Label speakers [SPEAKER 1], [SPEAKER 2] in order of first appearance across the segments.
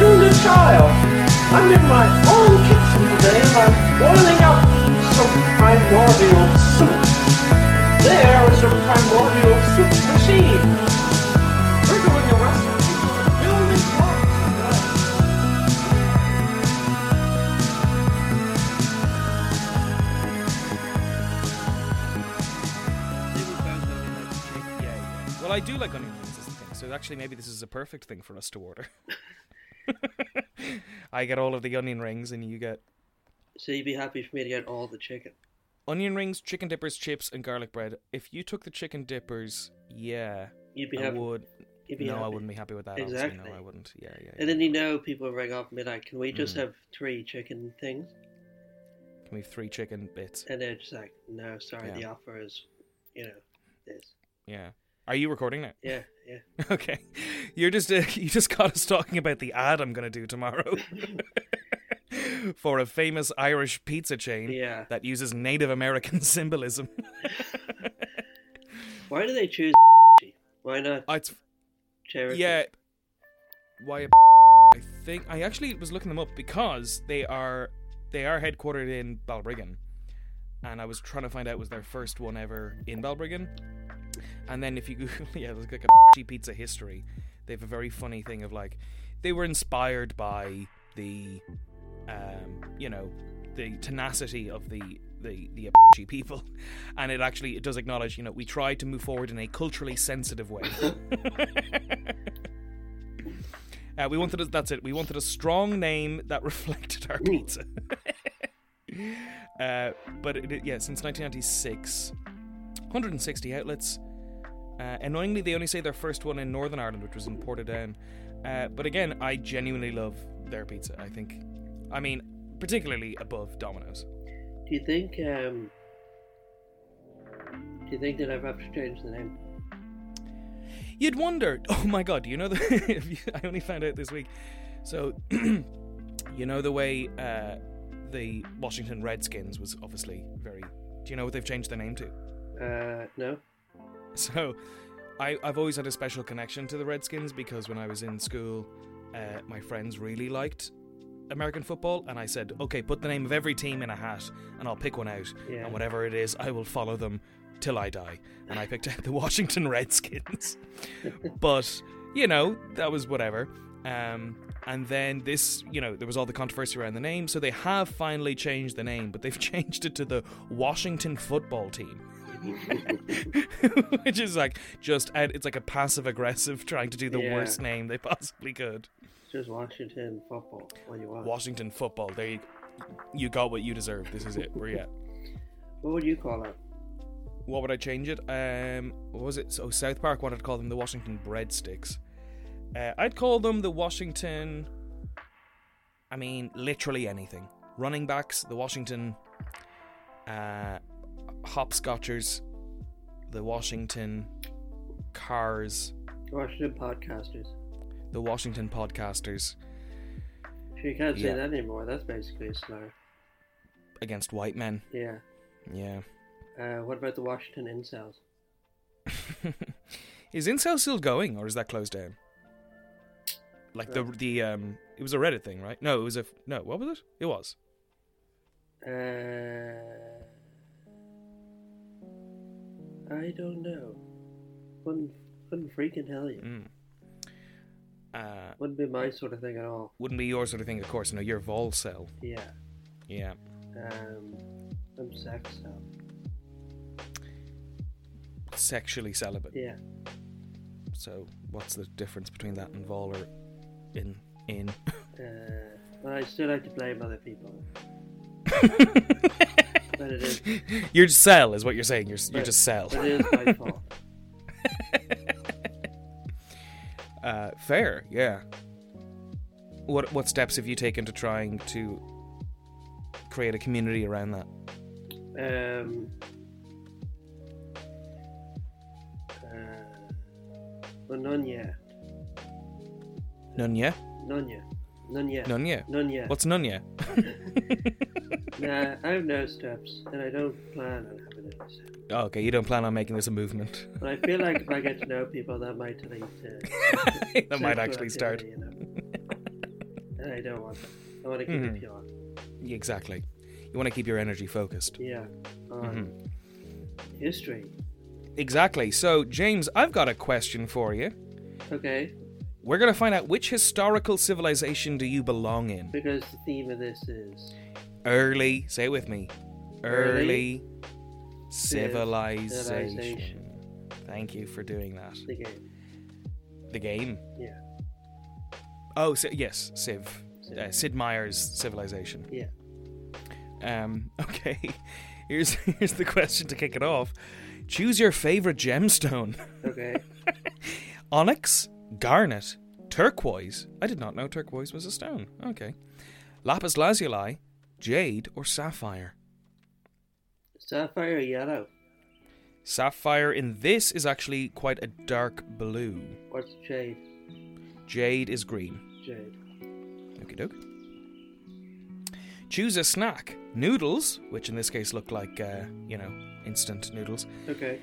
[SPEAKER 1] child. I'm in my own kitchen today and I'm boiling up some primordial soup. There is a primordial soup machine. We're doing a recipe for building blocks today.
[SPEAKER 2] Well, I do like onions as a thing, so actually maybe this is a perfect thing for us to order. I get all of the onion rings, and you get
[SPEAKER 3] So you'd be happy for me to get all the chicken.
[SPEAKER 2] onion rings, chicken dippers, chips, and garlic bread. If you took the chicken dippers, yeah,
[SPEAKER 3] You'd be
[SPEAKER 2] I
[SPEAKER 3] happy.
[SPEAKER 2] would.
[SPEAKER 3] You'd be
[SPEAKER 2] No,
[SPEAKER 3] happy.
[SPEAKER 2] I wouldn't be happy with that. honestly.
[SPEAKER 3] Exactly.
[SPEAKER 2] No, I wouldn't. Yeah, yeah. yeah.
[SPEAKER 3] And then you know people ring up and be like, "Can we just
[SPEAKER 2] Mhm.
[SPEAKER 3] have three chicken things?"
[SPEAKER 2] Can we have three chicken bits?
[SPEAKER 3] And they're just like, "No, sorry,
[SPEAKER 2] Yeah.
[SPEAKER 3] the offer is, you know, this."
[SPEAKER 2] Yeah. Are you recording it?
[SPEAKER 3] Yeah, yeah.
[SPEAKER 2] Okay. You're just uh, you just got us talking about the ad I'm going to do tomorrow for a famous Irish pizza chain
[SPEAKER 3] Yeah.
[SPEAKER 2] that uses Native American symbolism.
[SPEAKER 3] Why do they choose? Why not
[SPEAKER 2] Oh, it's
[SPEAKER 3] Cherokee?
[SPEAKER 2] yeah. Why? a- I think I actually was looking them up because they are they are headquartered in Balbriggan, and I was trying to find out was their first one ever in Balbriggan. And then if you Google, yeah, there's like a pizza history. They have a very funny thing of like they were inspired by the um, you know, the tenacity of the the the Apache people, and it actually it does acknowledge, you know, we try to move forward in a culturally sensitive way. uh, we wanted a, that's it. We wanted a strong name that reflected our pizza. uh, but it, yeah, since 1996, 160 outlets. Uh, annoyingly, they only say their first one in Northern Ireland, which was in Portadown. Uh, but again, I genuinely love their pizza. I think, I mean, particularly above Domino's.
[SPEAKER 3] Do you think? um Do you think they'll ever have to change the name?
[SPEAKER 2] You'd wonder. Oh my god! You know the. I only found out this week. So, you know the way uh, the Washington Redskins was obviously very. Do you know what they've changed their name to?
[SPEAKER 3] Uh, no.
[SPEAKER 2] So, I, I've always had a special connection to the Redskins because when I was in school, uh, my friends really liked American football, and I said, "Okay, put the name of every team in a hat, and I'll pick one out,
[SPEAKER 3] Yeah.
[SPEAKER 2] and whatever it is, I will follow them till I die." And I picked out the Washington Redskins, but you know that was whatever. Um, and then this, you know, there was all the controversy around the name, so they have finally changed the name, but they've changed it to the Washington Football Team. which is like just and it's like a passive aggressive trying to do the
[SPEAKER 3] Yeah.
[SPEAKER 2] worst name they possibly could.
[SPEAKER 3] Just Washington football. What do you want?
[SPEAKER 2] Washington football. There you, you got what you deserve. This is it. We're at.
[SPEAKER 3] What would you call it?
[SPEAKER 2] What would I change it? Um, what was it? So South Park wanted to call them the Washington Breadsticks. Uh, I'd call them the Washington. I mean, literally anything. Running backs, the Washington uh, hopscotchers, the Washington cars,
[SPEAKER 3] Washington podcasters.
[SPEAKER 2] the Washington podcasters.
[SPEAKER 3] Sure, you can't say
[SPEAKER 2] Yeah.
[SPEAKER 3] that anymore. That's basically a slur.
[SPEAKER 2] against white men.
[SPEAKER 3] Yeah.
[SPEAKER 2] Yeah.
[SPEAKER 3] Uh, what about the Washington incels?
[SPEAKER 2] is incel still going, or is that closed down? Like the the um, it was a Reddit thing, right? No, it was a f- no. What was it? It was.
[SPEAKER 3] Uh, I don't know. Wouldn't, wouldn't freaking hell you.
[SPEAKER 2] Mm. Uh,
[SPEAKER 3] Wouldn't be my sort of thing at all.
[SPEAKER 2] wouldn't be your sort of thing, of course. No, you're vol cell.
[SPEAKER 3] Yeah.
[SPEAKER 2] Yeah.
[SPEAKER 3] Um, I'm sex cell.
[SPEAKER 2] Sexually celibate.
[SPEAKER 3] Yeah.
[SPEAKER 2] So what's the difference between that and vol or in in?
[SPEAKER 3] Uh, but I still like to blame other people. but it is,
[SPEAKER 2] You're just cell, is what you're saying. You're s- you're
[SPEAKER 3] Right.
[SPEAKER 2] just cell.
[SPEAKER 3] but it is my fault.
[SPEAKER 2] Uh, fair, yeah. What what steps have you taken to trying to create a community around that?
[SPEAKER 3] Um, uh, well, none yet.
[SPEAKER 2] Nunya,
[SPEAKER 3] None yet. None yet.
[SPEAKER 2] nunya.
[SPEAKER 3] None yet.
[SPEAKER 2] What's nunya?
[SPEAKER 3] Nah, I have no steps, and I don't plan on having any steps.
[SPEAKER 2] Oh, okay, you don't plan on making this a movement.
[SPEAKER 3] But I feel like if I get to know people, that might lead to
[SPEAKER 2] that might actually start.
[SPEAKER 3] You know? And I don't want that. I want to keep
[SPEAKER 2] Mhm.
[SPEAKER 3] it pure.
[SPEAKER 2] Yeah, Exactly. You want to keep your energy focused.
[SPEAKER 3] Yeah. On Mm-hmm. history.
[SPEAKER 2] Exactly. So, James, I've got a question for you.
[SPEAKER 3] Okay.
[SPEAKER 2] We're going to find out which historical civilization do you belong in?
[SPEAKER 3] Because the theme of this is
[SPEAKER 2] Early, say it with me. Early
[SPEAKER 3] Early
[SPEAKER 2] civilization.
[SPEAKER 3] civilization.
[SPEAKER 2] Thank you for doing that.
[SPEAKER 3] the game.
[SPEAKER 2] The game.
[SPEAKER 3] Yeah.
[SPEAKER 2] Oh, so, yes, Civ.
[SPEAKER 3] Civ.
[SPEAKER 2] Uh, Sid Meier's Civilization.
[SPEAKER 3] Yeah.
[SPEAKER 2] Um, okay. Here's here's the question to kick it off. Choose your favorite gemstone.
[SPEAKER 3] Okay.
[SPEAKER 2] Onyx, garnet, turquoise. I did not know turquoise was a stone. Okay. Lapis lazuli, jade or sapphire.
[SPEAKER 3] Sapphire yellow.
[SPEAKER 2] Sapphire in this is actually quite a dark blue.
[SPEAKER 3] What's jade?
[SPEAKER 2] Jade is green.
[SPEAKER 3] Jade.
[SPEAKER 2] Okie doke. Choose a snack. Noodles, which in this case look like, uh, you know, instant noodles.
[SPEAKER 3] Okay.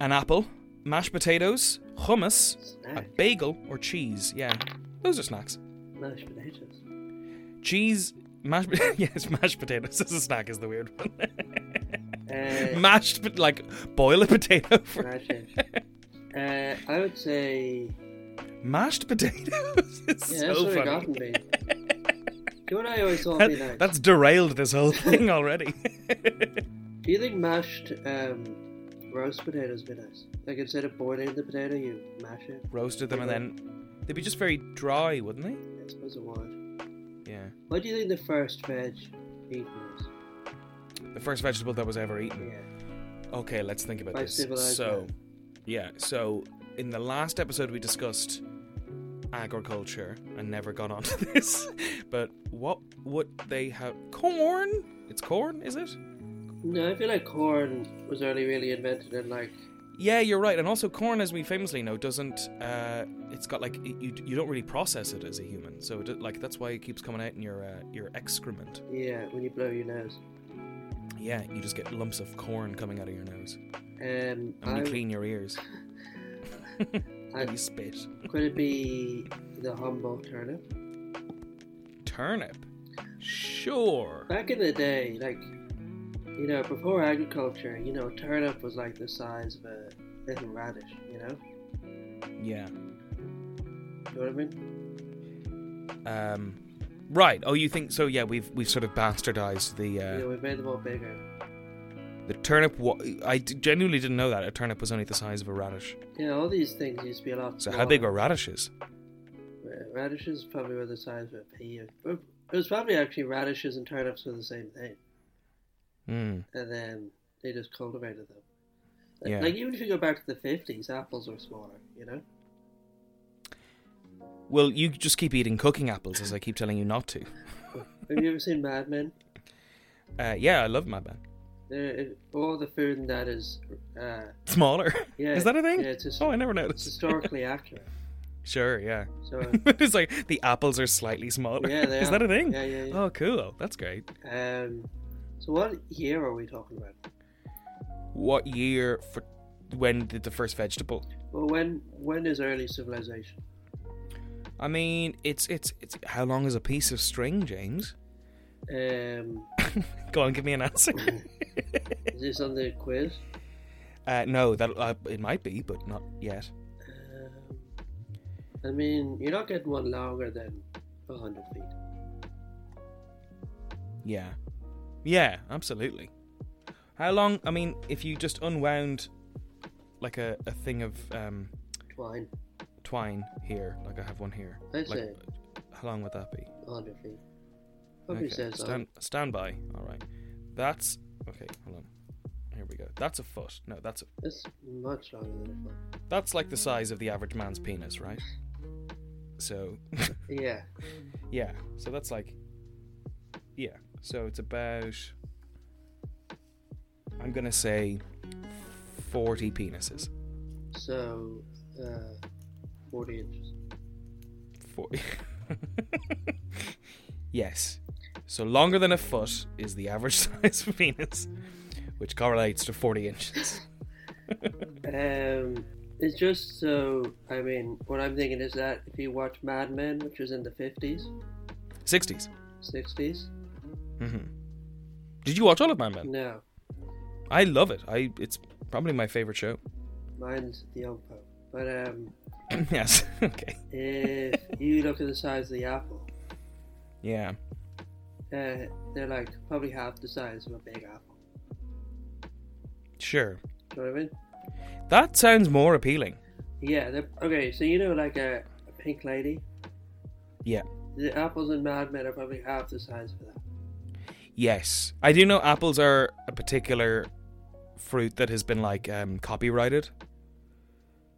[SPEAKER 2] An apple, mashed potatoes, hummus, a
[SPEAKER 3] Snack.
[SPEAKER 2] bagel or cheese. Yeah, those are snacks.
[SPEAKER 3] Mashed potatoes.
[SPEAKER 2] Cheese, mashed. yes, mashed potatoes as a snack is the weird one.
[SPEAKER 3] Uh,
[SPEAKER 2] mashed, but like boil a potato. For,
[SPEAKER 3] mashed potatoes. Uh, I would say.
[SPEAKER 2] mashed potatoes. It's
[SPEAKER 3] Yeah, that's
[SPEAKER 2] so
[SPEAKER 3] what it
[SPEAKER 2] funny.
[SPEAKER 3] gotten me. Do you know what I always thought would be
[SPEAKER 2] That-
[SPEAKER 3] nice?
[SPEAKER 2] that's derailed this whole thing already.
[SPEAKER 3] Do you think mashed um, roast potatoes would be nice? Like instead of boiling the potato, you mash it?
[SPEAKER 2] Roasted them and then they'd be just very dry, wouldn't they?
[SPEAKER 3] I suppose it would.
[SPEAKER 2] Yeah.
[SPEAKER 3] What do you think the first veg eaten was?
[SPEAKER 2] The first vegetable that was ever eaten.
[SPEAKER 3] Yeah.
[SPEAKER 2] Okay, let's think about
[SPEAKER 3] By
[SPEAKER 2] this.
[SPEAKER 3] civilized
[SPEAKER 2] So,
[SPEAKER 3] man.
[SPEAKER 2] yeah, so in the last episode we discussed agriculture and never got onto this, but what would they have? Corn? It's corn, is it?
[SPEAKER 3] No, I feel like corn was only really invented in like.
[SPEAKER 2] Yeah, you're right. And also, corn, as we famously know, doesn't. Uh, it's got like you, you don't really process it as a human, so it, like that's why it keeps coming out in your uh, your excrement.
[SPEAKER 3] Yeah, when you blow your nose.
[SPEAKER 2] Yeah, you just get lumps of corn coming out of your nose,
[SPEAKER 3] Um,
[SPEAKER 2] and when you
[SPEAKER 3] I-
[SPEAKER 2] clean your ears,
[SPEAKER 3] I-
[SPEAKER 2] and you spit.
[SPEAKER 3] could it be the humble turnip?
[SPEAKER 2] Turnip. Sure.
[SPEAKER 3] Back in the day, like, you know, before agriculture, you know, turnip was like the size of a little radish, you know?
[SPEAKER 2] Yeah.
[SPEAKER 3] You know what I mean?
[SPEAKER 2] Um, right. Oh, you think so? Yeah, we've we've sort of bastardized the
[SPEAKER 3] Yeah,
[SPEAKER 2] uh,
[SPEAKER 3] we made them all bigger.
[SPEAKER 2] the turnip. Wa- I d- genuinely didn't know that a turnip was only the size of a radish.
[SPEAKER 3] Yeah, all these things used to be a lot
[SPEAKER 2] So
[SPEAKER 3] smaller.
[SPEAKER 2] how big were radishes?
[SPEAKER 3] Ra- Radishes probably were the size of a pea. or- It was probably actually radishes and turnips were the same thing,
[SPEAKER 2] Hmm.
[SPEAKER 3] and then they just cultivated them. Like,
[SPEAKER 2] Yeah.
[SPEAKER 3] like, even if you go back to the fifties, apples were smaller. You know?
[SPEAKER 2] Well, you just keep eating cooking apples, as I keep telling you not to.
[SPEAKER 3] Have you ever seen Mad Men?
[SPEAKER 2] Uh, yeah, I love Mad Men.
[SPEAKER 3] There, it- all the food in that is, uh,
[SPEAKER 2] Smaller.
[SPEAKER 3] Yeah,
[SPEAKER 2] Is that a thing?
[SPEAKER 3] yeah, it's just-
[SPEAKER 2] oh, I never
[SPEAKER 3] it's
[SPEAKER 2] noticed.
[SPEAKER 3] historically accurate.
[SPEAKER 2] Sure. Yeah.
[SPEAKER 3] So
[SPEAKER 2] it's like the apples are slightly smaller.
[SPEAKER 3] yeah, they
[SPEAKER 2] Is
[SPEAKER 3] are.
[SPEAKER 2] that a thing?
[SPEAKER 3] Yeah, yeah, yeah.
[SPEAKER 2] Oh, cool. That's great.
[SPEAKER 3] Um, so what year are we talking about?
[SPEAKER 2] What year for when did the first vegetable?
[SPEAKER 3] Well, when when is early civilization?
[SPEAKER 2] I mean, it's it's it's how long is a piece of string, James?
[SPEAKER 3] Um,
[SPEAKER 2] Go on, give me an answer.
[SPEAKER 3] is this on the quiz?
[SPEAKER 2] uh, no, that uh, it might be, but not yet.
[SPEAKER 3] Um, I mean, you're not getting one longer than 100 feet.
[SPEAKER 2] Yeah, yeah, absolutely. How long? I mean, if you just unwound like a, a thing of um,
[SPEAKER 3] Twine,
[SPEAKER 2] twine here, like I have one here,
[SPEAKER 3] I'd
[SPEAKER 2] like,
[SPEAKER 3] say.
[SPEAKER 2] how long would that be?
[SPEAKER 3] 100 feet. Probably says uh, that.
[SPEAKER 2] Stand, stand by. All right, that's okay. Hold on. Here we go. That's a foot. No, that's a,
[SPEAKER 3] It's much longer than a
[SPEAKER 2] that's like the size of the average man's penis, right? So
[SPEAKER 3] foot. Yeah.
[SPEAKER 2] Yeah. So that's like. Yeah. So it's about. I'm gonna say, forty penises.
[SPEAKER 3] So, uh, 40 inches.
[SPEAKER 2] Forty. yes. So longer than a foot is the average size of penis, which correlates to forty inches.
[SPEAKER 3] Um, it's just so, I mean, what I'm thinking is that if you watch Mad Men, which was in the 50s,
[SPEAKER 2] 60s.
[SPEAKER 3] 60s?
[SPEAKER 2] hmm Did you watch all of Man Men?
[SPEAKER 3] No.
[SPEAKER 2] I love it. I it's probably my favorite show.
[SPEAKER 3] Mine's the old Pope. But um,
[SPEAKER 2] yes. okay.
[SPEAKER 3] if you look at the size of the apple,
[SPEAKER 2] Yeah.
[SPEAKER 3] uh, they're like probably half the size of a big apple.
[SPEAKER 2] Sure.
[SPEAKER 3] Do you know what I mean?
[SPEAKER 2] That sounds more appealing.
[SPEAKER 3] Yeah. They're, okay, so you know, like a, a pink lady?
[SPEAKER 2] Yeah.
[SPEAKER 3] The apples in Mad Men are probably half the size of that.
[SPEAKER 2] Yes. I do know apples are a particular fruit that has been like um copyrighted.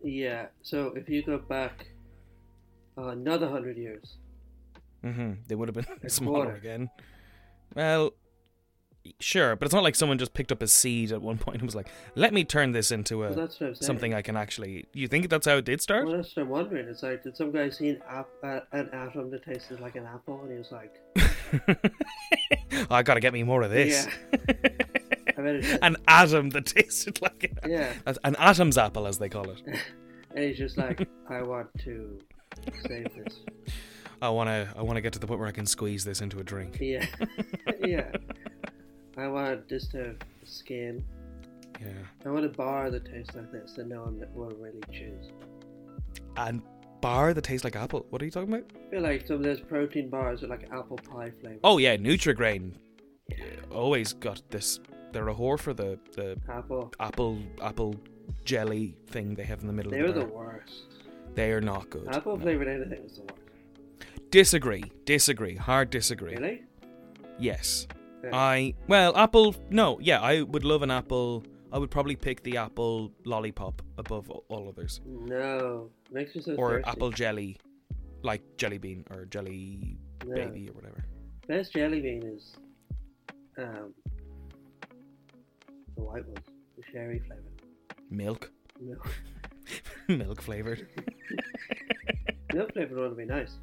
[SPEAKER 3] Yeah. So if you go back another hundred years,
[SPEAKER 2] hmm They would have been
[SPEAKER 3] A
[SPEAKER 2] smaller
[SPEAKER 3] quarter.
[SPEAKER 2] again. Well, sure, but it's not like someone just picked up a seed at one point and was like, "Let me turn this into
[SPEAKER 3] well,
[SPEAKER 2] a
[SPEAKER 3] that's what I'm saying.
[SPEAKER 2] something I can actually." You think that's how it did start?
[SPEAKER 3] Well, that's what I'm wondering. It's like, did some guy see an, ap- uh, an atom that tasted like an apple, and he was like,
[SPEAKER 2] Oh, I gotta get me more of this.
[SPEAKER 3] I bet it did.
[SPEAKER 2] an atom that tasted like an,
[SPEAKER 3] "Yeah,"
[SPEAKER 2] that's an atom's apple, as they call it.
[SPEAKER 3] and he's just like, "I want to save this."
[SPEAKER 2] I wanna, I wanna get to the point where I can squeeze this into a drink.
[SPEAKER 3] Yeah, yeah. I want just a skin.
[SPEAKER 2] Yeah,
[SPEAKER 3] I want a bar that tastes like this, that no one will really choose.
[SPEAKER 2] and bar that tastes like apple. What are you talking about?
[SPEAKER 3] I feel like some of those protein bars are like apple pie flavor.
[SPEAKER 2] Oh yeah, Nutrigrain. Always got this. They're a whore for the the
[SPEAKER 3] Apple.
[SPEAKER 2] apple apple jelly thing they have in the middle
[SPEAKER 3] They
[SPEAKER 2] of
[SPEAKER 3] were
[SPEAKER 2] the,
[SPEAKER 3] the
[SPEAKER 2] bar.
[SPEAKER 3] worst.
[SPEAKER 2] They are not good.
[SPEAKER 3] Apple
[SPEAKER 2] No.
[SPEAKER 3] flavored anything was the worst.
[SPEAKER 2] Disagree. Disagree. Hard disagree.
[SPEAKER 3] Really?
[SPEAKER 2] Yes.
[SPEAKER 3] Yeah.
[SPEAKER 2] I well, apple no, yeah, I would love an apple. I would probably pick the apple lollipop above all- all others.
[SPEAKER 3] No. Makes me so
[SPEAKER 2] Or
[SPEAKER 3] thirsty.
[SPEAKER 2] apple jelly like jelly bean or jelly
[SPEAKER 3] No.
[SPEAKER 2] baby or whatever.
[SPEAKER 3] Best jelly bean is um the white one, the sherry flavor.
[SPEAKER 2] Milk.
[SPEAKER 3] No,
[SPEAKER 2] Milk flavored.
[SPEAKER 3] milk flavored one would be nice.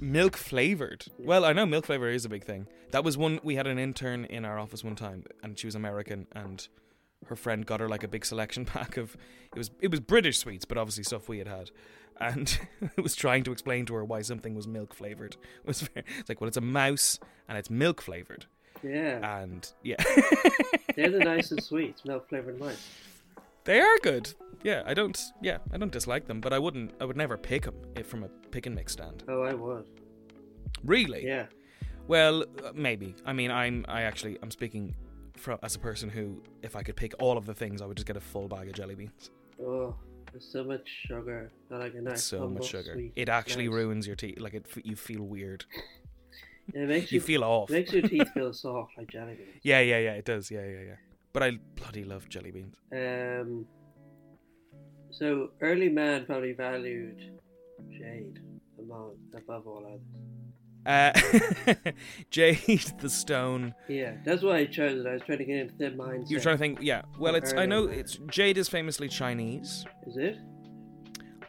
[SPEAKER 2] Milk flavored. Well, I know milk flavor is a big thing. That was one we had an intern in our office one time, and she was American, and her friend got her like a big selection pack of it was it was British sweets, but obviously stuff we had had, and was trying to explain to her why something was milk flavored. It was very, it's like well, it's a mouse and it's milk flavored,
[SPEAKER 3] Yeah,
[SPEAKER 2] and yeah,
[SPEAKER 3] they're the nicest sweets, milk flavored mice.
[SPEAKER 2] they are good. Yeah, I don't. Yeah, I don't dislike them, but I wouldn't. I would never pick them if from a pick and mix stand.
[SPEAKER 3] Oh, I would.
[SPEAKER 2] Really?
[SPEAKER 3] Yeah,
[SPEAKER 2] Well, uh, maybe. I mean, I'm. I actually. I'm speaking from as a person who, if I could pick all of the things, I would just get a full bag of jelly beans.
[SPEAKER 3] oh, there's so much sugar. Not like a nice
[SPEAKER 2] so
[SPEAKER 3] humble,
[SPEAKER 2] much sugar.
[SPEAKER 3] sweet
[SPEAKER 2] It actually
[SPEAKER 3] nice.
[SPEAKER 2] ruins your teeth. Like it. f- You feel weird.
[SPEAKER 3] It makes
[SPEAKER 2] You feel off.
[SPEAKER 3] makes your teeth feel soft like jelly beans.
[SPEAKER 2] Yeah, yeah, yeah. It does. Yeah, yeah, yeah. But I bloody love jelly beans.
[SPEAKER 3] Um, so early man probably valued shade among above all others.
[SPEAKER 2] Uh, Jade the Stone.
[SPEAKER 3] Yeah, that's why I chose it. I was trying to get into their mindset.
[SPEAKER 2] You're trying to think. Yeah. Well, it's. I
[SPEAKER 3] Early
[SPEAKER 2] know
[SPEAKER 3] man.
[SPEAKER 2] it's. Jade is famously Chinese.
[SPEAKER 3] Is it?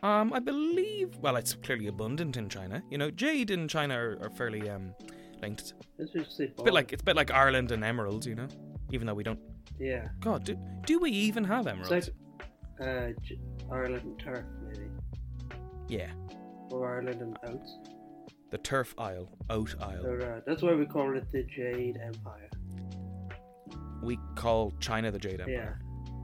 [SPEAKER 2] Um, I believe. Well, it's clearly abundant in China. You know, jade in China are, are fairly um linked.
[SPEAKER 3] Let's just say
[SPEAKER 2] It's a
[SPEAKER 3] ball.
[SPEAKER 2] bit like it's a bit like Ireland and emeralds, you know. Even though we don't.
[SPEAKER 3] yeah,
[SPEAKER 2] God, do, do we even have
[SPEAKER 3] it's
[SPEAKER 2] emeralds?
[SPEAKER 3] like uh, J- Ireland and turf maybe,
[SPEAKER 2] yeah,
[SPEAKER 3] or Ireland and oats.
[SPEAKER 2] the turf isle, oat isle.
[SPEAKER 3] Or, uh, that's why we call it the Jade Empire.
[SPEAKER 2] We call China the Jade Empire.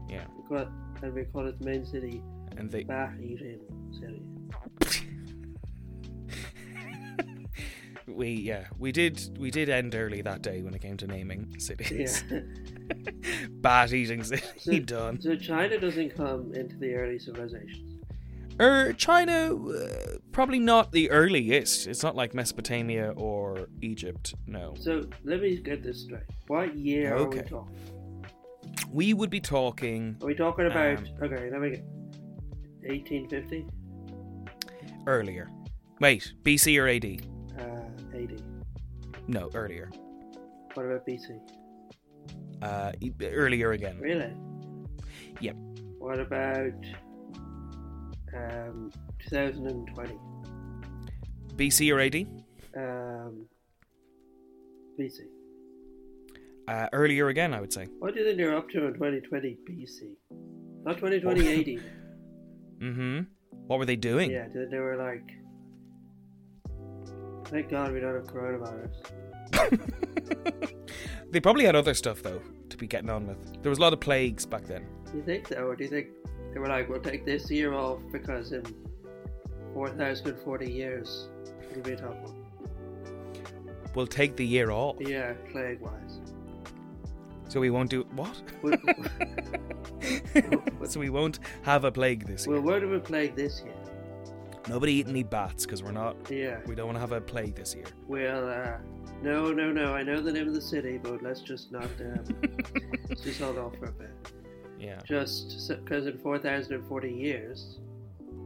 [SPEAKER 2] Yeah,
[SPEAKER 3] Yeah, we call it, and we call its main city
[SPEAKER 2] and they
[SPEAKER 3] Bahrain City.
[SPEAKER 2] we yeah we did we did end early that day when it came to naming
[SPEAKER 3] Yeah.
[SPEAKER 2] cities. Bat eating city done.
[SPEAKER 3] so China doesn't come into the early civilizations.
[SPEAKER 2] Er, China uh, probably not the earliest. It's not like Mesopotamia or Egypt. No.
[SPEAKER 3] So let me get this straight. What year are
[SPEAKER 2] Okay.
[SPEAKER 3] we talking?
[SPEAKER 2] We would be talking
[SPEAKER 3] Are we talking about
[SPEAKER 2] Um,
[SPEAKER 3] okay? Let me get 1850,
[SPEAKER 2] earlier. Wait, BC or AD?
[SPEAKER 3] uh, 80.
[SPEAKER 2] No, earlier.
[SPEAKER 3] What about BC?
[SPEAKER 2] Uh, e- earlier again.
[SPEAKER 3] Really?
[SPEAKER 2] Yep.
[SPEAKER 3] What about um, 2020?
[SPEAKER 2] BC or AD?
[SPEAKER 3] Um, BC.
[SPEAKER 2] Uh, earlier again, I would say.
[SPEAKER 3] What do you think they're up to in 2020 BC? Not 2020 AD.
[SPEAKER 2] Mm hmm. What Mm-hmm. were they doing?
[SPEAKER 3] Yeah, they, they were like Thank God we don't have coronavirus.
[SPEAKER 2] They probably had other stuff though to be getting on with. There was a lot of plagues back then.
[SPEAKER 3] Do you think though, or do you think they were like, we'll take this year off because in 4,040 years it'll be a top one?
[SPEAKER 2] We'll take the year off,
[SPEAKER 3] Yeah, plague wise.
[SPEAKER 2] so we won't do what?
[SPEAKER 3] We'll,
[SPEAKER 2] so we won't have a plague this year.
[SPEAKER 3] we'll word of a plague this year.
[SPEAKER 2] Nobody eat any bats because we're not.
[SPEAKER 3] Yeah.
[SPEAKER 2] We don't want to have a plague this year.
[SPEAKER 3] Well, uh, no, no, no. I know the name of the city, but let's just not. Um, let's just hold off for a bit.
[SPEAKER 2] Yeah.
[SPEAKER 3] Just because in 4,040 years,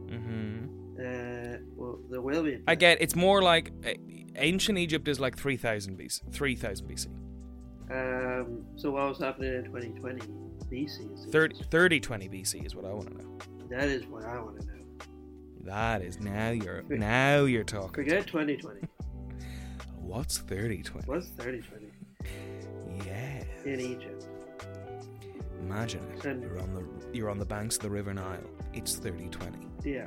[SPEAKER 2] hmm
[SPEAKER 3] uh, well, there will be. a
[SPEAKER 2] I
[SPEAKER 3] plague.
[SPEAKER 2] get it's more like uh, ancient Egypt is like three thousand BC. Three thousand BC.
[SPEAKER 3] Um, so what was happening in 2020 BC? Is
[SPEAKER 2] 30, 3020 BC is what I want to know.
[SPEAKER 3] That is what I want to know.
[SPEAKER 2] That is now you're now you're talking.
[SPEAKER 3] Forget 2020.
[SPEAKER 2] What's 3020?
[SPEAKER 3] What's 3020
[SPEAKER 2] Yeah.
[SPEAKER 3] in Egypt?
[SPEAKER 2] Imagine it.
[SPEAKER 3] And-
[SPEAKER 2] You're on the you're on the banks of the River Nile. It's 3020.
[SPEAKER 3] Yeah,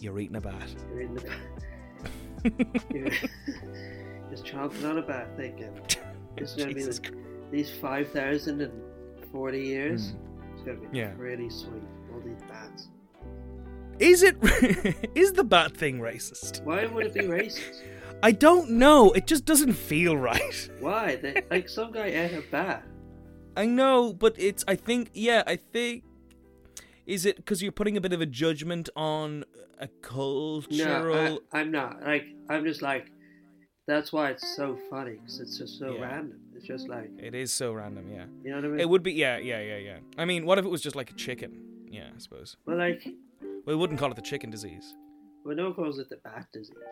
[SPEAKER 2] You're eating a bat.
[SPEAKER 3] you're in the you're just chomping on a bat, thinking This is gonna be
[SPEAKER 2] Jesus
[SPEAKER 3] the-
[SPEAKER 2] Christ.
[SPEAKER 3] these 5,040 years. It's gonna be
[SPEAKER 2] Mm. Yeah.
[SPEAKER 3] really sweet. All these bats.
[SPEAKER 2] Is it is the bat thing racist?
[SPEAKER 3] Why would it be racist?
[SPEAKER 2] I don't know. It just doesn't feel right.
[SPEAKER 3] Why? They, like some guy ate a bat.
[SPEAKER 2] I know, but it's. I think. Yeah, I think. Is it because you're putting a bit of a judgment on a cultural?
[SPEAKER 3] No, I, I'm not. Like I'm just like. That's why it's so funny because it's just so
[SPEAKER 2] Yeah.
[SPEAKER 3] random. It's just like
[SPEAKER 2] It is so random. Yeah,
[SPEAKER 3] you know what I mean.
[SPEAKER 2] it would be. Yeah, yeah, yeah, yeah. I mean, what if it was just like a chicken? Yeah, I suppose.
[SPEAKER 3] Well, like,
[SPEAKER 2] We wouldn't call it the chicken disease.
[SPEAKER 3] well, no one calls it the bat disease.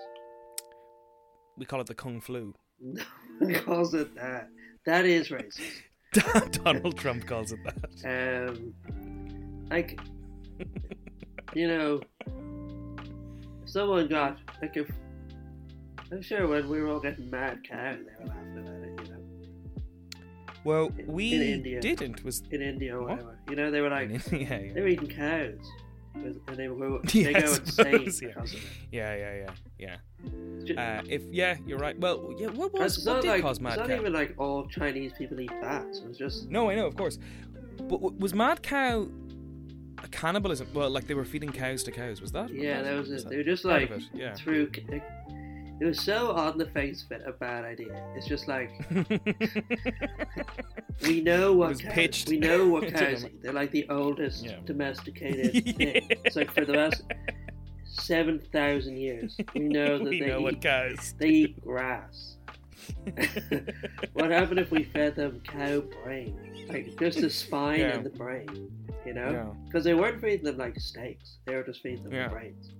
[SPEAKER 2] We call it the kung flu.
[SPEAKER 3] No one calls it that. That is racist.
[SPEAKER 2] Donald Trump calls it that.
[SPEAKER 3] Um, like, you know, if someone got like if I'm sure when we were all getting mad cow, they were laughing about it. You know,
[SPEAKER 2] Well,
[SPEAKER 3] In-
[SPEAKER 2] we
[SPEAKER 3] in India.
[SPEAKER 2] didn't. Was
[SPEAKER 3] in India or
[SPEAKER 2] What?
[SPEAKER 3] whatever. You know, they were like
[SPEAKER 2] in India. Yeah,
[SPEAKER 3] they were eating cows, and they were go,
[SPEAKER 2] Yeah,
[SPEAKER 3] they
[SPEAKER 2] I
[SPEAKER 3] go insane
[SPEAKER 2] suppose, yeah.
[SPEAKER 3] because of
[SPEAKER 2] yeah, yeah, yeah,
[SPEAKER 3] it.
[SPEAKER 2] yeah. Uh, if yeah, you're right. Well, yeah. What
[SPEAKER 3] it's
[SPEAKER 2] was? What
[SPEAKER 3] not
[SPEAKER 2] did
[SPEAKER 3] like
[SPEAKER 2] cause mad
[SPEAKER 3] it's not
[SPEAKER 2] cow?
[SPEAKER 3] even like all Chinese people eat bats. It was just
[SPEAKER 2] No, I know, of course. But w- was Mad Cow a cannibalism? Well, like they were feeding cows to cows. Was that? what
[SPEAKER 3] Yeah, that was it. They were just
[SPEAKER 2] part of
[SPEAKER 3] like
[SPEAKER 2] it, yeah.
[SPEAKER 3] through. It, it was so on the face of it, a bad idea. It's just like we know what
[SPEAKER 2] was
[SPEAKER 3] cows,
[SPEAKER 2] pitched.
[SPEAKER 3] we know what
[SPEAKER 2] It's
[SPEAKER 3] cows
[SPEAKER 2] in
[SPEAKER 3] eat. They're like the oldest
[SPEAKER 2] Yeah.
[SPEAKER 3] domesticated thing. It's like for the last seven thousand years, we know that
[SPEAKER 2] we
[SPEAKER 3] they
[SPEAKER 2] know what
[SPEAKER 3] eat,
[SPEAKER 2] cows.
[SPEAKER 3] they eat grass. what happened if we fed them cow brain, like just the spine
[SPEAKER 2] Yeah.
[SPEAKER 3] and the brain, you
[SPEAKER 2] Yeah.
[SPEAKER 3] know? Because they weren't feeding them like steaks; they were just feeding them
[SPEAKER 2] Yeah.
[SPEAKER 3] brains.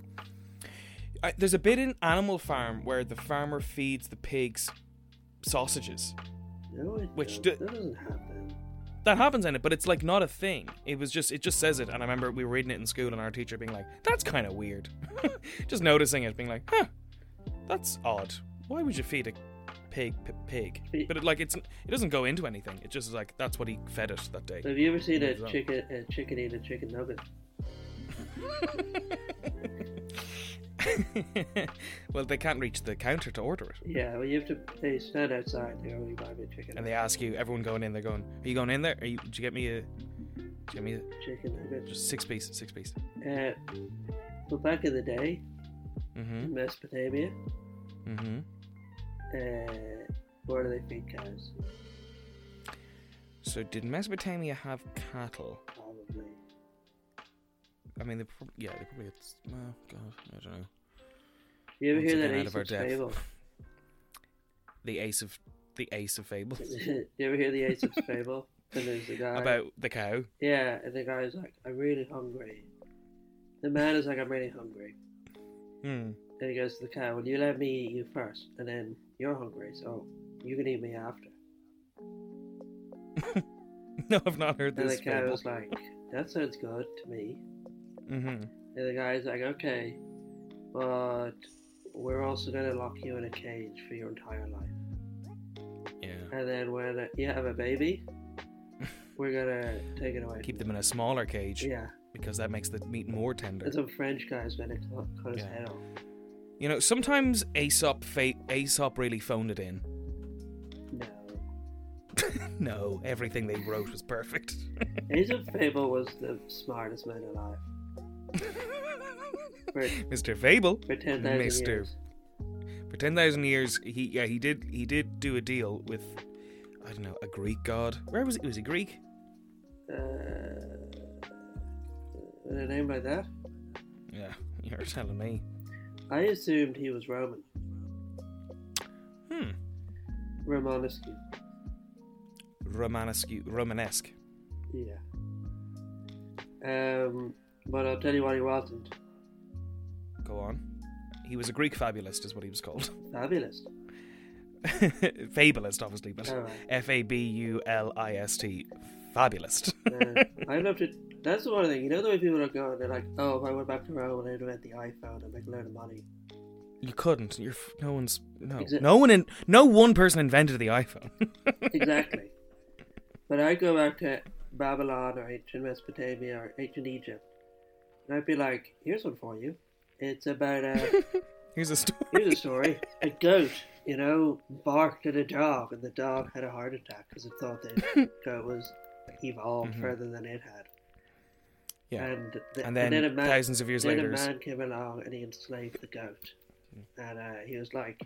[SPEAKER 2] I, there's a bit in Animal Farm where the farmer feeds the pigs sausages.
[SPEAKER 3] No, it
[SPEAKER 2] Which
[SPEAKER 3] don't.
[SPEAKER 2] do-
[SPEAKER 3] that doesn't happen.
[SPEAKER 2] That happens in it, but it's like not a thing. It was just it just says it, and I remember we were reading it in school, and our teacher being like, "That's kind of weird," just noticing it, being like, "Huh, that's odd. Why would you feed a pig p- pig?"
[SPEAKER 3] Fe-
[SPEAKER 2] But it, like it's it doesn't go into anything. It just is like that's what he fed it that day.
[SPEAKER 3] Have you ever seen a
[SPEAKER 2] Moves on.
[SPEAKER 3] chicken a chicken eat a chicken nugget?
[SPEAKER 2] well, they can't reach the counter to order it,
[SPEAKER 3] Yeah, well you have to they stand outside, they only buy me a chicken
[SPEAKER 2] and they ask you. Everyone going in, they're going, "Are you going in there? Are you? Did you get me a? Did you get me a,
[SPEAKER 3] chicken nugget.
[SPEAKER 2] just six piece, six piece?"
[SPEAKER 3] Uh, but back in the day
[SPEAKER 2] Mm-hmm.
[SPEAKER 3] in Mesopotamia,
[SPEAKER 2] Mm-hmm.
[SPEAKER 3] uh where do they feed cows?
[SPEAKER 2] So did Mesopotamia have cattle?
[SPEAKER 3] Probably.
[SPEAKER 2] I mean, they prob- yeah, they probably. Had, s- well, God, I don't know.
[SPEAKER 3] You ever
[SPEAKER 2] Once
[SPEAKER 3] hear
[SPEAKER 2] again, out
[SPEAKER 3] that
[SPEAKER 2] of
[SPEAKER 3] Aesop's
[SPEAKER 2] our depth.
[SPEAKER 3] fable?
[SPEAKER 2] The Ace of the Ace of Fables
[SPEAKER 3] you ever hear the Aesop's fable? And there's the guy
[SPEAKER 2] about the cow.
[SPEAKER 3] Yeah, and the guy's like, I'm really hungry. The man is like, I'm really hungry.
[SPEAKER 2] Hmm.
[SPEAKER 3] And he goes to the cow, Well, you let me eat you first, and then you're hungry, so you can eat me after.
[SPEAKER 2] No, I've not heard
[SPEAKER 3] And
[SPEAKER 2] this
[SPEAKER 3] the cow
[SPEAKER 2] fable.
[SPEAKER 3] was like, That sounds good to me.
[SPEAKER 2] Mm-hmm.
[SPEAKER 3] And the guy's like, Okay, but we're also going to lock you in a cage for your entire life.
[SPEAKER 2] Yeah.
[SPEAKER 3] And then when you have a baby, we're going to take it away.
[SPEAKER 2] Keep them in a smaller cage
[SPEAKER 3] Yeah.
[SPEAKER 2] because that makes the meat more tender.
[SPEAKER 3] And some French guy's going to cut, cut his
[SPEAKER 2] Yeah.
[SPEAKER 3] head off.
[SPEAKER 2] You know, sometimes Aesop fa- Aesop really phoned it in.
[SPEAKER 3] No.
[SPEAKER 2] No, everything they wrote was perfect.
[SPEAKER 3] Age of Fable was the smartest man alive. For,
[SPEAKER 2] Mr. Fable,
[SPEAKER 3] for 10,000
[SPEAKER 2] Mr.
[SPEAKER 3] years.
[SPEAKER 2] for ten thousand years, he yeah he did he did do a deal with, I don't know, a Greek god. Where was he? Was he Greek?
[SPEAKER 3] Uh, with a name like that?
[SPEAKER 2] Yeah, you're telling me.
[SPEAKER 3] I assumed he was Roman.
[SPEAKER 2] Hmm.
[SPEAKER 3] Romanescu.
[SPEAKER 2] Romanesque. Romanesque.
[SPEAKER 3] Yeah. Um, but I'll tell you what he wasn't.
[SPEAKER 2] Go on. He was a Greek fabulist, is what he was called.
[SPEAKER 3] Fabulous.
[SPEAKER 2] Fabulist, obviously, but
[SPEAKER 3] Alright.
[SPEAKER 2] F A B U L I S T. Fabulist.
[SPEAKER 3] Uh, I love to. That's the one thing. You know the way people are going. They're like, "Oh, if I went back to Rome, I'd invent the iPhone and make a load of money."
[SPEAKER 2] you couldn't. You're f- no one's no
[SPEAKER 3] Exa-
[SPEAKER 2] no one in no one person invented the iPhone.
[SPEAKER 3] exactly. But I'd go back to Babylon or ancient Mesopotamia or ancient Egypt, and I'd be like, "Here's one for you. It's about a
[SPEAKER 2] Here's a story.
[SPEAKER 3] here's a story. A goat, you know, barked at a dog, and the dog had a heart attack because it thought the goat was evolved further than it had.
[SPEAKER 2] Mm-hmm. Yeah.
[SPEAKER 3] And, th-
[SPEAKER 2] And then
[SPEAKER 3] a man,
[SPEAKER 2] thousands of years
[SPEAKER 3] then
[SPEAKER 2] later-
[SPEAKER 3] a man came along and he enslaved the goat, and uh, he was like,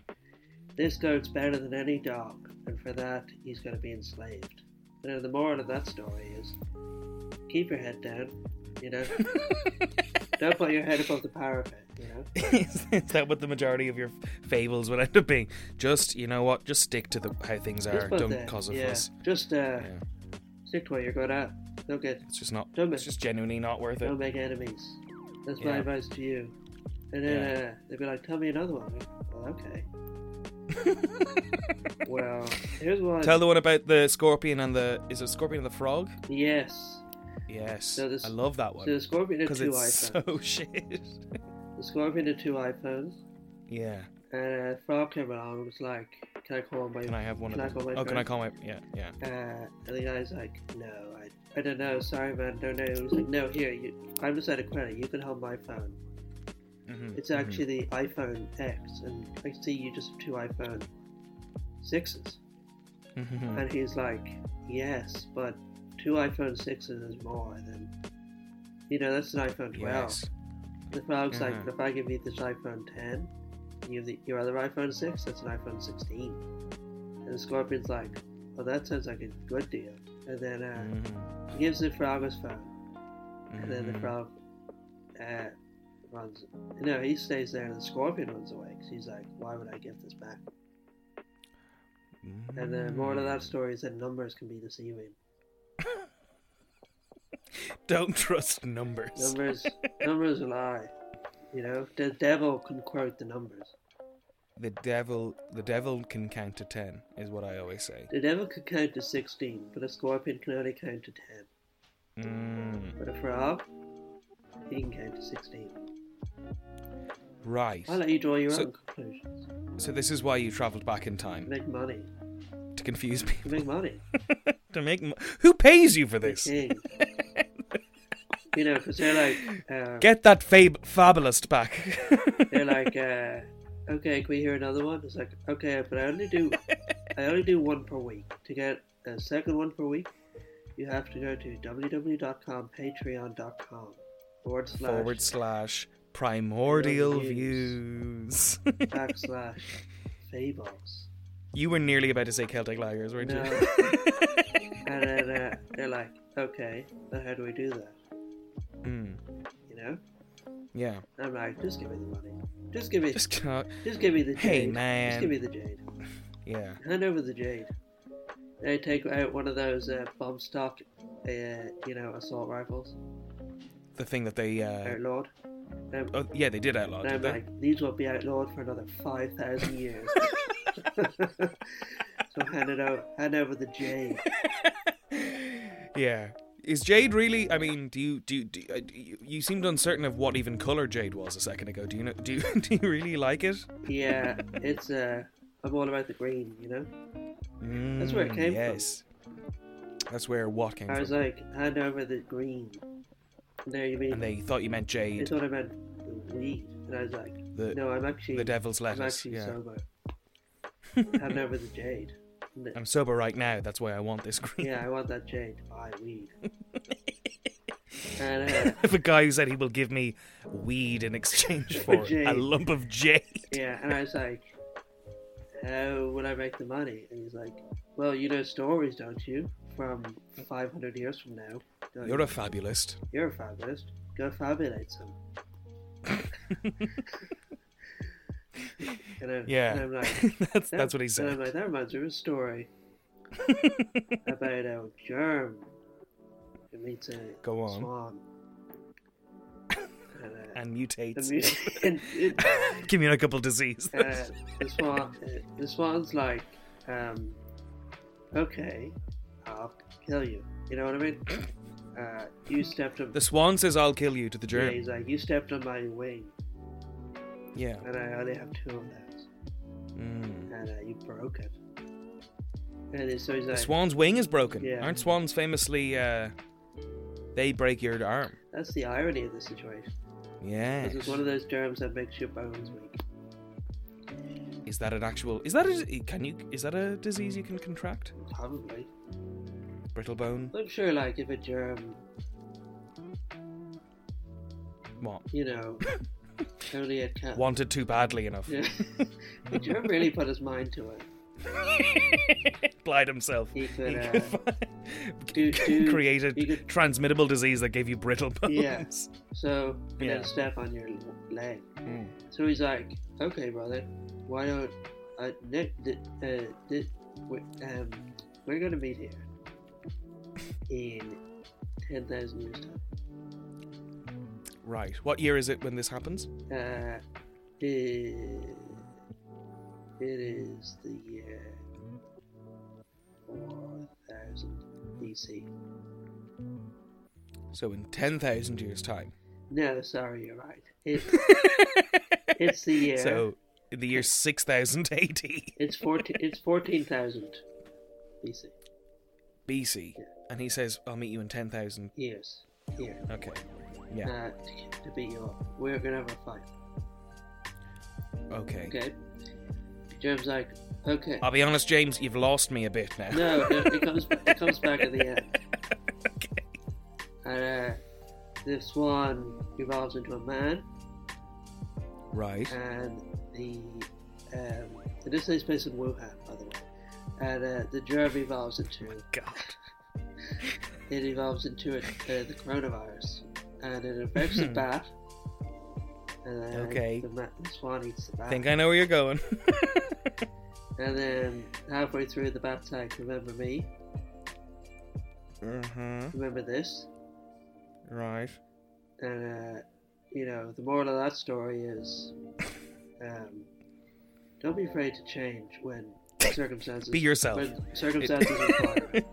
[SPEAKER 3] "This goat's better than any dog, and for that he's going to be enslaved." You know, the moral of that story is keep your head down. You know, don't put your head above the parapet. You know,
[SPEAKER 2] is, is that what the majority of your fables would end up being? Just you know what? Just stick to the how things are.
[SPEAKER 3] Just put
[SPEAKER 2] Don't
[SPEAKER 3] the-
[SPEAKER 2] cause a
[SPEAKER 3] yeah,
[SPEAKER 2] fuss.
[SPEAKER 3] Just uh,
[SPEAKER 2] Yeah.
[SPEAKER 3] stick to what you're good at. Don't get,
[SPEAKER 2] It's just not.
[SPEAKER 3] Don't
[SPEAKER 2] It's
[SPEAKER 3] make-
[SPEAKER 2] just genuinely not worth it.
[SPEAKER 3] don't make enemies. That's my
[SPEAKER 2] Yeah.
[SPEAKER 3] advice to you. And then uh, they'd be like, "Tell me another one." Well, okay. well, here's one.
[SPEAKER 2] Tell the one about the scorpion and the is it scorpion and the frog?
[SPEAKER 3] Yes.
[SPEAKER 2] Yes,
[SPEAKER 3] So this-
[SPEAKER 2] I love that
[SPEAKER 3] So the
[SPEAKER 2] one
[SPEAKER 3] Scorpion had
[SPEAKER 2] because
[SPEAKER 3] two
[SPEAKER 2] it's
[SPEAKER 3] iPhones.
[SPEAKER 2] so shit.
[SPEAKER 3] The Scorpion had two iPhones,
[SPEAKER 2] yeah,
[SPEAKER 3] and uh, Frog came along and was like, "Can I call my?"
[SPEAKER 2] can I have one
[SPEAKER 3] Can I
[SPEAKER 2] of
[SPEAKER 3] call
[SPEAKER 2] them?
[SPEAKER 3] my
[SPEAKER 2] Oh, can I
[SPEAKER 3] friend?
[SPEAKER 2] call my? Yeah, yeah.
[SPEAKER 3] Uh, and the guy's like, "No, I, I don't know. Sorry, man, don't know." He was like, "No, here, you, I'm just out of credit. You can have my phone.
[SPEAKER 2] hmm
[SPEAKER 3] It's actually the iPhone X, and I see you just have two iPhone sixes.
[SPEAKER 2] hmm
[SPEAKER 3] And he's like, "Yes, but two iPhone sixes is more than." You know, that's an iPhone 12.
[SPEAKER 2] Yes.
[SPEAKER 3] The frog's like,
[SPEAKER 2] Mhm.
[SPEAKER 3] if I give you this iPhone 10, and you have the, your other iPhone 6, that's an iPhone 16. And the scorpion's like, well, that sounds like a good deal. And then uh,
[SPEAKER 2] Mhm.
[SPEAKER 3] he gives the frog his phone, and then the
[SPEAKER 2] Mhm.
[SPEAKER 3] frog uh, runs. No, he stays there, and the scorpion runs away because he's like, why would I give this back? And the moral of that story is that numbers can be deceiving.
[SPEAKER 2] Don't trust numbers.
[SPEAKER 3] Numbers, numbers lie. You know, the devil can quote the numbers.
[SPEAKER 2] The devil, the devil can count to ten, is what I always say.
[SPEAKER 3] The devil can count to 16, but a scorpion can only count to 10.
[SPEAKER 2] Mm.
[SPEAKER 3] But a frog, he can count to 16.
[SPEAKER 2] Right.
[SPEAKER 3] I'll let you draw your
[SPEAKER 2] So-
[SPEAKER 3] own conclusions.
[SPEAKER 2] So this is why you travelled back in
[SPEAKER 3] To
[SPEAKER 2] time
[SPEAKER 3] make money.
[SPEAKER 2] to confuse
[SPEAKER 3] To
[SPEAKER 2] people.
[SPEAKER 3] make money.
[SPEAKER 2] to make m- who pays you for
[SPEAKER 3] The
[SPEAKER 2] this?
[SPEAKER 3] king. you know, because they're like, uh,
[SPEAKER 2] Get that fab- fabulist back.
[SPEAKER 3] they're like, uh, okay, can we hear another one? It's like, okay, but I only do, I only do one per week. To get a second one per week, you have to go to www.com, patreon.com, forward slash,
[SPEAKER 2] Forward slash primordial views.
[SPEAKER 3] Views. backslash, fables.
[SPEAKER 2] you were nearly about to say Celtic Lagers, weren't you?
[SPEAKER 3] No. And then uh, they're like, okay, but how do we do that?
[SPEAKER 2] Mm,
[SPEAKER 3] You know?
[SPEAKER 2] yeah.
[SPEAKER 3] I'm like, just give me the money. Just give me, just,
[SPEAKER 2] Just cannot.
[SPEAKER 3] give me the jade.
[SPEAKER 2] Hey,
[SPEAKER 3] Just
[SPEAKER 2] man.
[SPEAKER 3] give me the jade.
[SPEAKER 2] Yeah.
[SPEAKER 3] Hand over the jade. They take out one of those uh, bomb stock, uh, you know, assault rifles.
[SPEAKER 2] The thing that they. Uh,
[SPEAKER 3] Outlawed. Um,
[SPEAKER 2] oh, yeah, they did outlaw,
[SPEAKER 3] and I'm
[SPEAKER 2] did they?
[SPEAKER 3] like, these won't be outlawed for another five thousand years. so hand it over, hand over the jade.
[SPEAKER 2] Yeah. Is Jade really? I mean, do you do, do, uh, do you, you seemed uncertain of what even color Jade was a second ago? Do you know? Do you, do you really like it?
[SPEAKER 3] Yeah, it's uh, I'm all about the green, you know.
[SPEAKER 2] That's
[SPEAKER 3] where it came from.
[SPEAKER 2] Mm, yes. That's where what came
[SPEAKER 3] I
[SPEAKER 2] from.
[SPEAKER 3] was like, hand over the green. And there you mean.
[SPEAKER 2] And they thought you meant
[SPEAKER 3] They
[SPEAKER 2] Jade.
[SPEAKER 3] thought I meant the weed. And I was like,
[SPEAKER 2] The
[SPEAKER 3] No, I'm actually
[SPEAKER 2] the devil's
[SPEAKER 3] I'm
[SPEAKER 2] lettuce.
[SPEAKER 3] actually
[SPEAKER 2] Yeah.
[SPEAKER 3] sober. Had over the jade. And the-
[SPEAKER 2] I'm sober right now. That's why I want this green.
[SPEAKER 3] Yeah, I want that jade. Buy weed. and uh,
[SPEAKER 2] I have a guy who said he will give me weed in exchange
[SPEAKER 3] For
[SPEAKER 2] for a
[SPEAKER 3] jade.
[SPEAKER 2] lump of jade.
[SPEAKER 3] yeah, and I was like, "How would I make the money?" And he's like, "Well, you know stories, don't you? From 500 years from now, don't
[SPEAKER 2] You're
[SPEAKER 3] you?
[SPEAKER 2] a fabulist.
[SPEAKER 3] you're a fabulist. Go fabulate some." and I,
[SPEAKER 2] Yeah.
[SPEAKER 3] and I'm like,
[SPEAKER 2] that's
[SPEAKER 3] That-
[SPEAKER 2] that's what he
[SPEAKER 3] And I'm
[SPEAKER 2] said.
[SPEAKER 3] like, that reminds me of a story about a germ who meets a
[SPEAKER 2] Go on.
[SPEAKER 3] swan. And, uh,
[SPEAKER 2] And
[SPEAKER 3] the,
[SPEAKER 2] mutates.
[SPEAKER 3] mu- and it,
[SPEAKER 2] Communicable disease.
[SPEAKER 3] uh, the swan, uh, the swan's like, um, okay, I'll kill you. You know what I mean? Uh, you stepped on.
[SPEAKER 2] the swan says, "I'll kill you" to the
[SPEAKER 3] yeah,
[SPEAKER 2] germ.
[SPEAKER 3] he's like, you stepped on my wing,
[SPEAKER 2] Yeah.
[SPEAKER 3] and I only have two of those,
[SPEAKER 2] Mm.
[SPEAKER 3] and uh, you broke it. And so he's
[SPEAKER 2] The
[SPEAKER 3] like,
[SPEAKER 2] swan's wing is broken.
[SPEAKER 3] Yeah.
[SPEAKER 2] Aren't swans famously? Uh, they break your arm.
[SPEAKER 3] that's the irony of the situation.
[SPEAKER 2] Yeah.
[SPEAKER 3] This is one of those germs that makes your bones weak.
[SPEAKER 2] Is that an actual? Is that a? Can you? Is that a disease you can contract?
[SPEAKER 3] Probably.
[SPEAKER 2] Brittle bone.
[SPEAKER 3] I'm sure, like, if a germ,
[SPEAKER 2] What?
[SPEAKER 3] you know, only a cat.
[SPEAKER 2] Wanted too badly enough.
[SPEAKER 3] Yeah. a germ really put his mind to it.
[SPEAKER 2] Blind himself.
[SPEAKER 3] He could,
[SPEAKER 2] He
[SPEAKER 3] uh,
[SPEAKER 2] could fi-
[SPEAKER 3] do- do-
[SPEAKER 2] create a
[SPEAKER 3] he could-
[SPEAKER 2] transmittable disease that gave you brittle bones.
[SPEAKER 3] Yeah. So, you
[SPEAKER 2] Yeah.
[SPEAKER 3] yeah. Hmm. step on your l- leg.
[SPEAKER 2] Mm.
[SPEAKER 3] So he's like, okay, brother, why don't I. Nick, th- uh, th- we, um, we're gonna meet here in 10,000 years' time.
[SPEAKER 2] Right. What year is it when this happens?
[SPEAKER 3] Uh, it, it is the year 4000 BC.
[SPEAKER 2] So in ten thousand years' time.
[SPEAKER 3] No, sorry, you're right. It, it's the year.
[SPEAKER 2] So in the year six thousand AD
[SPEAKER 3] It's 14, It's 14,000 BC.
[SPEAKER 2] BC, and he says, "I'll meet you in ten thousand.
[SPEAKER 3] Years. Here.
[SPEAKER 2] Okay. Yeah.
[SPEAKER 3] Uh, to, to beat you up. We're gonna have a fight.
[SPEAKER 2] Okay.
[SPEAKER 3] Okay? Jim's like, okay.
[SPEAKER 2] I'll be honest, James. You've lost me a bit now.
[SPEAKER 3] No, no, it comes it comes back at the end.
[SPEAKER 2] Okay.
[SPEAKER 3] And uh, the swan evolves into a man,
[SPEAKER 2] Right.
[SPEAKER 3] and the um, and this takes place in Wuhan, by the way. And uh, the germ evolves into
[SPEAKER 2] God.
[SPEAKER 3] it evolves into it, uh, the coronavirus, and it infects the bat. And then
[SPEAKER 2] Hmm. Okay.
[SPEAKER 3] The, ma- the swan eats the bat.
[SPEAKER 2] Think I know where you're going.
[SPEAKER 3] And then halfway through, the bat's like, "Remember me?
[SPEAKER 2] mm-hmm.
[SPEAKER 3] Remember this?"
[SPEAKER 2] Right.
[SPEAKER 3] And uh, you know, the moral of that story is, um, don't be afraid to change when circumstances
[SPEAKER 2] Be yourself.
[SPEAKER 3] When circumstances require. it.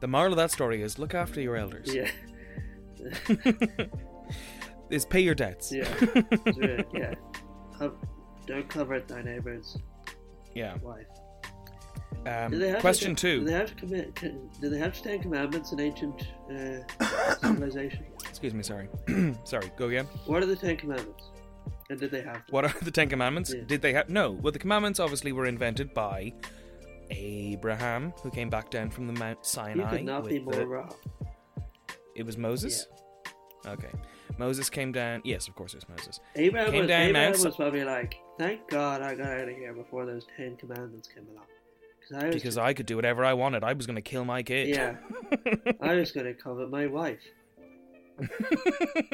[SPEAKER 2] The moral of that story is look after your elders.
[SPEAKER 3] Yeah,
[SPEAKER 2] Is pay your debts.
[SPEAKER 3] yeah, it's really- yeah. Co- don't covet thy neighbor's
[SPEAKER 2] Yeah.
[SPEAKER 3] wife. Do they
[SPEAKER 2] Um,
[SPEAKER 3] have to
[SPEAKER 2] question
[SPEAKER 3] co- Do
[SPEAKER 2] two.
[SPEAKER 3] they have to commit? Can, do they have to Ten Commandments in ancient uh, civilization?
[SPEAKER 2] Excuse me. Sorry. sorry. Go again.
[SPEAKER 3] What are the Ten Commandments? And did they have? Them?
[SPEAKER 2] What are the Ten Commandments?
[SPEAKER 3] Yeah.
[SPEAKER 2] Did they have no? Well, the commandments obviously were invented by Abraham, who came back down from the Mount
[SPEAKER 3] You
[SPEAKER 2] Sinai.
[SPEAKER 3] could not be more
[SPEAKER 2] with the-
[SPEAKER 3] wrong.
[SPEAKER 2] It was Moses. Okay, Moses came down. Yes, of course, it was Moses.
[SPEAKER 3] Abraham,
[SPEAKER 2] Came
[SPEAKER 3] was,
[SPEAKER 2] down
[SPEAKER 3] Abraham
[SPEAKER 2] Mount-
[SPEAKER 3] was probably like, "Thank God I got out of here before those Ten Commandments came along." Because I was,
[SPEAKER 2] Because I could do whatever I wanted. I was going to kill my kid.
[SPEAKER 3] yeah, I was going to covet my wife.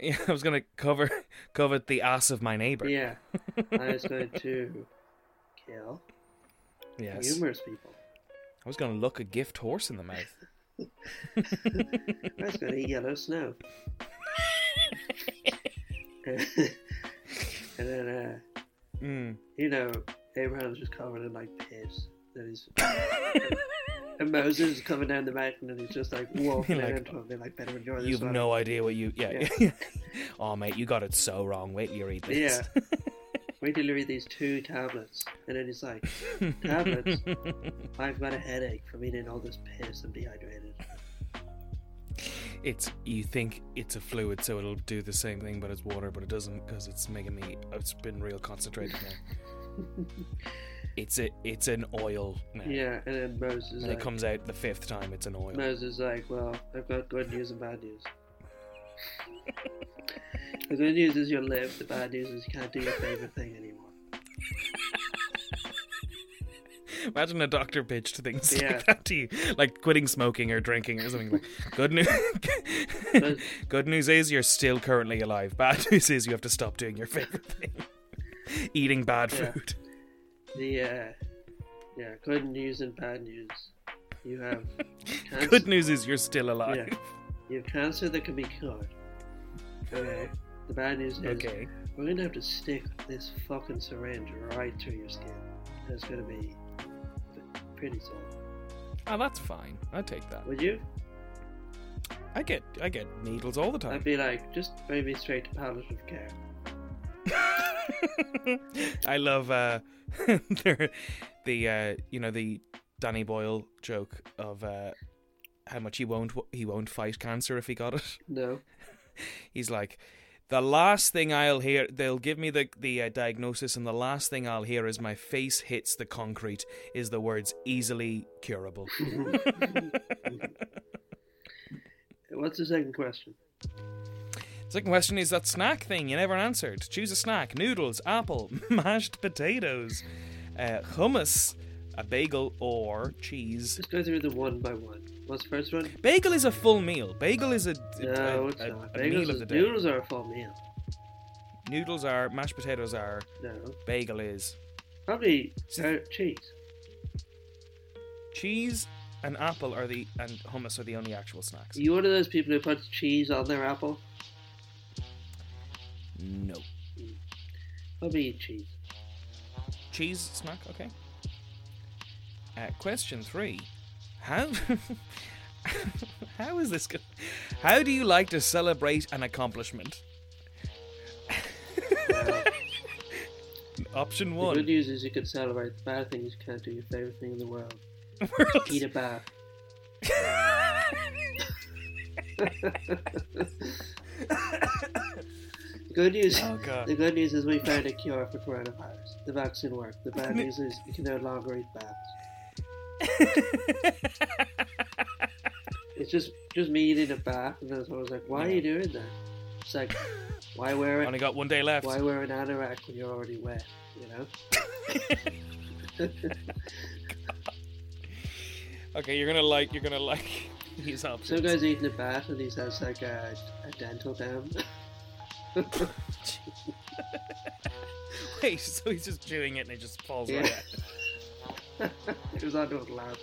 [SPEAKER 2] Yeah, I was going to cover covet the ass of my neighbor.
[SPEAKER 3] Yeah, I was going to kill
[SPEAKER 2] Yes,
[SPEAKER 3] numerous people.
[SPEAKER 2] I was going to look a gift horse in the mouth.
[SPEAKER 3] I was going to eat yellow snow. and then, uh,
[SPEAKER 2] Mm.
[SPEAKER 3] you know, Abraham's just covered in like piss. And, he's, and Moses is coming down the mountain and he's just like walking
[SPEAKER 2] Like,
[SPEAKER 3] into him. They're like, better enjoy this
[SPEAKER 2] You've
[SPEAKER 3] one."
[SPEAKER 2] no idea what you. Yeah. oh, mate, you got it so wrong. Wait, till you read this.
[SPEAKER 3] Yeah. Wait till you read these two tablets. And then he's like, Tablets? I've got a headache from eating all this piss and dehydrated.
[SPEAKER 2] it's you think it's a fluid, so it'll do the same thing, but it's water, but it doesn't because it's making me. It's been real concentrated now. it's a it's an oil now.
[SPEAKER 3] Yeah, and then Moses
[SPEAKER 2] And
[SPEAKER 3] like,
[SPEAKER 2] it comes out the fifth time. It's an oil.
[SPEAKER 3] Moses like, well, I've got good news and bad news. the good news is you live. The bad news is you can't do your favorite thing anymore.
[SPEAKER 2] Imagine a doctor pitched things
[SPEAKER 3] Yeah.
[SPEAKER 2] like that to you, like quitting smoking or drinking or something. Like, good news,
[SPEAKER 3] But
[SPEAKER 2] good news is you're still currently alive. Bad news is you have to stop doing your favorite thing, eating bad
[SPEAKER 3] Yeah.
[SPEAKER 2] food.
[SPEAKER 3] the uh, yeah, good news and bad news. You have cancer.
[SPEAKER 2] Good news is you're still alive.
[SPEAKER 3] Yeah. You have cancer that can be cured. Okay. The bad news is
[SPEAKER 2] Okay.
[SPEAKER 3] we're gonna have to stick this fucking syringe right through your skin. And it's gonna be pretty sore.
[SPEAKER 2] Oh, that's fine. I take that.
[SPEAKER 3] Would you?
[SPEAKER 2] I get I get needles all the
[SPEAKER 3] I'd
[SPEAKER 2] time.
[SPEAKER 3] be like, just bring me straight to palliative care.
[SPEAKER 2] I love uh, the the, uh, you know the Danny Boyle joke of uh, how much he won't he won't fight cancer if he got it.
[SPEAKER 3] No.
[SPEAKER 2] He's like, the last thing I'll hear, they'll give me the the uh, diagnosis, and the last thing I'll hear as my face hits the concrete is the words easily curable.
[SPEAKER 3] What's the second question?
[SPEAKER 2] Second question is that snack thing you never answered. Choose a snack: noodles, apple, mashed potatoes, uh, hummus, a bagel, or cheese.
[SPEAKER 3] Let's go through the one by one. What's the first one?
[SPEAKER 2] Bagel is a full meal. Bagel is a, a-
[SPEAKER 3] No,
[SPEAKER 2] a-
[SPEAKER 3] it's
[SPEAKER 2] a-
[SPEAKER 3] not.
[SPEAKER 2] a
[SPEAKER 3] Bagels
[SPEAKER 2] meal of
[SPEAKER 3] is,
[SPEAKER 2] the day.
[SPEAKER 3] noodles are a full meal.
[SPEAKER 2] Noodles are, mashed potatoes are,
[SPEAKER 3] No.
[SPEAKER 2] bagel is.
[SPEAKER 3] Probably
[SPEAKER 2] So-
[SPEAKER 3] uh, cheese.
[SPEAKER 2] Cheese and apple are the and hummus are the only actual snacks.
[SPEAKER 3] You one of those people who puts cheese on their apple?
[SPEAKER 2] No.
[SPEAKER 3] Probably eat cheese.
[SPEAKER 2] Cheese snack, okay. Uh, question three: How how is this? Go- how do you like to celebrate an accomplishment? Option
[SPEAKER 3] The good
[SPEAKER 2] one:
[SPEAKER 3] news is you can celebrate. The bad thing is you can't do your favorite thing in the world.
[SPEAKER 2] World's-
[SPEAKER 3] Eat a bath. The good news.
[SPEAKER 2] Oh god!
[SPEAKER 3] The good news is we found a cure for coronavirus. The vaccine worked. The bad news is you can no longer eat baths. it's just just me eating a bath, and then I was like, "Why are you doing that?" It's like, why wear
[SPEAKER 2] Only
[SPEAKER 3] it?
[SPEAKER 2] got one day left.
[SPEAKER 3] Why wear an anorak when you're already wet? You know.
[SPEAKER 2] Okay, you're gonna like. You're gonna like these
[SPEAKER 3] Some
[SPEAKER 2] options.
[SPEAKER 3] guy's eating a bath, and he has like a, a dental dam.
[SPEAKER 2] Wait, so he's just chewing it and it just falls
[SPEAKER 3] Yeah.
[SPEAKER 2] right out.
[SPEAKER 3] it was onto a lamp.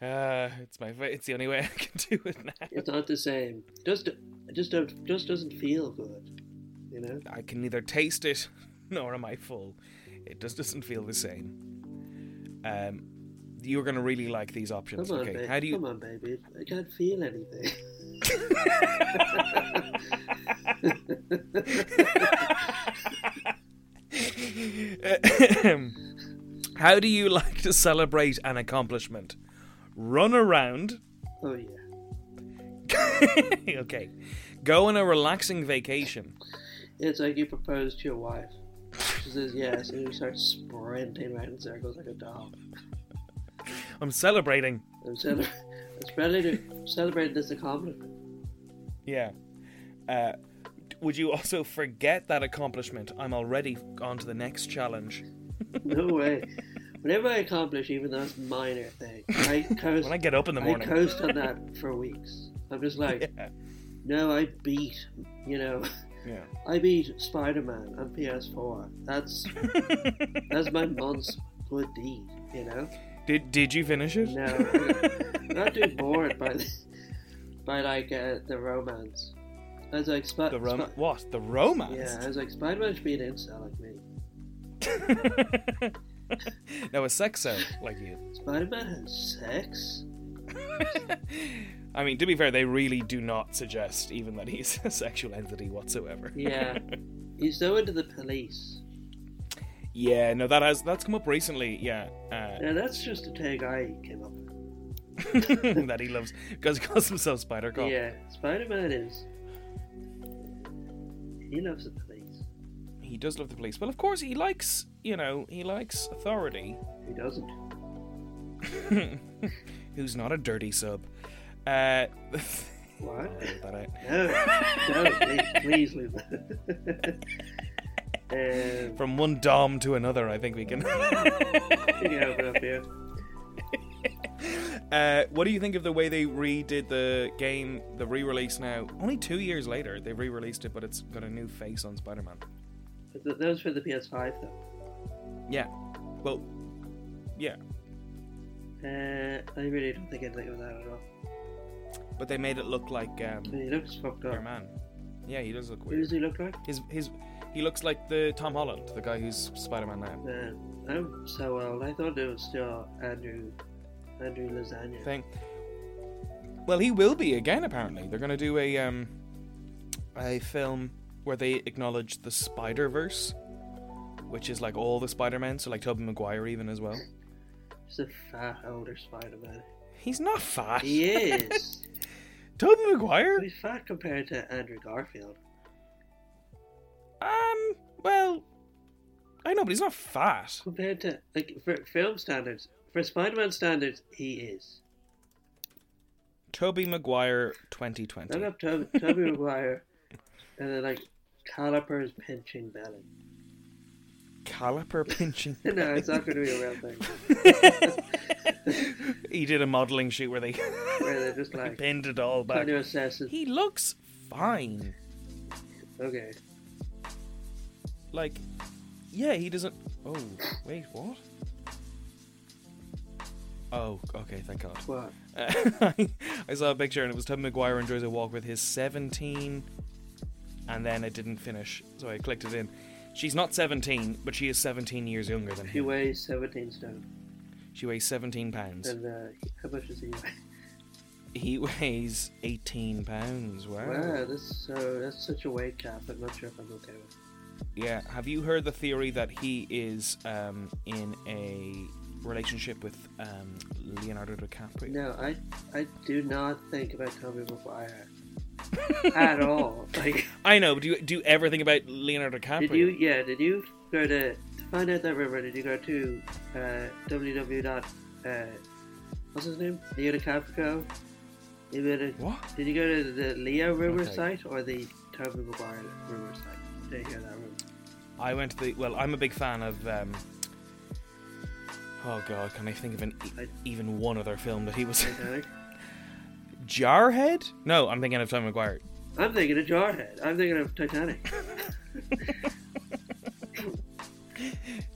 [SPEAKER 2] Uh, it's my. Fa- it's the only way I can do it now.
[SPEAKER 3] It's not the same. Just it just don't, just doesn't feel good. You know.
[SPEAKER 2] I can neither taste it nor am I full. It just doesn't feel the same. Um, you're gonna really like these options.
[SPEAKER 3] Come on,
[SPEAKER 2] okay,
[SPEAKER 3] baby.
[SPEAKER 2] how do
[SPEAKER 3] Come
[SPEAKER 2] you?
[SPEAKER 3] on, baby. I can't feel anything.
[SPEAKER 2] how do you like to celebrate an accomplishment? Run around.
[SPEAKER 3] Oh yeah.
[SPEAKER 2] okay, go on a relaxing vacation.
[SPEAKER 3] It's like you propose to your wife. She says yes, and you start sprinting around in circles like a dog.
[SPEAKER 2] I'm celebrating.
[SPEAKER 3] I'm, cele- I'm celebrating, celebrating this accomplishment.
[SPEAKER 2] Yeah. Uh, would you also forget that accomplishment? I'm already on to the next challenge.
[SPEAKER 3] No way. Whatever I accomplish, even though it's minor thing, I coast.
[SPEAKER 2] When I get up in the
[SPEAKER 3] I
[SPEAKER 2] morning.
[SPEAKER 3] coast on that for weeks. I'm just like, no, I beat. You know,
[SPEAKER 2] Yeah.
[SPEAKER 3] I beat Spider-Man on PS4. That's that's my month's good deed. You know.
[SPEAKER 2] Did Did you finish it?
[SPEAKER 3] No, I'm not too bored by the, by like uh, the romance. I was like, Sp-
[SPEAKER 2] The rom-
[SPEAKER 3] Sp-
[SPEAKER 2] what? The
[SPEAKER 3] yeah,
[SPEAKER 2] romance?
[SPEAKER 3] I was like, Spider Man should be an incel like me.
[SPEAKER 2] no, a sexo like you.
[SPEAKER 3] Spider Man has sex.
[SPEAKER 2] I mean, to be fair, they really do not suggest even that he's a sexual entity whatsoever.
[SPEAKER 3] Yeah, he's so into the police.
[SPEAKER 2] Yeah, no, that has that's come up recently. Yeah, uh,
[SPEAKER 3] Now that's just a tag I came up with.
[SPEAKER 2] that he loves because he calls himself Spider Cop.
[SPEAKER 3] Yeah, Spider Man is. He loves the police.
[SPEAKER 2] He does love the police. Well, of course, he likes, you know, he likes authority.
[SPEAKER 3] He doesn't.
[SPEAKER 2] Who's not a dirty sub. Uh,
[SPEAKER 3] What?
[SPEAKER 2] edit that out.
[SPEAKER 3] No, no, please, please leave that. um,
[SPEAKER 2] From one dom to another, I think we can.
[SPEAKER 3] you can open up here.
[SPEAKER 2] uh, what do you think of the way they redid the game, the re release now? Only two years later, they re released it, but it's got a new face on Spider Man.
[SPEAKER 3] But th- Those for the PS5 though.
[SPEAKER 2] Yeah. Well, yeah.
[SPEAKER 3] Uh, I really don't think anything of that at all.
[SPEAKER 2] But they made it look like
[SPEAKER 3] I
[SPEAKER 2] um,
[SPEAKER 3] mean, he looks fucked
[SPEAKER 2] Spider
[SPEAKER 3] up.
[SPEAKER 2] Man. Yeah, he does look
[SPEAKER 3] Who
[SPEAKER 2] weird.
[SPEAKER 3] does he look like?
[SPEAKER 2] His, his, he looks like the Tom Holland, the guy who's Spider Man now.
[SPEAKER 3] Man, I'm Uh, oh, so old. I thought it was still Andrew, Andrew Lasagna.
[SPEAKER 2] thing. Well, he will be again. Apparently, they're going to do a um, a film where they acknowledge the Spider Verse, which is like all the Spider Men, so like Tobey Maguire even as well.
[SPEAKER 3] He's a fat older Spider-Man.
[SPEAKER 2] He's not fat.
[SPEAKER 3] He is.
[SPEAKER 2] Tobey Maguire.
[SPEAKER 3] He's fat compared to Andrew Garfield.
[SPEAKER 2] Um. Well, I know, but he's not fat.
[SPEAKER 3] Compared to like for film standards, for Spider-Man standards, he is.
[SPEAKER 2] Tobey Maguire, twenty twenty.
[SPEAKER 3] Look up Toby, Toby Maguire, and then like calipers pinching belly.
[SPEAKER 2] Caliper pinching.
[SPEAKER 3] No, it's not going to be a real thing.
[SPEAKER 2] he did a modeling shoot where they
[SPEAKER 3] Where they're just like
[SPEAKER 2] pinned it all
[SPEAKER 3] trying
[SPEAKER 2] back.
[SPEAKER 3] to assess it.
[SPEAKER 2] He looks fine.
[SPEAKER 3] Okay,
[SPEAKER 2] Like, yeah, he doesn't. Oh, wait, what? Oh, okay, thank God.
[SPEAKER 3] what?
[SPEAKER 2] Uh, I saw a picture and it was Tom McGuire enjoys a walk with his 17, and then it didn't finish, so I clicked it in. She's not 17, but she is 17 years younger than
[SPEAKER 3] He
[SPEAKER 2] him.
[SPEAKER 3] weighs 17 stone.
[SPEAKER 2] She weighs 17 pounds.
[SPEAKER 3] And uh, how much does he weigh?
[SPEAKER 2] He weighs 18 pounds. Wow.
[SPEAKER 3] Wow, that's so that's such a weight cap. I'm not sure if I'm okay with.
[SPEAKER 2] Yeah. Have you heard the theory that he is um, in a relationship with um, Leonardo DiCaprio?
[SPEAKER 3] it. No, I I do not think about Toby Maguire at all. Like,
[SPEAKER 2] I know. But do you do you ever think about Leonardo DiCaprio?
[SPEAKER 3] did you? Yeah, did you go to, to find out that rumor? Did you go to uh, www. dot, Uh, what's his name? Leo DiCaprio. You go to,
[SPEAKER 2] What?
[SPEAKER 3] Did you go to the Leo rumor
[SPEAKER 2] Okay.
[SPEAKER 3] site or the Toby Maguire rumor site? Did you hear that rumor?
[SPEAKER 2] I went to the. Well, I'm a big fan of. Um, oh God, can I think of an e-
[SPEAKER 3] I-
[SPEAKER 2] even one other film that he was?
[SPEAKER 3] Titanic?
[SPEAKER 2] Jarhead? No, I'm thinking of Tom McGuire.
[SPEAKER 3] I'm thinking of Jarhead. I'm thinking of Titanic.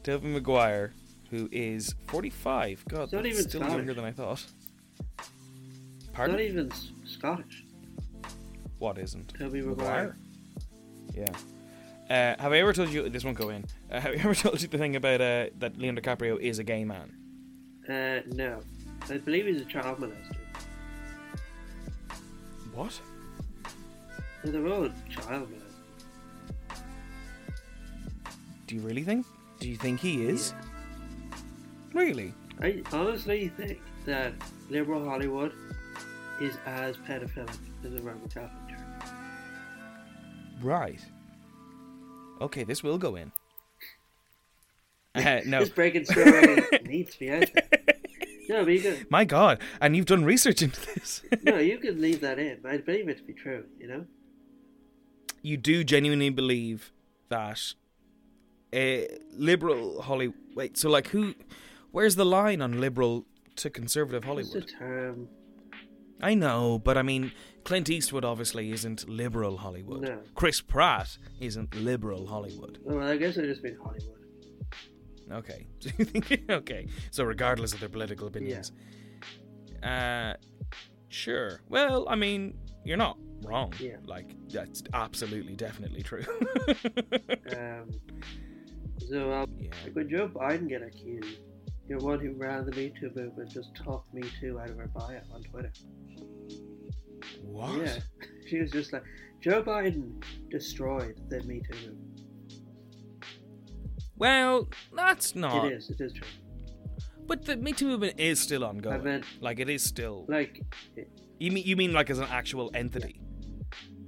[SPEAKER 2] Toby Maguire, who is 45. God,
[SPEAKER 3] not
[SPEAKER 2] that's
[SPEAKER 3] even
[SPEAKER 2] still
[SPEAKER 3] Scottish.
[SPEAKER 2] younger than I thought. Pardon?
[SPEAKER 3] not even S- Scottish.
[SPEAKER 2] What isn't?
[SPEAKER 3] Toby
[SPEAKER 2] Maguire.
[SPEAKER 3] Maguire.
[SPEAKER 2] Yeah. Uh, have I ever told you this won't go in? Uh, have I ever told you the thing about uh, that Leonardo DiCaprio is a gay man?
[SPEAKER 3] Uh, no. I believe he's a child molester.
[SPEAKER 2] What?
[SPEAKER 3] No, they're all child molesters.
[SPEAKER 2] Do you really think? Do you think he is? Really?
[SPEAKER 3] I honestly think that liberal Hollywood is as pedophilic as the Roman Catholic Church.
[SPEAKER 2] Right. Okay, this will go in. Uh, no.
[SPEAKER 3] This breaking story needs to be out there. No, but you could,
[SPEAKER 2] My God, and you've done research into this.
[SPEAKER 3] no, you could leave that in. I believe it to be true, you know?
[SPEAKER 2] you do genuinely believe that a liberal Hollywood. Wait, so like who? Where's the line on liberal to conservative
[SPEAKER 3] It's a
[SPEAKER 2] Hollywood?
[SPEAKER 3] term.
[SPEAKER 2] I know, but I mean, Clint Eastwood obviously isn't liberal Hollywood.
[SPEAKER 3] No.
[SPEAKER 2] Chris Pratt isn't liberal Hollywood.
[SPEAKER 3] Oh, well, I guess I just mean Hollywood.
[SPEAKER 2] Okay. So you think- okay. So regardless of their political opinions. Uh sure. Well, I mean, you're not wrong.
[SPEAKER 3] Yeah.
[SPEAKER 2] Like that's absolutely definitely true.
[SPEAKER 3] Um, so, um,
[SPEAKER 2] yeah.
[SPEAKER 3] like when Joe Biden get accused, you're one who ran the Me Too movement, just talk Me Too out of her bio on Twitter.
[SPEAKER 2] What?
[SPEAKER 3] Yeah, she was just like, Joe Biden destroyed the Me Too movement.
[SPEAKER 2] Well, that's not
[SPEAKER 3] It is, it is true.
[SPEAKER 2] But the Me Too movement is still ongoing.
[SPEAKER 3] I meant
[SPEAKER 2] like it is still.
[SPEAKER 3] like
[SPEAKER 2] You mean you mean like as an actual entity,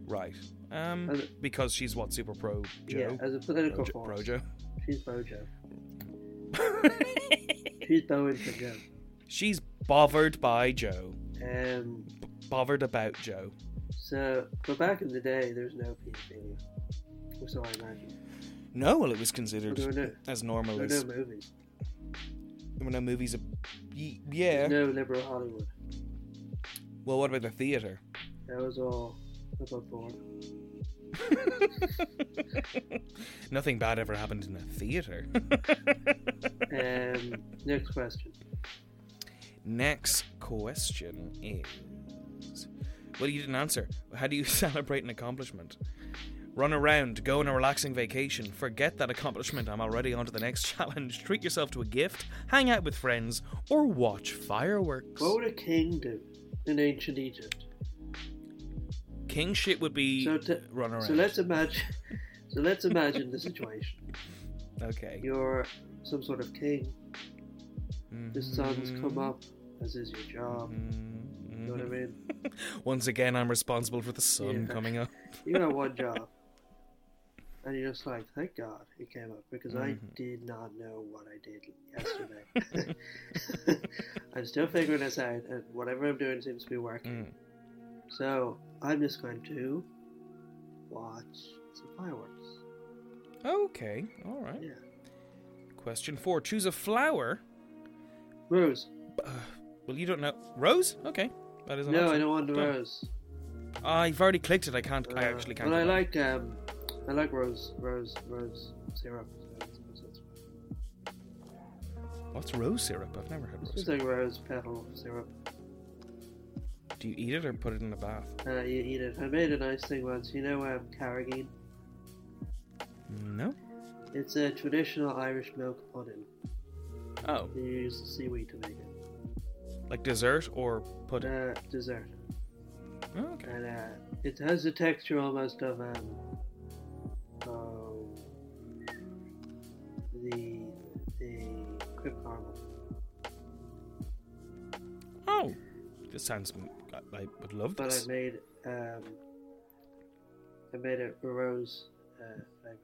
[SPEAKER 2] right? Um,
[SPEAKER 3] As a-
[SPEAKER 2] because she's what super pro
[SPEAKER 3] yeah,
[SPEAKER 2] Joe,
[SPEAKER 3] as a political
[SPEAKER 2] Projo,
[SPEAKER 3] force.
[SPEAKER 2] Projo.
[SPEAKER 3] She's Bojo. She's bowing for Joe.
[SPEAKER 2] She's bothered by Joe,
[SPEAKER 3] Um,
[SPEAKER 2] bothered about Joe.
[SPEAKER 3] so, but back in the day, there was no pedophilia. Or so I imagine.
[SPEAKER 2] No, well, it was
[SPEAKER 3] But
[SPEAKER 2] considered
[SPEAKER 3] there were no,
[SPEAKER 2] as normal
[SPEAKER 3] there were
[SPEAKER 2] as
[SPEAKER 3] no movies.
[SPEAKER 2] there were no movies. Of, y- yeah.
[SPEAKER 3] No liberal Hollywood.
[SPEAKER 2] Well, what about the theater?
[SPEAKER 3] That was all above board.
[SPEAKER 2] Nothing bad ever happened in a theater.
[SPEAKER 3] Um, next question.
[SPEAKER 2] Next question is Well, you didn't answer. How do you celebrate an accomplishment? Run around, go on a relaxing vacation, forget that accomplishment, I'm already on to the next challenge, treat yourself to a gift, hang out with friends, or watch fireworks.
[SPEAKER 3] What would a king do in ancient Egypt?
[SPEAKER 2] King shit would be
[SPEAKER 3] So to-
[SPEAKER 2] run around.
[SPEAKER 3] So let's imagine. So let's imagine the situation.
[SPEAKER 2] okay.
[SPEAKER 3] You're some sort of king. The sun's
[SPEAKER 2] Mhm.
[SPEAKER 3] come up, as is your job. You know what I
[SPEAKER 2] Mhm.
[SPEAKER 3] mean?
[SPEAKER 2] Once again, I'm responsible for the sun
[SPEAKER 3] Yeah.
[SPEAKER 2] coming up.
[SPEAKER 3] You got one job, and you're just like, thank God it came up because I
[SPEAKER 2] Mhm.
[SPEAKER 3] did not know what I did yesterday. I'm still figuring this out, and whatever I'm doing seems to be working.
[SPEAKER 2] Mm.
[SPEAKER 3] So I'm just going to watch some fireworks.
[SPEAKER 2] Okay, alright.
[SPEAKER 3] Yeah,
[SPEAKER 2] Question four Choose a flower
[SPEAKER 3] rose.
[SPEAKER 2] Well, you don't know Rose. Okay, that is an
[SPEAKER 3] No, I
[SPEAKER 2] option.
[SPEAKER 3] don't want the
[SPEAKER 2] Done.
[SPEAKER 3] rose.
[SPEAKER 2] I've already clicked it. I can't. I
[SPEAKER 3] Uh,
[SPEAKER 2] actually can't.
[SPEAKER 3] But I
[SPEAKER 2] go back.
[SPEAKER 3] like um, I like rose, rose, rose syrup. So it's- it's- it's-
[SPEAKER 2] What's rose syrup? I've never had
[SPEAKER 3] It's
[SPEAKER 2] rose.
[SPEAKER 3] just
[SPEAKER 2] Syrup.
[SPEAKER 3] like rose petal syrup.
[SPEAKER 2] Do you eat it or put it in the bath?
[SPEAKER 3] Uh, you eat it. I made a nice thing once. You know, um, carrageen.
[SPEAKER 2] No.
[SPEAKER 3] It's a traditional Irish milk pudding.
[SPEAKER 2] Oh,
[SPEAKER 3] You use seaweed to make it.
[SPEAKER 2] like dessert or pudding?
[SPEAKER 3] Uh, dessert,
[SPEAKER 2] Oh, okay.
[SPEAKER 3] and uh, it has the texture almost of um, oh, mm, the the crib caramel.
[SPEAKER 2] Oh, this sounds. I, I would love
[SPEAKER 3] But
[SPEAKER 2] this.
[SPEAKER 3] I made um, I made it a rose uh, flavour.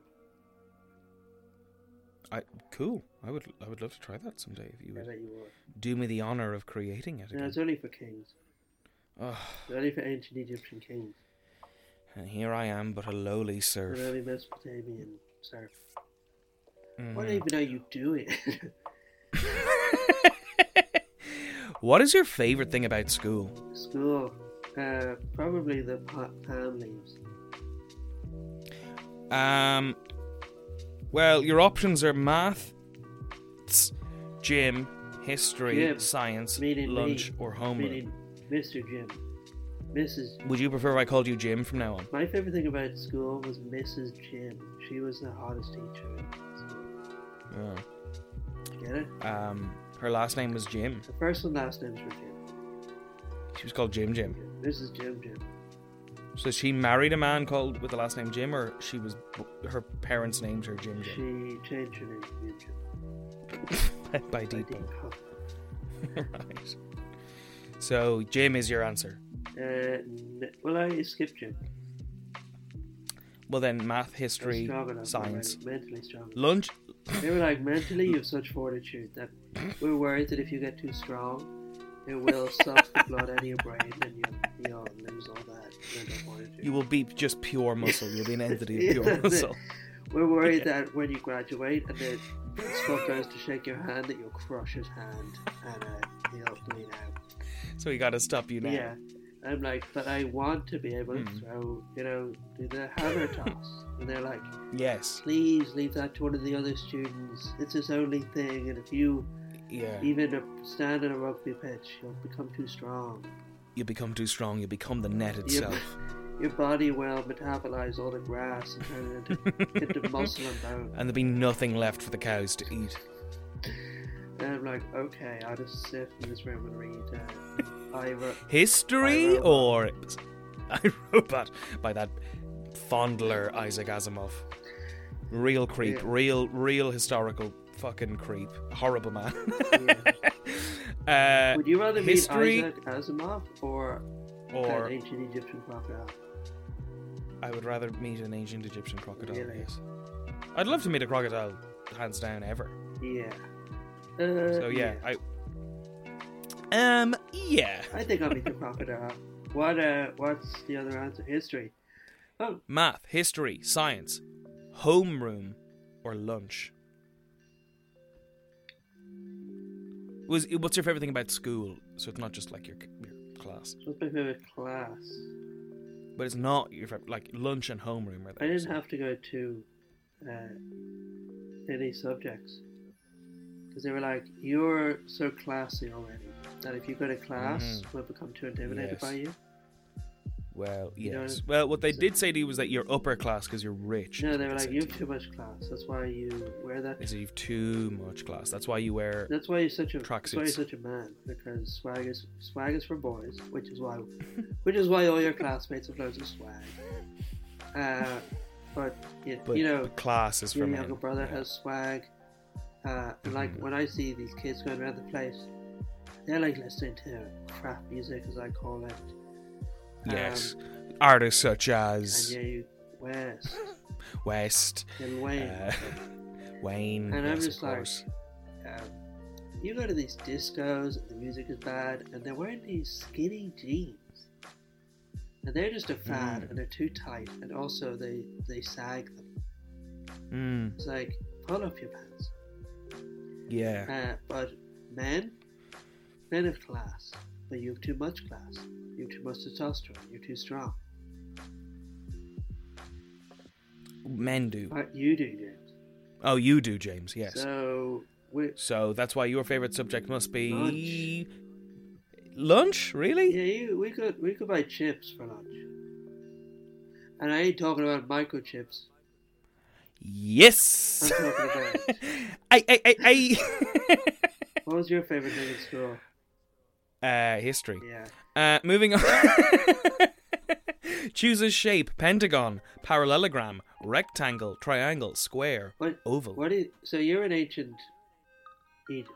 [SPEAKER 2] I cool. I would. I would love to try that someday if you
[SPEAKER 3] I
[SPEAKER 2] would
[SPEAKER 3] bet you would.
[SPEAKER 2] do me the honor of creating it
[SPEAKER 3] No,
[SPEAKER 2] again.
[SPEAKER 3] it's only for kings.
[SPEAKER 2] Oh,
[SPEAKER 3] It's only for ancient Egyptian kings.
[SPEAKER 2] and here I am, but a lowly
[SPEAKER 3] It's
[SPEAKER 2] serf.
[SPEAKER 3] only Mesopotamian serf. I don't
[SPEAKER 2] Mhm.
[SPEAKER 3] even know you do it.
[SPEAKER 2] What is your favorite thing about school?
[SPEAKER 3] School. Uh, probably the pa- palm leaves.
[SPEAKER 2] Um, well, your options are math, s- gym, history,
[SPEAKER 3] Gym.
[SPEAKER 2] science,
[SPEAKER 3] Meaning
[SPEAKER 2] lunch,
[SPEAKER 3] me.
[SPEAKER 2] or homework.
[SPEAKER 3] Meaning Mr. Jim. Mrs.
[SPEAKER 2] Would you prefer if I called you Jim from now on?
[SPEAKER 3] My favorite thing about school was Mrs. Jim. She was the hottest teacher. in school. Get it?
[SPEAKER 2] Um, her last name was Jim.
[SPEAKER 3] The first and last names were Jim.
[SPEAKER 2] She was called Jim Jim.
[SPEAKER 3] Mrs. Jim Jim.
[SPEAKER 2] So she married a man called with the last name Jim, or she was her parents named her Jim Jim
[SPEAKER 3] She changed her name to Jim Jim.
[SPEAKER 2] by
[SPEAKER 3] I
[SPEAKER 2] Deepo.
[SPEAKER 3] think. Huh.
[SPEAKER 2] right. So Jim is your answer.
[SPEAKER 3] Uh, n- well, I skipped Jim.
[SPEAKER 2] Well then, math,
[SPEAKER 3] I was
[SPEAKER 2] history,
[SPEAKER 3] strong enough
[SPEAKER 2] science,
[SPEAKER 3] already, mentally strong. enough.
[SPEAKER 2] lunch.
[SPEAKER 3] They were like, mentally, you have such fortitude that we're worried that if you get too strong, it will suck the blood out of your brain and you'll, you'll lose all that mental fortitude.
[SPEAKER 2] You will be just pure muscle. You'll be an entity
[SPEAKER 3] Yeah,
[SPEAKER 2] of pure
[SPEAKER 3] that's it.
[SPEAKER 2] muscle.
[SPEAKER 3] We're worried that when you graduate and the Scott goes to shake your hand, that you'll crush his hand and uh, he'll bleed out.
[SPEAKER 2] So we got to stop you now.
[SPEAKER 3] Yeah. I'm like, but I want to be able to
[SPEAKER 2] Hmm.
[SPEAKER 3] throw, you know, do the hammer toss. And they're like,
[SPEAKER 2] Yes.
[SPEAKER 3] please leave that to one of the other students. It's his only thing. And if you
[SPEAKER 2] Yeah.
[SPEAKER 3] even uh, stand on a rugby pitch, you'll become too strong.
[SPEAKER 2] You become too strong. You become the net itself.
[SPEAKER 3] Your body will metabolize all the grass and turn it into, into muscle and bone.
[SPEAKER 2] And there'll be nothing left for the cows to eat.
[SPEAKER 3] And I'm like, okay, I'll just sit in this room and read uh, I wrote
[SPEAKER 2] History
[SPEAKER 3] iRobot.
[SPEAKER 2] or I robot by that fondler Isaac Asimov. Real creep.
[SPEAKER 3] Yeah.
[SPEAKER 2] Real, real historical fucking creep, horrible man. uh,
[SPEAKER 3] Would you rather
[SPEAKER 2] history-
[SPEAKER 3] meet Isaac Asimov or,
[SPEAKER 2] or
[SPEAKER 3] that ancient Egyptian crocodile?
[SPEAKER 2] I would rather meet an ancient Egyptian crocodile.
[SPEAKER 3] Really?
[SPEAKER 2] Yes. I'd love to meet a crocodile, hands down, ever.
[SPEAKER 3] Yeah. Uh,
[SPEAKER 2] So yeah, I. Um. Yeah.
[SPEAKER 3] I think I'll meet the crocodile. What? Uh, what's the other answer? History. Oh,
[SPEAKER 2] Math, history, science, homeroom, or lunch. Was what's your favorite thing about school? So it's not just like your your class,
[SPEAKER 3] what's my favorite class?
[SPEAKER 2] but it's not your favorite, like lunch and homeroom are
[SPEAKER 3] I
[SPEAKER 2] there.
[SPEAKER 3] didn't have to go to uh, any subjects because they were like, "You're so classy already that if you go to class, we'll become too intimidated
[SPEAKER 2] Mm-hmm. Yes.
[SPEAKER 3] by you."
[SPEAKER 2] Well,
[SPEAKER 3] You know,
[SPEAKER 2] yes. Well, what they
[SPEAKER 3] so-
[SPEAKER 2] did say to you was that you're upper class because you're rich.
[SPEAKER 3] No,
[SPEAKER 2] is
[SPEAKER 3] they
[SPEAKER 2] what
[SPEAKER 3] were like,
[SPEAKER 2] said
[SPEAKER 3] "You
[SPEAKER 2] to
[SPEAKER 3] have too much class. That's why you wear that.
[SPEAKER 2] They said you've too much class. That's why you wear.
[SPEAKER 3] That's why you're such a. That's why you're
[SPEAKER 2] Tracksuits.
[SPEAKER 3] such a man because swag is swag is for boys, which is why, which is why all your classmates have loads of swag. Uh, but you,
[SPEAKER 2] But
[SPEAKER 3] you know,
[SPEAKER 2] but class is for
[SPEAKER 3] your
[SPEAKER 2] me. Mm-hmm.
[SPEAKER 3] younger brother has swag. Uh, and like when I see these kids going around the place, they're like listening to crap music, as I call it. um,
[SPEAKER 2] Yes, artists such as
[SPEAKER 3] Kanye West,
[SPEAKER 2] West,
[SPEAKER 3] Lil Wayne.
[SPEAKER 2] uh, Wayne.
[SPEAKER 3] And I'm
[SPEAKER 2] yes, of
[SPEAKER 3] just like-
[SPEAKER 2] course. Uh-huh.
[SPEAKER 3] um, you go to these discos and the music is bad and they're wearing these skinny jeans and they're just a fad
[SPEAKER 2] Mm.
[SPEAKER 3] and they're too tight and also they they sag them
[SPEAKER 2] Mm,
[SPEAKER 3] it's like pull up your pants
[SPEAKER 2] yeah.
[SPEAKER 3] uh, but men men have class but you have too much class you have too much testosterone you're too strong
[SPEAKER 2] Men do.
[SPEAKER 3] but you do James
[SPEAKER 2] Oh, you do, James. Mm. Yes. So,
[SPEAKER 3] uh, so we
[SPEAKER 2] that's why your favorite subject must be lunch. really?
[SPEAKER 3] yeah you, we could we could buy chips for lunch and I ain't talking about microchips
[SPEAKER 2] Yes.
[SPEAKER 3] I'm talking about
[SPEAKER 2] I, I, I,
[SPEAKER 3] What was your favorite thing in school?
[SPEAKER 2] I. uh, history.
[SPEAKER 3] Yeah.
[SPEAKER 2] Uh, moving on. Choose a shape: pentagon, parallelogram, rectangle, triangle, square,
[SPEAKER 3] What?
[SPEAKER 2] oval.
[SPEAKER 3] What is? So you're an ancient Egypt.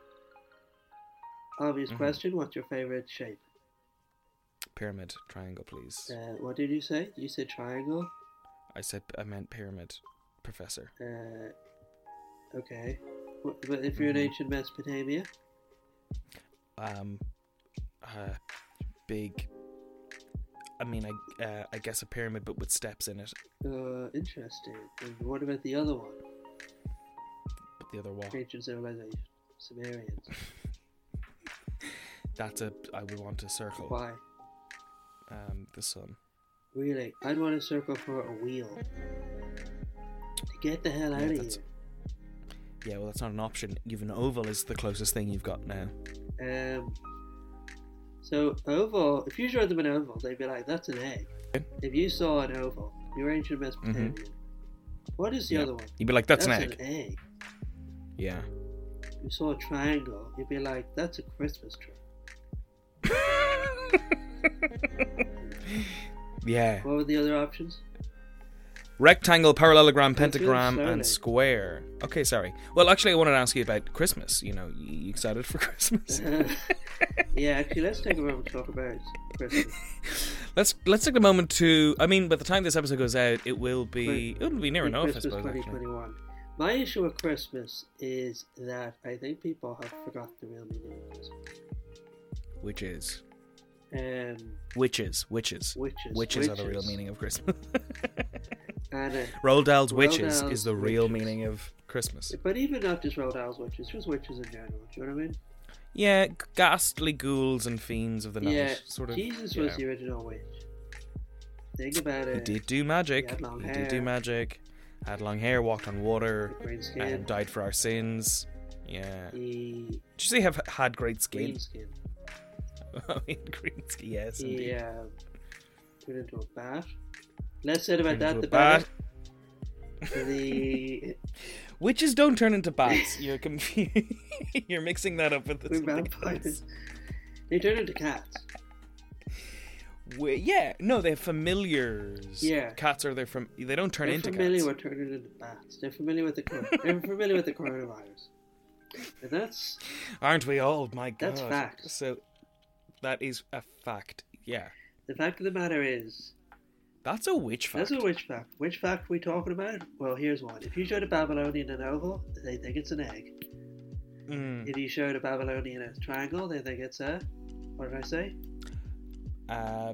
[SPEAKER 3] Obvious
[SPEAKER 2] Mm-hmm.
[SPEAKER 3] question. What's your favorite shape?
[SPEAKER 2] Pyramid, triangle, please.
[SPEAKER 3] Uh, what did you say? You said triangle.
[SPEAKER 2] I said I meant pyramid, professor.
[SPEAKER 3] Uh, okay. Wh- But if you're
[SPEAKER 2] Mm-hmm.
[SPEAKER 3] in ancient Mesopotamia,
[SPEAKER 2] um, uh, big. I mean, I uh, I guess a pyramid, but with steps in it.
[SPEAKER 3] uh, interesting. And what about the other one?
[SPEAKER 2] But the other wall,
[SPEAKER 3] Ancient civilization, Sumerians.
[SPEAKER 2] that's a. I would want a circle.
[SPEAKER 3] Why?
[SPEAKER 2] Um, the sun.
[SPEAKER 3] Really? I'd want a circle for a wheel. To get the hell out of
[SPEAKER 2] that's- Yeah, well, that's not an option. Even oval is the closest thing you've got now.
[SPEAKER 3] here. Um. So oval. If you showed them an oval, they'd be like, "That's an egg." If you saw an oval, you're ancient Mesopotamian. What is the
[SPEAKER 2] Mm-hmm. Yeah.
[SPEAKER 3] other one?
[SPEAKER 2] You'd be like, that's, an egg.
[SPEAKER 3] egg.
[SPEAKER 2] Yeah.
[SPEAKER 3] If you saw a triangle, you'd be like, "That's a Christmas tree."
[SPEAKER 2] Yeah.
[SPEAKER 3] What were the other options?
[SPEAKER 2] Rectangle, parallelogram,
[SPEAKER 3] That's really
[SPEAKER 2] pentagram,
[SPEAKER 3] slowly.
[SPEAKER 2] and square. Okay, sorry. Well, actually, I wanted to ask you about Christmas. You know, y- you excited for Christmas?
[SPEAKER 3] yeah, actually, let's take a moment to talk about Christmas.
[SPEAKER 2] Let's let's take a moment to. I mean, by the time this episode goes out, it will be
[SPEAKER 3] Wait.
[SPEAKER 2] it will be near enough, I
[SPEAKER 3] Christmas
[SPEAKER 2] suppose. Actually,
[SPEAKER 3] 2021. My issue with Christmas is that I think people have forgotten the real meaning of Christmas.
[SPEAKER 2] witches,
[SPEAKER 3] Um,
[SPEAKER 2] witches, witches,
[SPEAKER 3] Witches,
[SPEAKER 2] witches are the
[SPEAKER 3] witches.
[SPEAKER 2] real meaning of Christmas.
[SPEAKER 3] and uh,
[SPEAKER 2] Roald Dahl's witches
[SPEAKER 3] Dahl's
[SPEAKER 2] is the real
[SPEAKER 3] witches.
[SPEAKER 2] meaning of Christmas.
[SPEAKER 3] but even not just Roald Dahl's witches, just witches in general. Do you know what I mean?
[SPEAKER 2] Yeah, g- ghastly ghouls and fiends of the night.
[SPEAKER 3] yeah,
[SPEAKER 2] sort of.
[SPEAKER 3] Jesus
[SPEAKER 2] yeah.
[SPEAKER 3] was the original witch. Think about
[SPEAKER 2] He
[SPEAKER 3] it.
[SPEAKER 2] did do magic.
[SPEAKER 3] He had long
[SPEAKER 2] He, did do
[SPEAKER 3] hair.
[SPEAKER 2] magic. Had long hair, walked on water,
[SPEAKER 3] Green
[SPEAKER 2] and
[SPEAKER 3] skin.
[SPEAKER 2] died for our sins. Yeah. Did
[SPEAKER 3] He
[SPEAKER 2] you say have had great
[SPEAKER 3] green
[SPEAKER 2] skin?
[SPEAKER 3] skin.
[SPEAKER 2] I mean, green skin. Yes. indeed.
[SPEAKER 3] He uh, turned into a bat. Less said about
[SPEAKER 2] Turned into
[SPEAKER 3] that,
[SPEAKER 2] a
[SPEAKER 3] the
[SPEAKER 2] bat.
[SPEAKER 3] better. The
[SPEAKER 2] Witches don't turn into bats. You're confused. You're mixing that up with
[SPEAKER 3] the
[SPEAKER 2] this.
[SPEAKER 3] vampires. They turned into cats.
[SPEAKER 2] We- yeah, no, they have familiars.
[SPEAKER 3] Yeah.
[SPEAKER 2] cats are there from. They don't turn
[SPEAKER 3] They're
[SPEAKER 2] into
[SPEAKER 3] familiar
[SPEAKER 2] cats.
[SPEAKER 3] with turning into bats. They're familiar with the cor- they're familiar with the coronavirus. And that's
[SPEAKER 2] Aren't we all? My God.
[SPEAKER 3] That's fact.
[SPEAKER 2] So that is a fact. Yeah.
[SPEAKER 3] the fact of the matter is
[SPEAKER 2] That's a witch fact.
[SPEAKER 3] that's a witch fact. Which fact we talking about? Well, here's one. If you showed a Babylonian a an oval, they think it's an
[SPEAKER 2] Hmm.
[SPEAKER 3] egg.
[SPEAKER 2] Mm,
[SPEAKER 3] If you showed a Babylonian a triangle, they think it's a what did I say?
[SPEAKER 2] uh,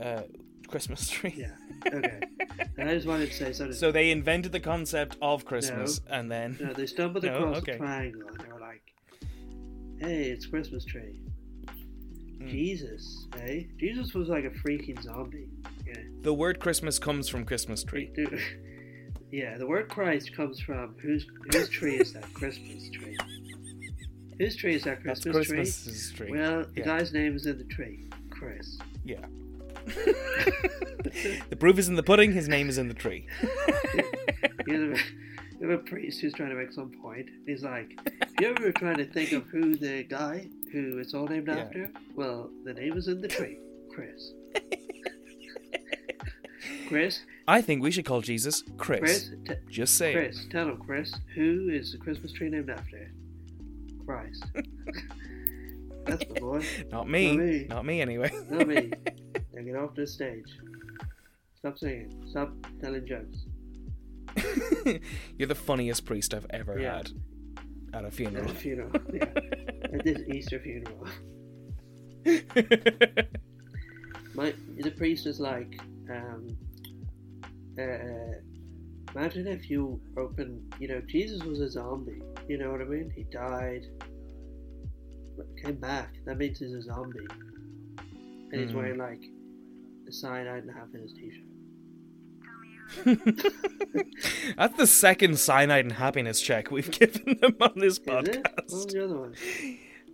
[SPEAKER 2] uh, Christmas tree.
[SPEAKER 3] Yeah. Okay. and I just wanted to say something.
[SPEAKER 2] So they invented the concept of Christmas and then.
[SPEAKER 3] No, they stumbled
[SPEAKER 2] No,
[SPEAKER 3] across
[SPEAKER 2] okay.
[SPEAKER 3] a triangle and they were like, "Hey, it's Christmas tree."
[SPEAKER 2] Hmm.
[SPEAKER 3] Jesus, hey, Jesus was like a freaking zombie. Yeah,
[SPEAKER 2] The word Christmas comes from Christmas tree.
[SPEAKER 3] Dude. yeah. The word Christ comes from whose whose tree is that Christmas tree? Whose tree is that
[SPEAKER 2] That's
[SPEAKER 3] Christmas,
[SPEAKER 2] Christmas
[SPEAKER 3] tree?
[SPEAKER 2] tree.
[SPEAKER 3] Well, the
[SPEAKER 2] Yeah.
[SPEAKER 3] guy's name is in the tree, Chris.
[SPEAKER 2] Yeah. the proof is in the pudding, his name is in the tree.
[SPEAKER 3] You know, you have a priest who's trying to make some point. He's like, if you ever were trying to think of who the guy who it's all named
[SPEAKER 2] Yeah.
[SPEAKER 3] after, well, the name is in the tree, Chris. Chris,
[SPEAKER 2] I think we should call Jesus Chris.
[SPEAKER 3] Chris, t-
[SPEAKER 2] Just say
[SPEAKER 3] Chris, tell him, Chris, who is the Christmas tree named after? Christ. That's my boy.
[SPEAKER 2] Not me.
[SPEAKER 3] Not me.
[SPEAKER 2] Not me anyway.
[SPEAKER 3] Not me. Now get off this stage. Stop singing. Stop telling jokes.
[SPEAKER 2] You're the funniest priest I've ever
[SPEAKER 3] Yeah.
[SPEAKER 2] had at a
[SPEAKER 3] At
[SPEAKER 2] funeral.
[SPEAKER 3] a funeral. Yeah. At this Easter funeral. My the priest is like, um, uh, imagine if you open, you know, Jesus was a zombie. You know what I mean? He died, but came back. That means he's a zombie, and he's
[SPEAKER 2] Mhm.
[SPEAKER 3] wearing like a cyanide and half in his t-shirt.
[SPEAKER 2] That's the second cyanide and happiness check we've given them on this
[SPEAKER 3] Is it? What was
[SPEAKER 2] podcast.
[SPEAKER 3] the other one?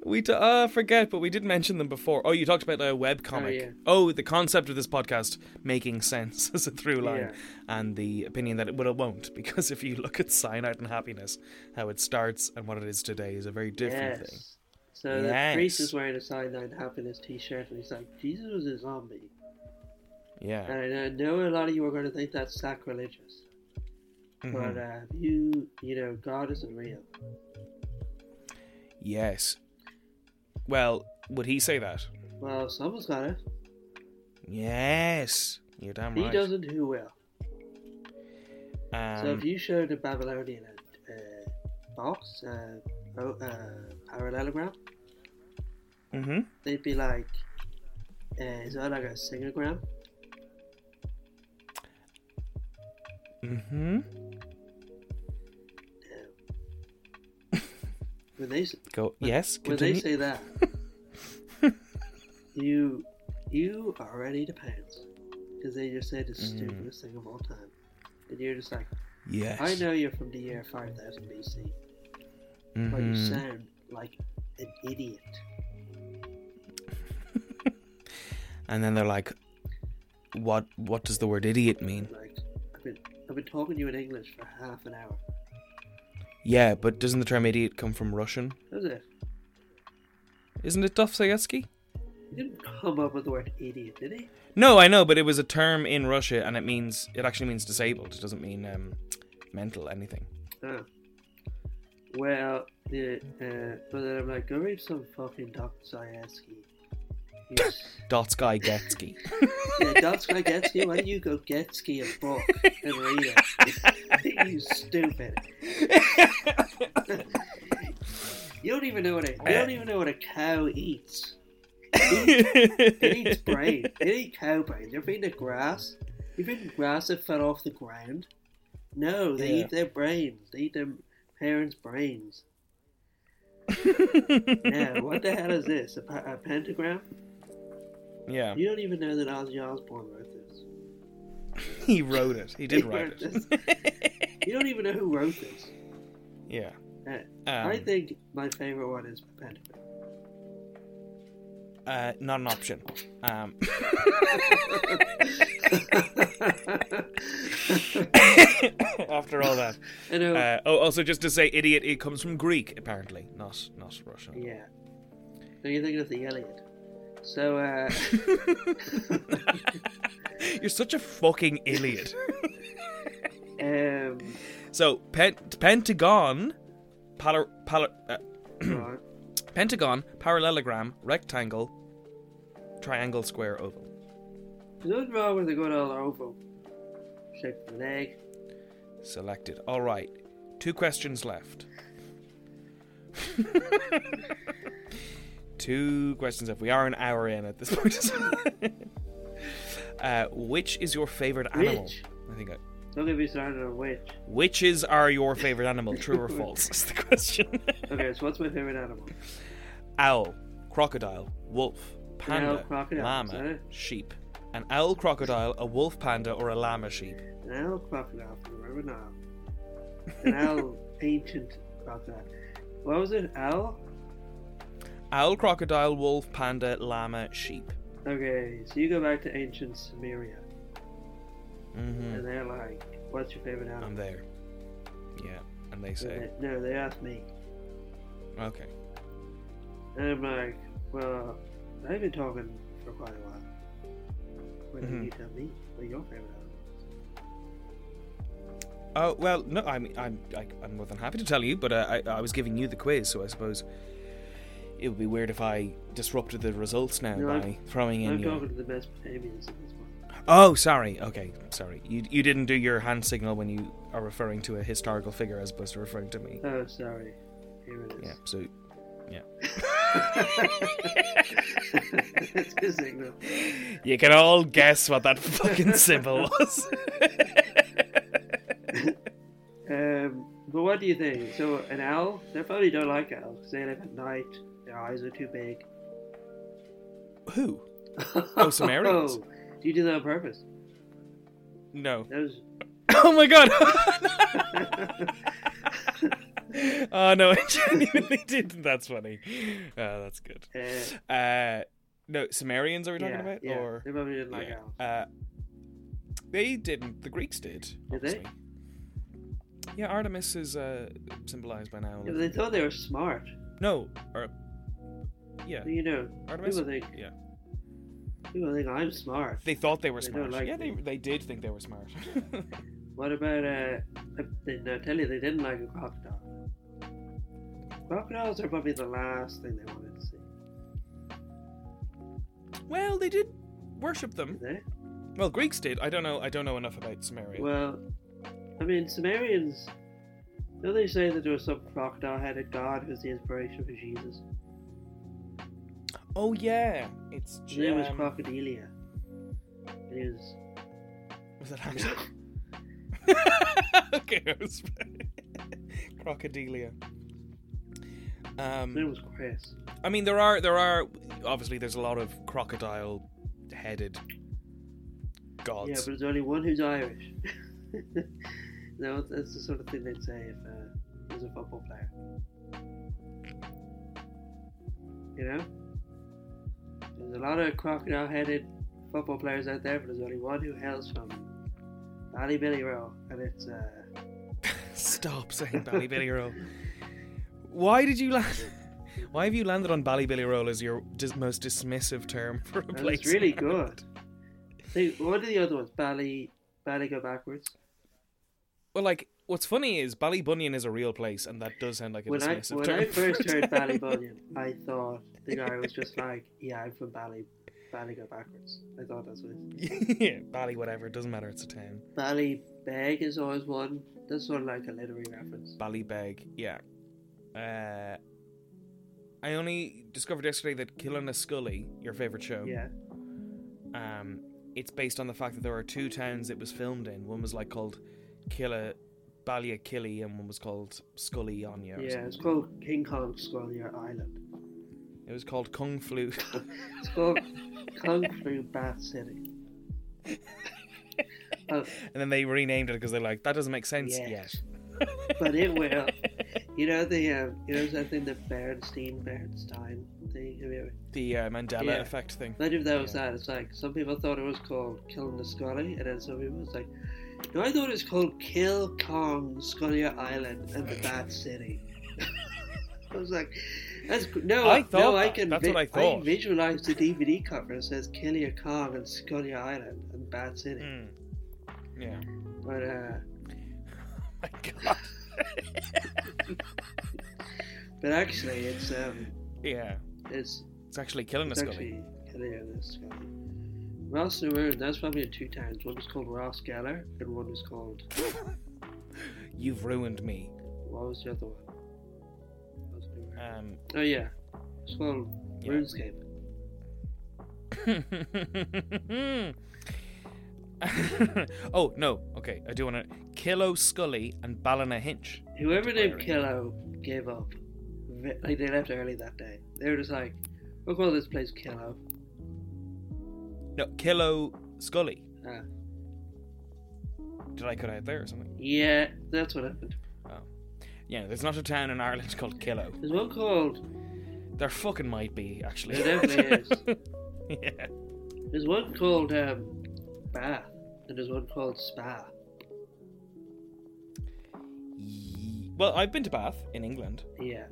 [SPEAKER 2] We t- uh, forget, but we did mention them before. Oh, you talked about a web comic.
[SPEAKER 3] yeah.
[SPEAKER 2] Oh, the concept of this podcast making sense as a through line,
[SPEAKER 3] Yeah.
[SPEAKER 2] and the opinion that it well, it won't because if you look at cyanide and happiness, how it starts and what it is today is a very different thing.
[SPEAKER 3] Yes. So the
[SPEAKER 2] Yes.
[SPEAKER 3] priest is wearing a cyanide and half in his t-shirt, and he's like, Jesus was a zombie.
[SPEAKER 2] Yeah.
[SPEAKER 3] And I know a lot of you are going to think that's sacrilegious. But
[SPEAKER 2] Mhm.
[SPEAKER 3] uh, you, you know, God isn't real.
[SPEAKER 2] Yes. Well, would he say that?
[SPEAKER 3] Well, someone's got it.
[SPEAKER 2] Yes. You're damn
[SPEAKER 3] If
[SPEAKER 2] right.
[SPEAKER 3] He doesn't. Who will?
[SPEAKER 2] Um,
[SPEAKER 3] so if you showed a Babylonian a uh, box, uh, oh, uh, parallelogram,
[SPEAKER 2] mhm.
[SPEAKER 3] they'd be like, uh, "Is that like a singogram?"
[SPEAKER 2] Mhm.
[SPEAKER 3] When they s-
[SPEAKER 2] Go.
[SPEAKER 3] when-
[SPEAKER 2] yes.
[SPEAKER 3] when
[SPEAKER 2] Continue.
[SPEAKER 3] they say that, you you are ready to pants because they just said the
[SPEAKER 2] Mm.
[SPEAKER 3] stupidest thing of all time, and you're just like,
[SPEAKER 2] yes.
[SPEAKER 3] "I know you're from the year 5000 BC, but you
[SPEAKER 2] Mhm.
[SPEAKER 3] sound like an idiot."
[SPEAKER 2] And then they're like, "What? What does the word idiot mean?"
[SPEAKER 3] Like, I've been I've been talking to you in English for half an hour.
[SPEAKER 2] Yeah, but doesn't the term idiot come from Russian?
[SPEAKER 3] That was it.
[SPEAKER 2] Isn't it Dostoevsky?
[SPEAKER 3] He didn't come up with the word idiot, did he?
[SPEAKER 2] No, I know, but it was a term in Russia, and it means it actually means disabled. It doesn't mean um, mental anything.
[SPEAKER 3] Oh. Well, the, uh, but then I'm like, go read some fucking Dostoevsky. You s-
[SPEAKER 2] Dotsky Getsky.
[SPEAKER 3] yeah, Dostoevsky, why don't you go Getsky a book and read it? you stupid. you don't even know what a you don't even know what a cow eats. It eats brain. It eats cow brain. They're feeding it grass. You've eaten grass that fell off the ground. No, they
[SPEAKER 2] Yeah.
[SPEAKER 3] eat their brains. They eat their parents' brains. Now, what the hell is this? A, pa- a pentagram?
[SPEAKER 2] yeah,
[SPEAKER 3] You don't even know that Ozzy Osbourne wrote this.
[SPEAKER 2] he wrote it. He did
[SPEAKER 3] He
[SPEAKER 2] write
[SPEAKER 3] wrote
[SPEAKER 2] it.
[SPEAKER 3] You don't even know who wrote this.
[SPEAKER 2] yeah.
[SPEAKER 3] Uh,
[SPEAKER 2] Um,
[SPEAKER 3] I think my favorite one is a pentagram.
[SPEAKER 2] uh, not an option. Um, after all that.
[SPEAKER 3] I know.
[SPEAKER 2] Uh, oh, also just to say, idiot. It comes from Greek, apparently, not not Russian.
[SPEAKER 3] oh, yeah. No, you're thinking of the Iliad. So, uh,
[SPEAKER 2] You're such a fucking idiot.
[SPEAKER 3] um,
[SPEAKER 2] so, pen- Pentagon pala- pala- uh,
[SPEAKER 3] right.
[SPEAKER 2] pentagon, parallelogram, rectangle, triangle, square, oval.
[SPEAKER 3] There's nothing wrong with a good old oval. Shape of an egg.
[SPEAKER 2] Selected. All right. Two questions left. Two questions left. We are an hour in at this point. uh, which is your favorite animal?
[SPEAKER 3] Which?
[SPEAKER 2] I think I,
[SPEAKER 3] Don't get me started on which.
[SPEAKER 2] Witches are your favorite animal, true or false? Is the question.
[SPEAKER 3] Okay, so what's my favorite animal?
[SPEAKER 2] owl, crocodile, wolf, panda,
[SPEAKER 3] owl, crocodile, is that
[SPEAKER 2] llama,
[SPEAKER 3] it?
[SPEAKER 2] sheep. An owl, crocodile, a wolf, panda, or a llama sheep.
[SPEAKER 3] An owl crocodile from the river Nile. An owl ancient crocodile. What was it? Owl?
[SPEAKER 2] Owl, crocodile, wolf, panda, llama, sheep.
[SPEAKER 3] Okay, so you go back to ancient Sumeria,
[SPEAKER 2] hmm
[SPEAKER 3] and they're like, "What's your favorite animal?"
[SPEAKER 2] I'm there. Yeah, and they
[SPEAKER 3] And
[SPEAKER 2] say,
[SPEAKER 3] they- no, they asked me,
[SPEAKER 2] okay.
[SPEAKER 3] and I'm like, "Well, I've been talking for quite a while. When did
[SPEAKER 2] Mhm.
[SPEAKER 3] you tell me what your favorite animal?"
[SPEAKER 2] Oh well, no, I mean, I'm I, I'm more than happy to tell you, but uh, I I was giving you the quiz, so I suppose it would be weird if I disrupted the results now
[SPEAKER 3] No, I'm-
[SPEAKER 2] by throwing in
[SPEAKER 3] I'm
[SPEAKER 2] your.
[SPEAKER 3] talking to the Mesopotamians in this one.
[SPEAKER 2] Oh, sorry. Okay, sorry. You you didn't do your hand signal when you are referring to a historical figure as opposed to referring to me.
[SPEAKER 3] Oh, sorry. Here it is.
[SPEAKER 2] Yeah. So,
[SPEAKER 3] it's a signal.
[SPEAKER 2] you can all guess what that fucking symbol was.
[SPEAKER 3] Um, but what do you think? So an owl? They probably don't like owls because they live at night. Their eyes are too big.
[SPEAKER 2] Who? Oh, Sumerians.
[SPEAKER 3] you did that on purpose.
[SPEAKER 2] No.
[SPEAKER 3] That was
[SPEAKER 2] Oh my god. oh no, I genuinely didn't. That's funny. Oh, that's good.
[SPEAKER 3] uh,
[SPEAKER 2] Uh, no, Sumerians are we talking
[SPEAKER 3] yeah,
[SPEAKER 2] about?
[SPEAKER 3] yeah.
[SPEAKER 2] Or
[SPEAKER 3] They probably didn't like
[SPEAKER 2] Yeah. Uh,
[SPEAKER 3] owls.
[SPEAKER 2] they didn't. The Greeks did.
[SPEAKER 3] Did they?
[SPEAKER 2] obviously. Yeah, Artemis is uh, symbolized by now.
[SPEAKER 3] Yeah, but they thought they were smart.
[SPEAKER 2] No, or yeah,
[SPEAKER 3] You know,
[SPEAKER 2] Artemis.
[SPEAKER 3] people think
[SPEAKER 2] Yeah,
[SPEAKER 3] people think I'm smart.
[SPEAKER 2] they thought they were
[SPEAKER 3] They don't
[SPEAKER 2] smart.
[SPEAKER 3] like
[SPEAKER 2] yeah, they
[SPEAKER 3] me.
[SPEAKER 2] they did think they were smart.
[SPEAKER 3] What about uh? They, no, I tell you, they didn't like a crocodile. Crocodiles are probably the last thing they wanted to see.
[SPEAKER 2] well, they did worship them.
[SPEAKER 3] Did they?
[SPEAKER 2] Well, Greeks did. I don't know. I don't know enough about Samaria.
[SPEAKER 3] Well, I mean, Sumerians. Don't they say that there was some crocodile headed god who's the inspiration for Jesus?
[SPEAKER 2] oh yeah, it's
[SPEAKER 3] His name was
[SPEAKER 2] um,
[SPEAKER 3] Crocodilia. It was.
[SPEAKER 2] Was that Hamza? okay, I was Crocodilia.
[SPEAKER 3] His name
[SPEAKER 2] Um,
[SPEAKER 3] was Chris.
[SPEAKER 2] I mean, there are there are obviously there's a lot of crocodile-headed
[SPEAKER 3] Yeah,
[SPEAKER 2] gods.
[SPEAKER 3] but there's only one who's Irish. no, that's the sort of thing they'd say if uh, he was a football player. You know? There's a lot of crocodile headed football players out there, but there's only one who hails from Ballybilly Row, and it's. Uh,
[SPEAKER 2] Stop saying Ballybilly Roll. Why did you land? Why have you landed on Ballybilly Roll as your dis- most dismissive term for a
[SPEAKER 3] And
[SPEAKER 2] place?
[SPEAKER 3] it's really good. They, what are the other ones? Bally, Bally go backwards.
[SPEAKER 2] Well, like what's funny is Ballybunion is a real place, and that does sound like a
[SPEAKER 3] When I
[SPEAKER 2] dismissive
[SPEAKER 3] when
[SPEAKER 2] term.
[SPEAKER 3] I first
[SPEAKER 2] for a
[SPEAKER 3] heard
[SPEAKER 2] town.
[SPEAKER 3] Bally Bunyan, I thought the guy was just like, "Yeah, I'm from Bally, Bally go backwards." I thought that's what. It
[SPEAKER 2] yeah, Bally, whatever. It doesn't matter. It's a town.
[SPEAKER 3] Bally Beg is always one. That's sort of like a literary reference.
[SPEAKER 2] Ballybeg, yeah. Uh, I only discovered yesterday that Killing a Scully, your favorite show,
[SPEAKER 3] Yeah.
[SPEAKER 2] um, it's based on the fact that there are two towns it was filmed in. One was like called Killa Ballyakilly, and one was called Scully Onya. or
[SPEAKER 3] Yeah,
[SPEAKER 2] something.
[SPEAKER 3] it's called King Kong Squallier Island.
[SPEAKER 2] It was called Kung Flu.
[SPEAKER 3] It's called Kung Fu Bat City. Oh,
[SPEAKER 2] and then they renamed it because they're like, that doesn't make sense
[SPEAKER 3] Yes.
[SPEAKER 2] yet.
[SPEAKER 3] but it will. You know the um, you know that thing, the Bernstein Bernstein thing. Have you ever-
[SPEAKER 2] The uh, Mandela
[SPEAKER 3] Yeah.
[SPEAKER 2] effect thing.
[SPEAKER 3] Imagine if that was
[SPEAKER 2] Yeah.
[SPEAKER 3] that. It's like some people thought it was called Killing the Scully, and then some people was like, "No, I thought it was called Kill Kong Scully Island and the Bat City." I was like, "That's gr- no,
[SPEAKER 2] I thought
[SPEAKER 3] no, I
[SPEAKER 2] that.
[SPEAKER 3] can.
[SPEAKER 2] That's what I thought.
[SPEAKER 3] visualized the DVD cover. It says Kill Your Kong and Scully Island and Bat City,
[SPEAKER 2] Mm. Yeah.
[SPEAKER 3] but uh,
[SPEAKER 2] my god.
[SPEAKER 3] But actually, it's um,
[SPEAKER 2] Yeah,
[SPEAKER 3] it's
[SPEAKER 2] it's actually killing
[SPEAKER 3] it's
[SPEAKER 2] us, Scully.
[SPEAKER 3] actually Kelly and this guy. Ross Newman. That's probably two times. One was called Ross Geller, and one was called
[SPEAKER 2] You've ruined me.
[SPEAKER 3] what was the other one? Ross Newman.
[SPEAKER 2] Um,
[SPEAKER 3] oh yeah, it's called
[SPEAKER 2] Yeah.
[SPEAKER 3] RuneScape.
[SPEAKER 2] oh no. Okay, I do want to. Killo Scully and Ballina Hinch.
[SPEAKER 3] Whoever named
[SPEAKER 2] Irony.
[SPEAKER 3] Killo gave up. Ve- Like they left early that day. They were just like, we'll call this place Killo.
[SPEAKER 2] No, Killo Scully.
[SPEAKER 3] Ah.
[SPEAKER 2] Did I cut out there or something?
[SPEAKER 3] Yeah, that's what happened.
[SPEAKER 2] Yeah, there's not a town in Ireland called Killo.
[SPEAKER 3] There's one called
[SPEAKER 2] There fucking might be, actually.
[SPEAKER 3] There definitely
[SPEAKER 2] yeah.
[SPEAKER 3] There's one called um, Bath, and there's one called Spa.
[SPEAKER 2] Ye- Well, I've been to Bath in England.
[SPEAKER 3] Yeah.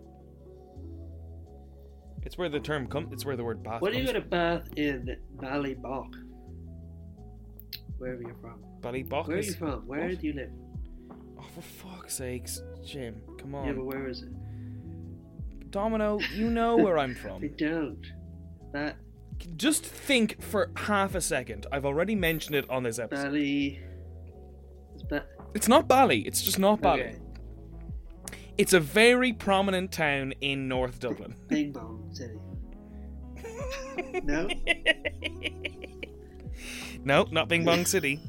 [SPEAKER 2] It's where the term come. It's where the word Bath.
[SPEAKER 3] When do you
[SPEAKER 2] comes
[SPEAKER 3] go to Bath in Ballybock? Wherever you're from.
[SPEAKER 2] from. Ballybock
[SPEAKER 3] Where are
[SPEAKER 2] is-
[SPEAKER 3] you from? Where
[SPEAKER 2] what?
[SPEAKER 3] do you live?
[SPEAKER 2] Oh, for fuck's sakes, Jim! Come
[SPEAKER 3] Yeah,
[SPEAKER 2] on,
[SPEAKER 3] but where is it?
[SPEAKER 2] Domino. You know where I'm
[SPEAKER 3] I
[SPEAKER 2] from.
[SPEAKER 3] don't. That
[SPEAKER 2] Just think for half a second. I've already mentioned it on this episode.
[SPEAKER 3] Bally. It's ba-
[SPEAKER 2] It's not Bally. It's just not Bally.
[SPEAKER 3] Okay.
[SPEAKER 2] It's a very prominent town in North Dublin.
[SPEAKER 3] Bing Bong City. No?
[SPEAKER 2] No, not Bing Bong City.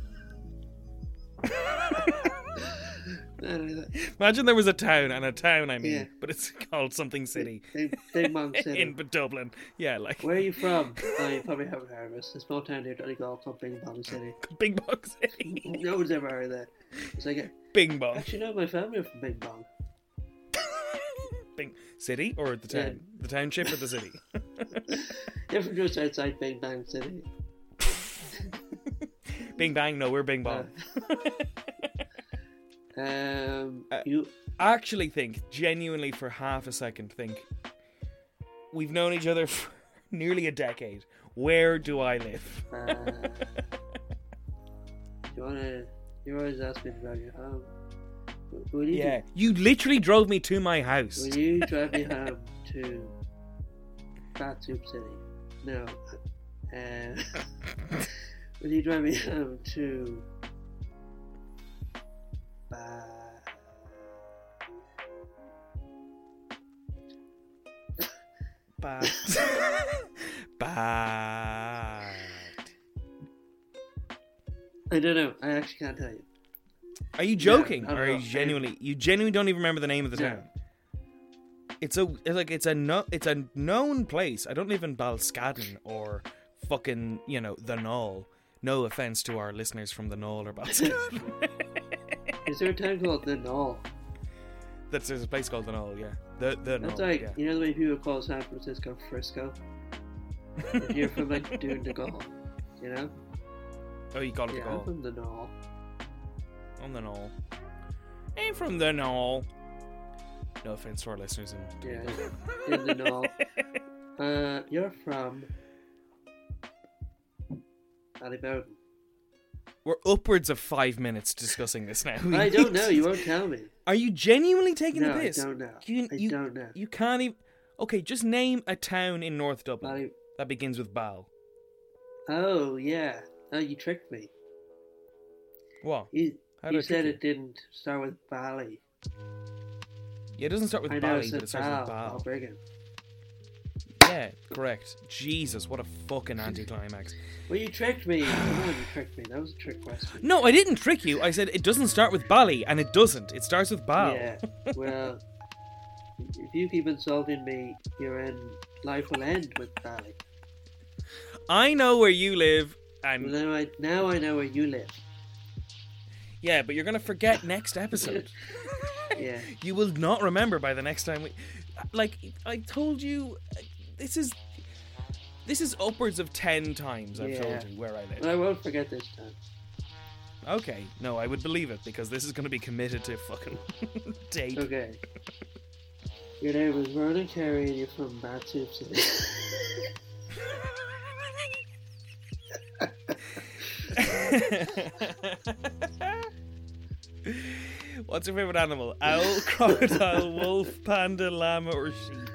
[SPEAKER 3] No, no, no.
[SPEAKER 2] Imagine there was a town and a town. I mean,
[SPEAKER 3] Yeah.
[SPEAKER 2] but it's called something city.
[SPEAKER 3] Bing, Bing Bong
[SPEAKER 2] in
[SPEAKER 3] City.
[SPEAKER 2] Dublin. Yeah, like
[SPEAKER 3] Where are you from? Oh, you probably haven't heard of us. It's a small town near Donegal called Bing Bong City.
[SPEAKER 2] Bing Bong City.
[SPEAKER 3] No one's ever heard of that. It's like,
[SPEAKER 2] Bing Bong.
[SPEAKER 3] actually, no, my family are from Bing Bong.
[SPEAKER 2] Bing City or the town? The township or the city?
[SPEAKER 3] They're from just outside Bing Bang City.
[SPEAKER 2] Bing Bang, no, we're Bing Bong.
[SPEAKER 3] Um,
[SPEAKER 2] Uh,
[SPEAKER 3] you
[SPEAKER 2] I actually think, genuinely for half a second, think we've known each other for nearly a decade. Where do I live?
[SPEAKER 3] Uh, you wanna? You always ask me about your home. W- Will you?
[SPEAKER 2] Yeah. You literally drove me to my house.
[SPEAKER 3] Will you drive me home to Fat Soup City? No. Uh, will you drive me home to? Ba-
[SPEAKER 2] Bad. Bad.
[SPEAKER 3] I don't know. I actually can't tell you.
[SPEAKER 2] Are you joking?
[SPEAKER 3] I don't
[SPEAKER 2] or are
[SPEAKER 3] know.
[SPEAKER 2] you genuinely? You genuinely don't even remember the name of the
[SPEAKER 3] No.
[SPEAKER 2] town. It's a it's like it's a no, it's a known place. I don't live in Balscaden or fucking you know the Knoll. No offense to our listeners from the Knoll or Balscaden.
[SPEAKER 3] Is there a town called the Knoll?
[SPEAKER 2] That's there's a place called the Knoll. Yeah, the the Knoll.
[SPEAKER 3] That's like
[SPEAKER 2] yeah.
[SPEAKER 3] you know the way people call San Francisco Frisco. if you're from like Dune to Gaul, you know.
[SPEAKER 2] Oh, you call it
[SPEAKER 3] Yeah,
[SPEAKER 2] the
[SPEAKER 3] I'm
[SPEAKER 2] Knoll.
[SPEAKER 3] from the Knoll.
[SPEAKER 2] On the Knoll. I'm from the Knoll. No offense to our listeners in.
[SPEAKER 3] Yeah, in the Knoll. Uh, you're from Ballyboden.
[SPEAKER 2] We're upwards of five minutes discussing this now.
[SPEAKER 3] I don't know. You won't tell me.
[SPEAKER 2] Are you genuinely taking
[SPEAKER 3] No,
[SPEAKER 2] the
[SPEAKER 3] I
[SPEAKER 2] piss?
[SPEAKER 3] don't know.
[SPEAKER 2] You,
[SPEAKER 3] I
[SPEAKER 2] you,
[SPEAKER 3] don't know.
[SPEAKER 2] You can't even. Okay, just name a town in North Dublin
[SPEAKER 3] Bally-
[SPEAKER 2] that begins with Bal.
[SPEAKER 3] Oh yeah. Oh, you tricked me.
[SPEAKER 2] What?
[SPEAKER 3] You,
[SPEAKER 2] How did
[SPEAKER 3] you
[SPEAKER 2] I
[SPEAKER 3] said
[SPEAKER 2] trick
[SPEAKER 3] it didn't start with Bally.
[SPEAKER 2] Yeah, it doesn't start
[SPEAKER 3] I
[SPEAKER 2] with
[SPEAKER 3] know
[SPEAKER 2] Bally,
[SPEAKER 3] it's
[SPEAKER 2] but
[SPEAKER 3] a
[SPEAKER 2] it starts
[SPEAKER 3] Bal.
[SPEAKER 2] with Bal.
[SPEAKER 3] Balbriggan.
[SPEAKER 2] Yeah, correct. Jesus, what a fucking anticlimax.
[SPEAKER 3] Well, you tricked me. Come on, you tricked me. That was a trick question.
[SPEAKER 2] No, I didn't trick you. I said it doesn't start with Bally, and it doesn't. It starts with Bal.
[SPEAKER 3] Yeah. Well, if you keep insulting me, your end life will end with Bally.
[SPEAKER 2] I know where you live,
[SPEAKER 3] Well,
[SPEAKER 2] and.
[SPEAKER 3] now I now I know where you live.
[SPEAKER 2] Yeah, but you're gonna forget next episode.
[SPEAKER 3] Yeah.
[SPEAKER 2] you will not remember by the next time we like i told you this is this is upwards of 10 times i've told
[SPEAKER 3] Yeah.
[SPEAKER 2] you where i
[SPEAKER 3] But
[SPEAKER 2] live
[SPEAKER 3] I won't forget this time.
[SPEAKER 2] okay no i would believe it because this is going to be committed to fucking date
[SPEAKER 3] Okay. Your name is Vernon Carey and you're from Bad Soup City.
[SPEAKER 2] Well, What's your favorite animal? Owl, crocodile, wolf, panda, llama, or sheep?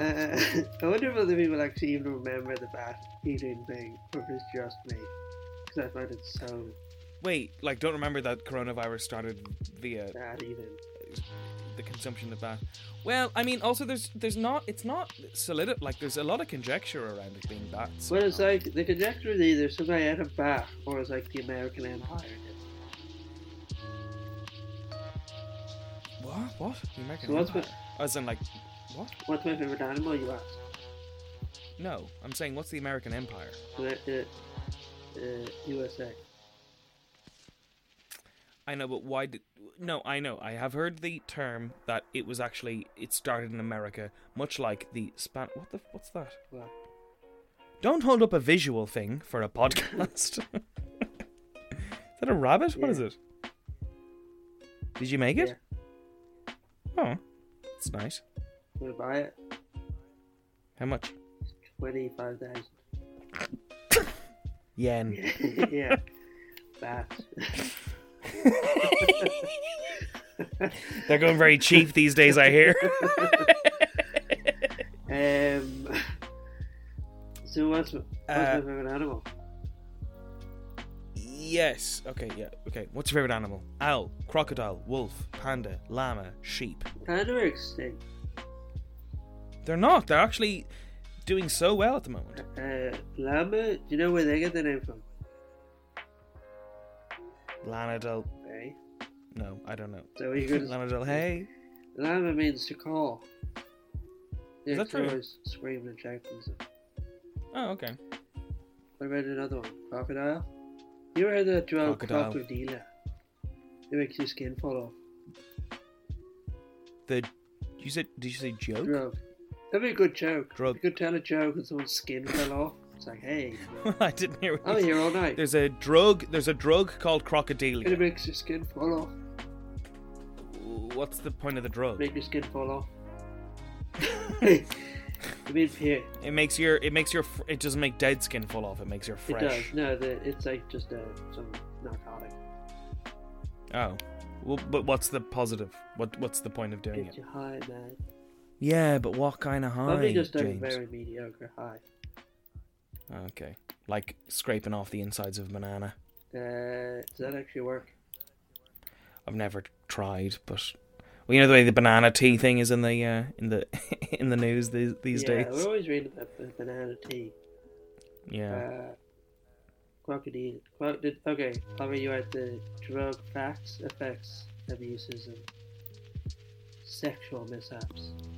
[SPEAKER 3] Uh, I wonder if other people actually even remember the bat eating thing, or if it's just me. Because I find it so
[SPEAKER 2] Wait, like don't remember that coronavirus started via
[SPEAKER 3] bad even.
[SPEAKER 2] the consumption of that. Well, I mean, also there's there's not it's not solid like there's a lot of conjecture around it being bats.
[SPEAKER 3] Well, it's like the conjecture is either some guy had a bat, or it's like the American Empire. did.
[SPEAKER 2] What? What? The American
[SPEAKER 3] So what's
[SPEAKER 2] Empire?
[SPEAKER 3] with-
[SPEAKER 2] As in like what?
[SPEAKER 3] What's my favorite animal, you ask?
[SPEAKER 2] No, I'm saying what's the American Empire?
[SPEAKER 3] The, uh, uh, USA.
[SPEAKER 2] I know, but why did? No, I know. I have heard the term that it was actually it started in America, much like the span. What the? What's that?
[SPEAKER 3] Well,
[SPEAKER 2] Don't hold up a visual thing for a podcast. is that a rabbit? What is
[SPEAKER 3] Yeah.
[SPEAKER 2] it? Did you make it?
[SPEAKER 3] yeah,
[SPEAKER 2] Oh, it's nice.
[SPEAKER 3] I'm gonna buy it.
[SPEAKER 2] How much?
[SPEAKER 3] Twenty-five thousand.
[SPEAKER 2] Yen.
[SPEAKER 3] yeah, bat.
[SPEAKER 2] They're going very cheap these days, I hear.
[SPEAKER 3] Um. So what's my, what's my
[SPEAKER 2] Uh,
[SPEAKER 3] favorite animal?
[SPEAKER 2] yes. Okay, yeah. Okay. What's your favorite animal? Owl, crocodile, wolf, panda, llama, sheep.
[SPEAKER 3] Panda are extinct.
[SPEAKER 2] They're not. They're actually doing so well at the moment.
[SPEAKER 3] Uh, llama. Do you know where they get their name from?
[SPEAKER 2] Lana Del.
[SPEAKER 3] Hey.
[SPEAKER 2] No, I don't know.
[SPEAKER 3] So you could
[SPEAKER 2] Lana Del Hey.
[SPEAKER 3] Llama means to call. Yeah,
[SPEAKER 2] Is that
[SPEAKER 3] 'cause they're
[SPEAKER 2] true?
[SPEAKER 3] always screaming and shouting. and stuff.
[SPEAKER 2] Oh, okay.
[SPEAKER 3] What about another one? Crocodile? You ever heard that drug
[SPEAKER 2] Crocodile.
[SPEAKER 3] crocodile? It makes your skin fall off.
[SPEAKER 2] The. You said? Did you say joke?
[SPEAKER 3] Drug. That'd be a good joke.
[SPEAKER 2] Drug.
[SPEAKER 3] You could tell a joke and someone's skin fell off. It's like, hey,
[SPEAKER 2] I didn't hear. What
[SPEAKER 3] I'm
[SPEAKER 2] you
[SPEAKER 3] here all night.
[SPEAKER 2] There's a drug. There's a drug called
[SPEAKER 3] And it
[SPEAKER 2] crocodile.
[SPEAKER 3] makes your skin fall off.
[SPEAKER 2] What's the point of the drug?
[SPEAKER 3] Make your skin fall off. I mean, here.
[SPEAKER 2] It makes your. It makes your. fr- It doesn't make dead skin fall off. It makes your fresh.
[SPEAKER 3] It does. No, the, it's like just uh, some narcotic.
[SPEAKER 2] Oh. Well, but what's the positive? What What's the point of doing
[SPEAKER 3] Gets
[SPEAKER 2] it?
[SPEAKER 3] you high, man.
[SPEAKER 2] Yeah, but what kind of
[SPEAKER 3] Probably
[SPEAKER 2] high,
[SPEAKER 3] just a
[SPEAKER 2] James?
[SPEAKER 3] very mediocre high.
[SPEAKER 2] Ah, Okay. Like scraping off the insides of a banana.
[SPEAKER 3] Uh, does that actually work?
[SPEAKER 2] I've never tried, but well, you know the way the banana tea thing is in the uh, in the in the news these, these
[SPEAKER 3] yeah, Oh.
[SPEAKER 2] days.
[SPEAKER 3] we're always reading about the banana tea.
[SPEAKER 2] Yeah.
[SPEAKER 3] Uh, crocodile. Cro- did, okay, I'll read you out the drug facts, effects, abuses, and sexual mishaps. Uh,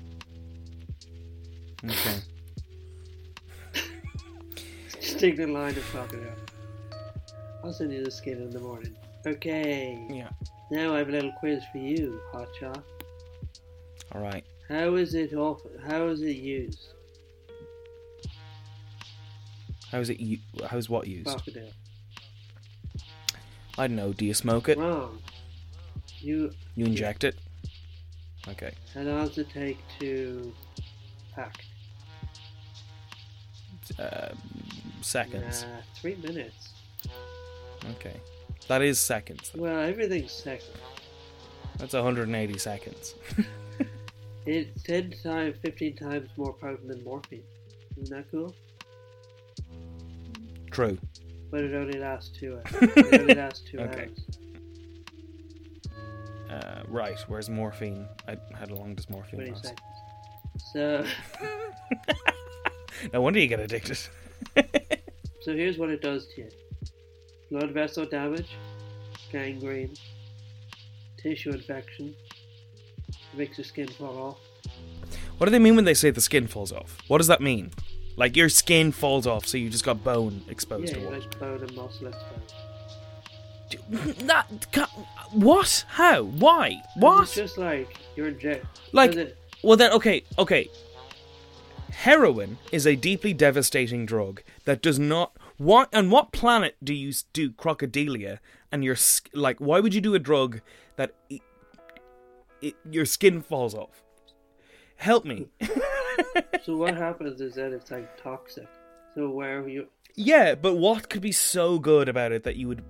[SPEAKER 2] Okay.
[SPEAKER 3] Stick the line of crocodile. I'll send you the skin in the morning. Okay,
[SPEAKER 2] Yeah.
[SPEAKER 3] now I have a little quiz for you, Hotshot.
[SPEAKER 2] All right.
[SPEAKER 3] How is it off? How is it used?
[SPEAKER 2] How's it? U- how's what used?
[SPEAKER 3] Crocodile.
[SPEAKER 2] I don't know. Do you smoke it?
[SPEAKER 3] Wrong. You
[SPEAKER 2] You inject it? Okay.
[SPEAKER 3] How long does it take to pack?
[SPEAKER 2] Um, seconds.
[SPEAKER 3] Nah, three minutes.
[SPEAKER 2] Okay. That is seconds. though.
[SPEAKER 3] Well, everything's seconds.
[SPEAKER 2] That's 180 seconds.
[SPEAKER 3] It's 10 times, 15 times more potent than morphine. Isn't that cool?
[SPEAKER 2] True.
[SPEAKER 3] But it only lasts two hours. It only lasts two
[SPEAKER 2] Okay.
[SPEAKER 3] hours.
[SPEAKER 2] Uh, right. Whereas morphine? I, how long does
[SPEAKER 3] 20
[SPEAKER 2] morphine last?
[SPEAKER 3] seconds. So,
[SPEAKER 2] No wonder you get addicted.
[SPEAKER 3] so here's what it does to you blood vessel damage, gangrene, tissue infection, makes your skin fall off.
[SPEAKER 2] What do they mean when they say the skin falls off? What does that mean? Like your skin falls off, so you just got bone exposed
[SPEAKER 3] yeah,
[SPEAKER 2] to what?
[SPEAKER 3] like bone and muscle exposed.
[SPEAKER 2] That ca- what? How? Why?
[SPEAKER 3] It's
[SPEAKER 2] What?
[SPEAKER 3] just like you're in jail.
[SPEAKER 2] Like-
[SPEAKER 3] Does it-
[SPEAKER 2] Well, then, okay, okay. Heroin is a deeply devastating drug that does not. What on what planet do you s- do crocodilia and your s- like? Why would you do a drug that i it, your skin falls off? Help me.
[SPEAKER 3] So what happens is that it's like toxic. So where you
[SPEAKER 2] Yeah, but what could be so good about it that you would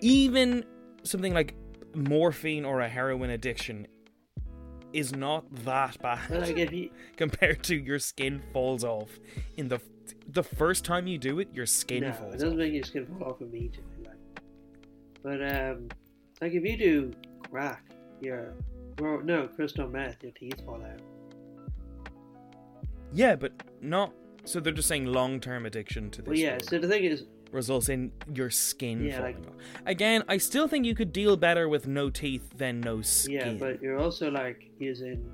[SPEAKER 2] even something like morphine or a heroin addiction is not that
[SPEAKER 3] But
[SPEAKER 2] bad
[SPEAKER 3] like if you
[SPEAKER 2] compared to your skin falls off in the the first time you do it your skin
[SPEAKER 3] no, it
[SPEAKER 2] falls off
[SPEAKER 3] doesn't make your skin fall off immediately. Like, but um, like if you do crack, your or no crystal meth, your teeth fall out.
[SPEAKER 2] yeah but not so they're just saying long-term addiction to this
[SPEAKER 3] Well, yeah.
[SPEAKER 2] drug
[SPEAKER 3] So the thing is,
[SPEAKER 2] results in your skin
[SPEAKER 3] Yeah,
[SPEAKER 2] falling
[SPEAKER 3] like-
[SPEAKER 2] off again i still think you could deal better with no teeth than no skin
[SPEAKER 3] yeah, but you're also like using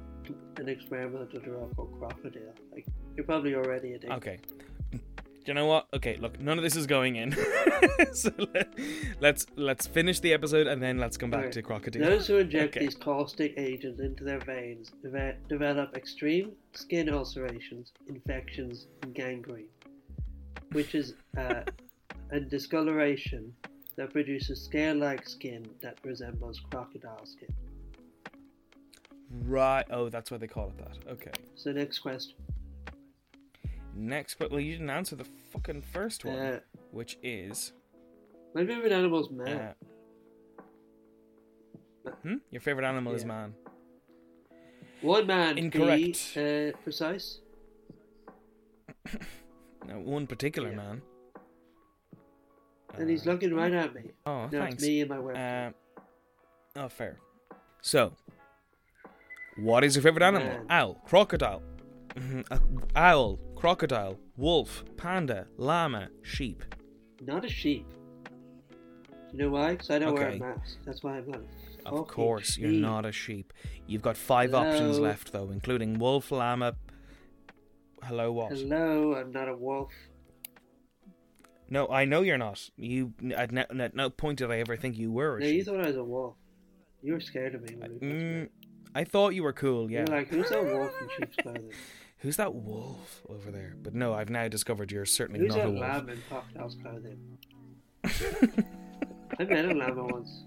[SPEAKER 3] an experimental drug called crocodile. Like you're probably already addicted.
[SPEAKER 2] Okay. Do you know what? Okay, look, none of this is going in. so let, let's let's finish the episode and then let's come back
[SPEAKER 3] Okay.
[SPEAKER 2] to crocodile.
[SPEAKER 3] Those who inject
[SPEAKER 2] Okay.
[SPEAKER 3] these caustic agents into their veins deve- develop extreme skin ulcerations, infections, and gangrene, which is uh, a discoloration that produces scale-like skin that resembles crocodile skin.
[SPEAKER 2] Right. Oh, that's why they call it that. Okay.
[SPEAKER 3] So next question.
[SPEAKER 2] Next, but well, you didn't answer the fucking first one,
[SPEAKER 3] Uh,
[SPEAKER 2] which is
[SPEAKER 3] my favorite animal is man.
[SPEAKER 2] uh, hmm? your favorite animal is
[SPEAKER 3] Yeah.
[SPEAKER 2] man.
[SPEAKER 3] One man. to be,
[SPEAKER 2] incorrect.
[SPEAKER 3] Uh, precise.
[SPEAKER 2] No, one particular
[SPEAKER 3] Yeah.
[SPEAKER 2] man.
[SPEAKER 3] And he's
[SPEAKER 2] Uh,
[SPEAKER 3] looking right at me.
[SPEAKER 2] Oh,
[SPEAKER 3] no,
[SPEAKER 2] thanks.
[SPEAKER 3] it's me and my work.
[SPEAKER 2] Uh, oh, fair. So, what is your favorite animal?
[SPEAKER 3] Man.
[SPEAKER 2] Owl, crocodile, Mhm, uh, owl, crocodile, wolf, panda, llama, sheep.
[SPEAKER 3] Not a sheep. You know why? Because I don't wear
[SPEAKER 2] Okay.
[SPEAKER 3] a mask. That's why I'm not. a
[SPEAKER 2] Of
[SPEAKER 3] fucking
[SPEAKER 2] course, you're
[SPEAKER 3] sheep.
[SPEAKER 2] not a sheep. You've got five options
[SPEAKER 3] Hello.
[SPEAKER 2] left, though, including wolf, llama. Hello, what?
[SPEAKER 3] Hello, I'm not a wolf.
[SPEAKER 2] No, I know you're not. You at no, at no point did I ever think you were a
[SPEAKER 3] No, you
[SPEAKER 2] sheep.
[SPEAKER 3] thought I was a wolf. You were scared of me. When we
[SPEAKER 2] Mm, I thought you were cool. Yeah.
[SPEAKER 3] You're like, who's that wolf in sheep's clothing?
[SPEAKER 2] Who's that wolf over there? But no, I've now discovered you're certainly
[SPEAKER 3] Who's
[SPEAKER 2] not a
[SPEAKER 3] that
[SPEAKER 2] wolf.
[SPEAKER 3] lamb in cocktail's clothing? I met a llama once.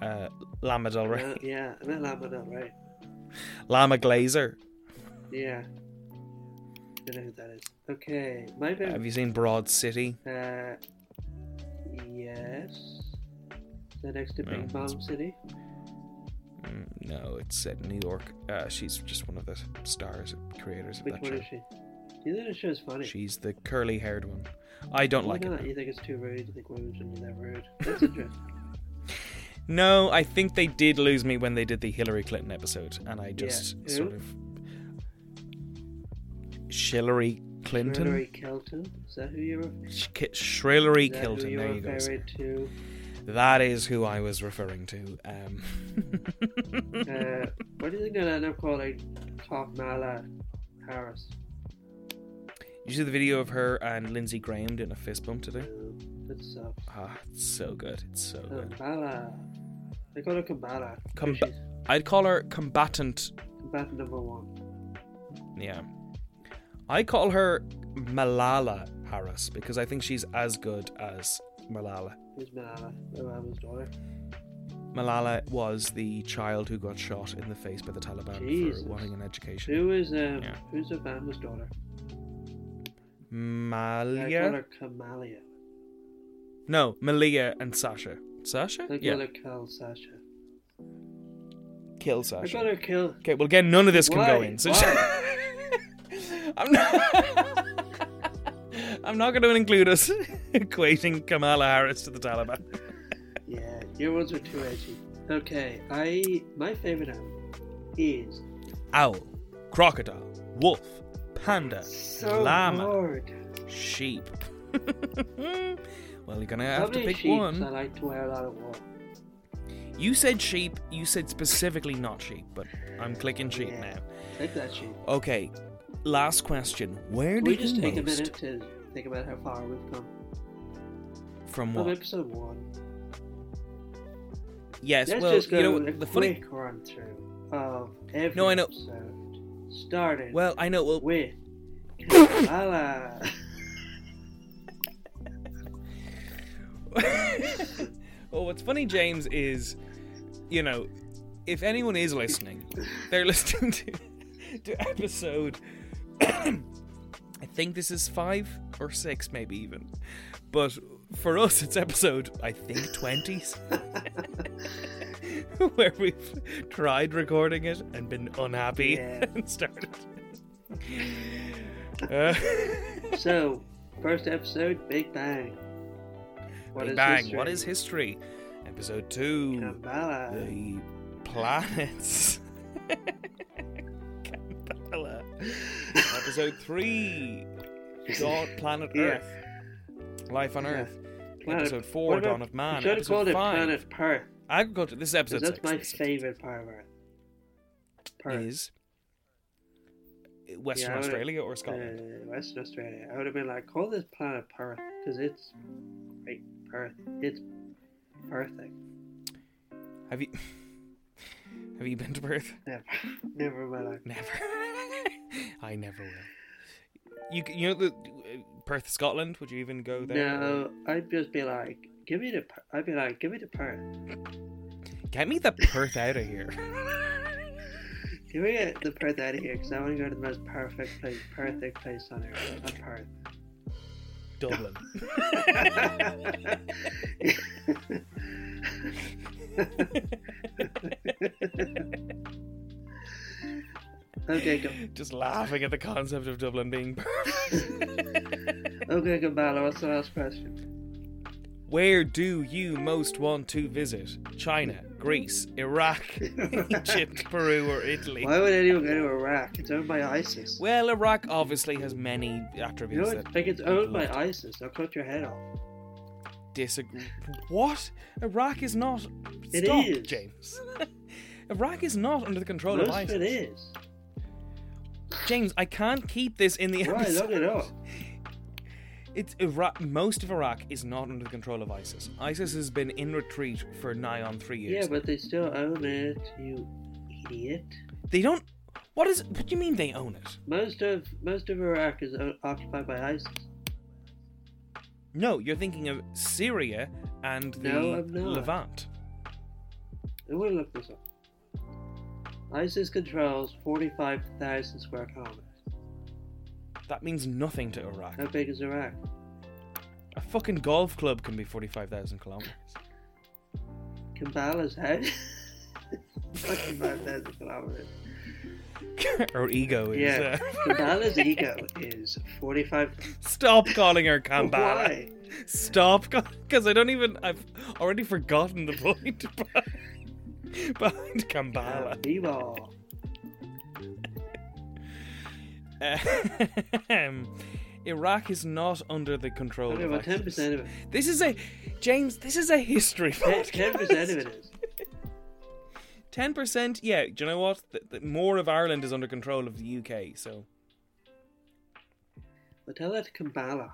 [SPEAKER 2] Uh, Lama Del Rey.
[SPEAKER 3] Uh, yeah, I met llama now, right?
[SPEAKER 2] Lama Glazer.
[SPEAKER 3] Yeah. I don't know who that is. Okay, my
[SPEAKER 2] Have
[SPEAKER 3] favorite.
[SPEAKER 2] you seen Broad City?
[SPEAKER 3] Uh, yes. Is that next to
[SPEAKER 2] No,
[SPEAKER 3] Big Bomb City?
[SPEAKER 2] Mm, no, it's set in New York. Uh, she's just one of the stars, creators of
[SPEAKER 3] Which
[SPEAKER 2] that
[SPEAKER 3] one
[SPEAKER 2] show.
[SPEAKER 3] is she? You think the show's funny?
[SPEAKER 2] She's the curly haired one. I don't
[SPEAKER 3] Why
[SPEAKER 2] like
[SPEAKER 3] not?
[SPEAKER 2] it.
[SPEAKER 3] You think it's too rude? You think women shouldn't be that rude? That's interesting.
[SPEAKER 2] No, I think they did lose me when they did the Hillary Clinton episode, and I just
[SPEAKER 3] Who?
[SPEAKER 2] sort of. Hillary Clinton?
[SPEAKER 3] Hillary Kelton? Is that who you were?
[SPEAKER 2] Sh- Ki- Shrillery
[SPEAKER 3] is that who
[SPEAKER 2] Kilton,
[SPEAKER 3] you
[SPEAKER 2] there
[SPEAKER 3] were
[SPEAKER 2] you go.
[SPEAKER 3] married to?
[SPEAKER 2] That is who I was referring to. Um,
[SPEAKER 3] Uh, what do you think they'll end up calling Top Mala Harris?
[SPEAKER 2] You see the video of her and Lindsey Graham doing a fist bump today?
[SPEAKER 3] Um, that sucks.
[SPEAKER 2] Ah, it's so good. It's so
[SPEAKER 3] Oh,
[SPEAKER 2] good.
[SPEAKER 3] Mala. They call her Kambala.
[SPEAKER 2] Kam-
[SPEAKER 3] She's
[SPEAKER 2] I'd call her combatant.
[SPEAKER 3] combatant number one.
[SPEAKER 2] Yeah. I call her Malala Harris because I think she's as good as Malala.
[SPEAKER 3] Who's Malala? Obama's daughter.
[SPEAKER 2] Malala was the child who got shot in the face by the Taliban
[SPEAKER 3] Jesus.
[SPEAKER 2] for wanting an education.
[SPEAKER 3] Who is um,
[SPEAKER 2] Yeah.
[SPEAKER 3] who's Obama's daughter? I call
[SPEAKER 2] Malia?
[SPEAKER 3] her Kamalia.
[SPEAKER 2] No, Malia and Sasha. Sasha?
[SPEAKER 3] I call
[SPEAKER 2] Yeah.
[SPEAKER 3] her Kel Sasha.
[SPEAKER 2] Kill
[SPEAKER 3] I
[SPEAKER 2] Sasha.
[SPEAKER 3] call her Kill.
[SPEAKER 2] Okay, well, again, none of this can go
[SPEAKER 3] Why?
[SPEAKER 2] in. So
[SPEAKER 3] Why?
[SPEAKER 2] I'm not. I'm not going to include us equating Kamala Harris to the Taliban.
[SPEAKER 3] Yeah, your ones are too edgy. Okay, I my favorite animal is
[SPEAKER 2] Owl, crocodile, wolf, panda,
[SPEAKER 3] so
[SPEAKER 2] Uh, llama,
[SPEAKER 3] hard.
[SPEAKER 2] sheep. well, you're going to have to
[SPEAKER 3] Probably
[SPEAKER 2] pick
[SPEAKER 3] sheep.
[SPEAKER 2] one.
[SPEAKER 3] I like to wear a lot of wool.
[SPEAKER 2] You said sheep. You said specifically not sheep, but I'm clicking sheep
[SPEAKER 3] Yeah.
[SPEAKER 2] now.
[SPEAKER 3] Take that sheep.
[SPEAKER 2] Okay, last question. Where
[SPEAKER 3] Can
[SPEAKER 2] did
[SPEAKER 3] we just
[SPEAKER 2] you
[SPEAKER 3] take a
[SPEAKER 2] most-
[SPEAKER 3] minute to think about how far we've come
[SPEAKER 2] from
[SPEAKER 3] from
[SPEAKER 2] what?
[SPEAKER 3] episode one?
[SPEAKER 2] Yes.
[SPEAKER 3] Let's
[SPEAKER 2] well,
[SPEAKER 3] just go
[SPEAKER 2] you know
[SPEAKER 3] a
[SPEAKER 2] what, the funny.
[SPEAKER 3] quick run through of every
[SPEAKER 2] No, I know.
[SPEAKER 3] episode. Starting
[SPEAKER 2] Well, I know. Well,
[SPEAKER 3] with Kamala.
[SPEAKER 2] well, what's funny, James, is, you know, if anyone is listening, they're listening to, to episode. I think this is five or six, maybe even. But for us, it's episode, I think, 20s, where we've tried recording it and been unhappy
[SPEAKER 3] Yeah.
[SPEAKER 2] and started. Uh,
[SPEAKER 3] so, first episode, Big Bang. What
[SPEAKER 2] Big
[SPEAKER 3] is
[SPEAKER 2] Bang,
[SPEAKER 3] history?
[SPEAKER 2] what is history? Episode 2
[SPEAKER 3] Kabbalah?
[SPEAKER 2] The planets. Campbella. Episode 3 Dawn, Planet
[SPEAKER 3] Yes.
[SPEAKER 2] Earth. Life on
[SPEAKER 3] Yeah.
[SPEAKER 2] Earth.
[SPEAKER 3] Planet-
[SPEAKER 2] Episode 4
[SPEAKER 3] what about-
[SPEAKER 2] Dawn of Man.
[SPEAKER 3] You should have
[SPEAKER 2] Episode
[SPEAKER 3] called it
[SPEAKER 2] 5
[SPEAKER 3] Planet Perth.
[SPEAKER 2] Agriculture. This is episode
[SPEAKER 3] 'cause that's
[SPEAKER 2] six.
[SPEAKER 3] my
[SPEAKER 2] This
[SPEAKER 3] favorite part of Earth. Perth.
[SPEAKER 2] is Western
[SPEAKER 3] Yeah, I would-
[SPEAKER 2] Australia or
[SPEAKER 3] uh,
[SPEAKER 2] Scotland.
[SPEAKER 3] Western Australia. I would have been like, call this planet Perth because it's right, Perth. It's perfect.
[SPEAKER 2] Have you Have you been to Perth?
[SPEAKER 3] Never, never in my life.
[SPEAKER 2] Never. I never will. You c- you know the uh, Perth, Scotland? Would you even go there?
[SPEAKER 3] No, I'd just be like, give me the. Per- I'd be like, give me the Perth.
[SPEAKER 2] Get me the Perth out of here.
[SPEAKER 3] Give me the Perth out of here because I want to go to the most perfect place, perfect place on earth, on Perth.
[SPEAKER 2] Dublin.
[SPEAKER 3] okay, go.
[SPEAKER 2] Just laughing at the concept of Dublin being Perth.
[SPEAKER 3] Okay, Gambala, what's the last question?
[SPEAKER 2] Where do you most want to visit? China, Greece, Iraq, Egypt, Peru, or Italy?
[SPEAKER 3] Why would anyone go to Iraq? It's owned by ISIS.
[SPEAKER 2] Well, Iraq obviously has many
[SPEAKER 3] You know,
[SPEAKER 2] attributes
[SPEAKER 3] it's
[SPEAKER 2] that
[SPEAKER 3] like it's owned by ISIS. They'll cut your head off.
[SPEAKER 2] disagree. What? Iraq is not.
[SPEAKER 3] It
[SPEAKER 2] Stop,
[SPEAKER 3] is.
[SPEAKER 2] James. Iraq is not under the control
[SPEAKER 3] Most
[SPEAKER 2] of
[SPEAKER 3] of it
[SPEAKER 2] ISIS.
[SPEAKER 3] is.
[SPEAKER 2] James, I can't keep this in the
[SPEAKER 3] Why?
[SPEAKER 2] episode.
[SPEAKER 3] Look it up.
[SPEAKER 2] It's Iraq. Most of Iraq is not under the control of ISIS. ISIS has been in retreat for nigh on three years.
[SPEAKER 3] Yeah, but they still own it, you idiot.
[SPEAKER 2] They don't. What is? What do you mean they own it?
[SPEAKER 3] Most of most of Iraq is o- occupied by ISIS.
[SPEAKER 2] No, you're thinking of Syria and the
[SPEAKER 3] No, I'm not.
[SPEAKER 2] Levant.
[SPEAKER 3] I want to look this up. ISIS controls 45,000 square kilometers.
[SPEAKER 2] That means nothing to Iraq.
[SPEAKER 3] How big is Iraq?
[SPEAKER 2] A fucking golf club can be forty-five thousand kilometers.
[SPEAKER 3] Kambala's head? 45,000 kilometers.
[SPEAKER 2] or ego is.
[SPEAKER 3] Yeah.
[SPEAKER 2] uh,
[SPEAKER 3] Kambala's ego is 45.
[SPEAKER 2] Stop calling her Kambala.
[SPEAKER 3] Why?
[SPEAKER 2] Stop, because I don't even. I've already forgotten the point behind- behind
[SPEAKER 3] Uh,
[SPEAKER 2] Kambala.
[SPEAKER 3] Kambala.
[SPEAKER 2] Um, Iraq is not under the control
[SPEAKER 3] Okay,
[SPEAKER 2] of
[SPEAKER 3] well, 10%
[SPEAKER 2] ISIS.
[SPEAKER 3] of it.
[SPEAKER 2] This is a James. This is a history.
[SPEAKER 3] 10% of it is.
[SPEAKER 2] Ten percent. Yeah. Do you know what? The, the, more of Ireland is under control of the UK. So
[SPEAKER 3] But tell that to Kambala.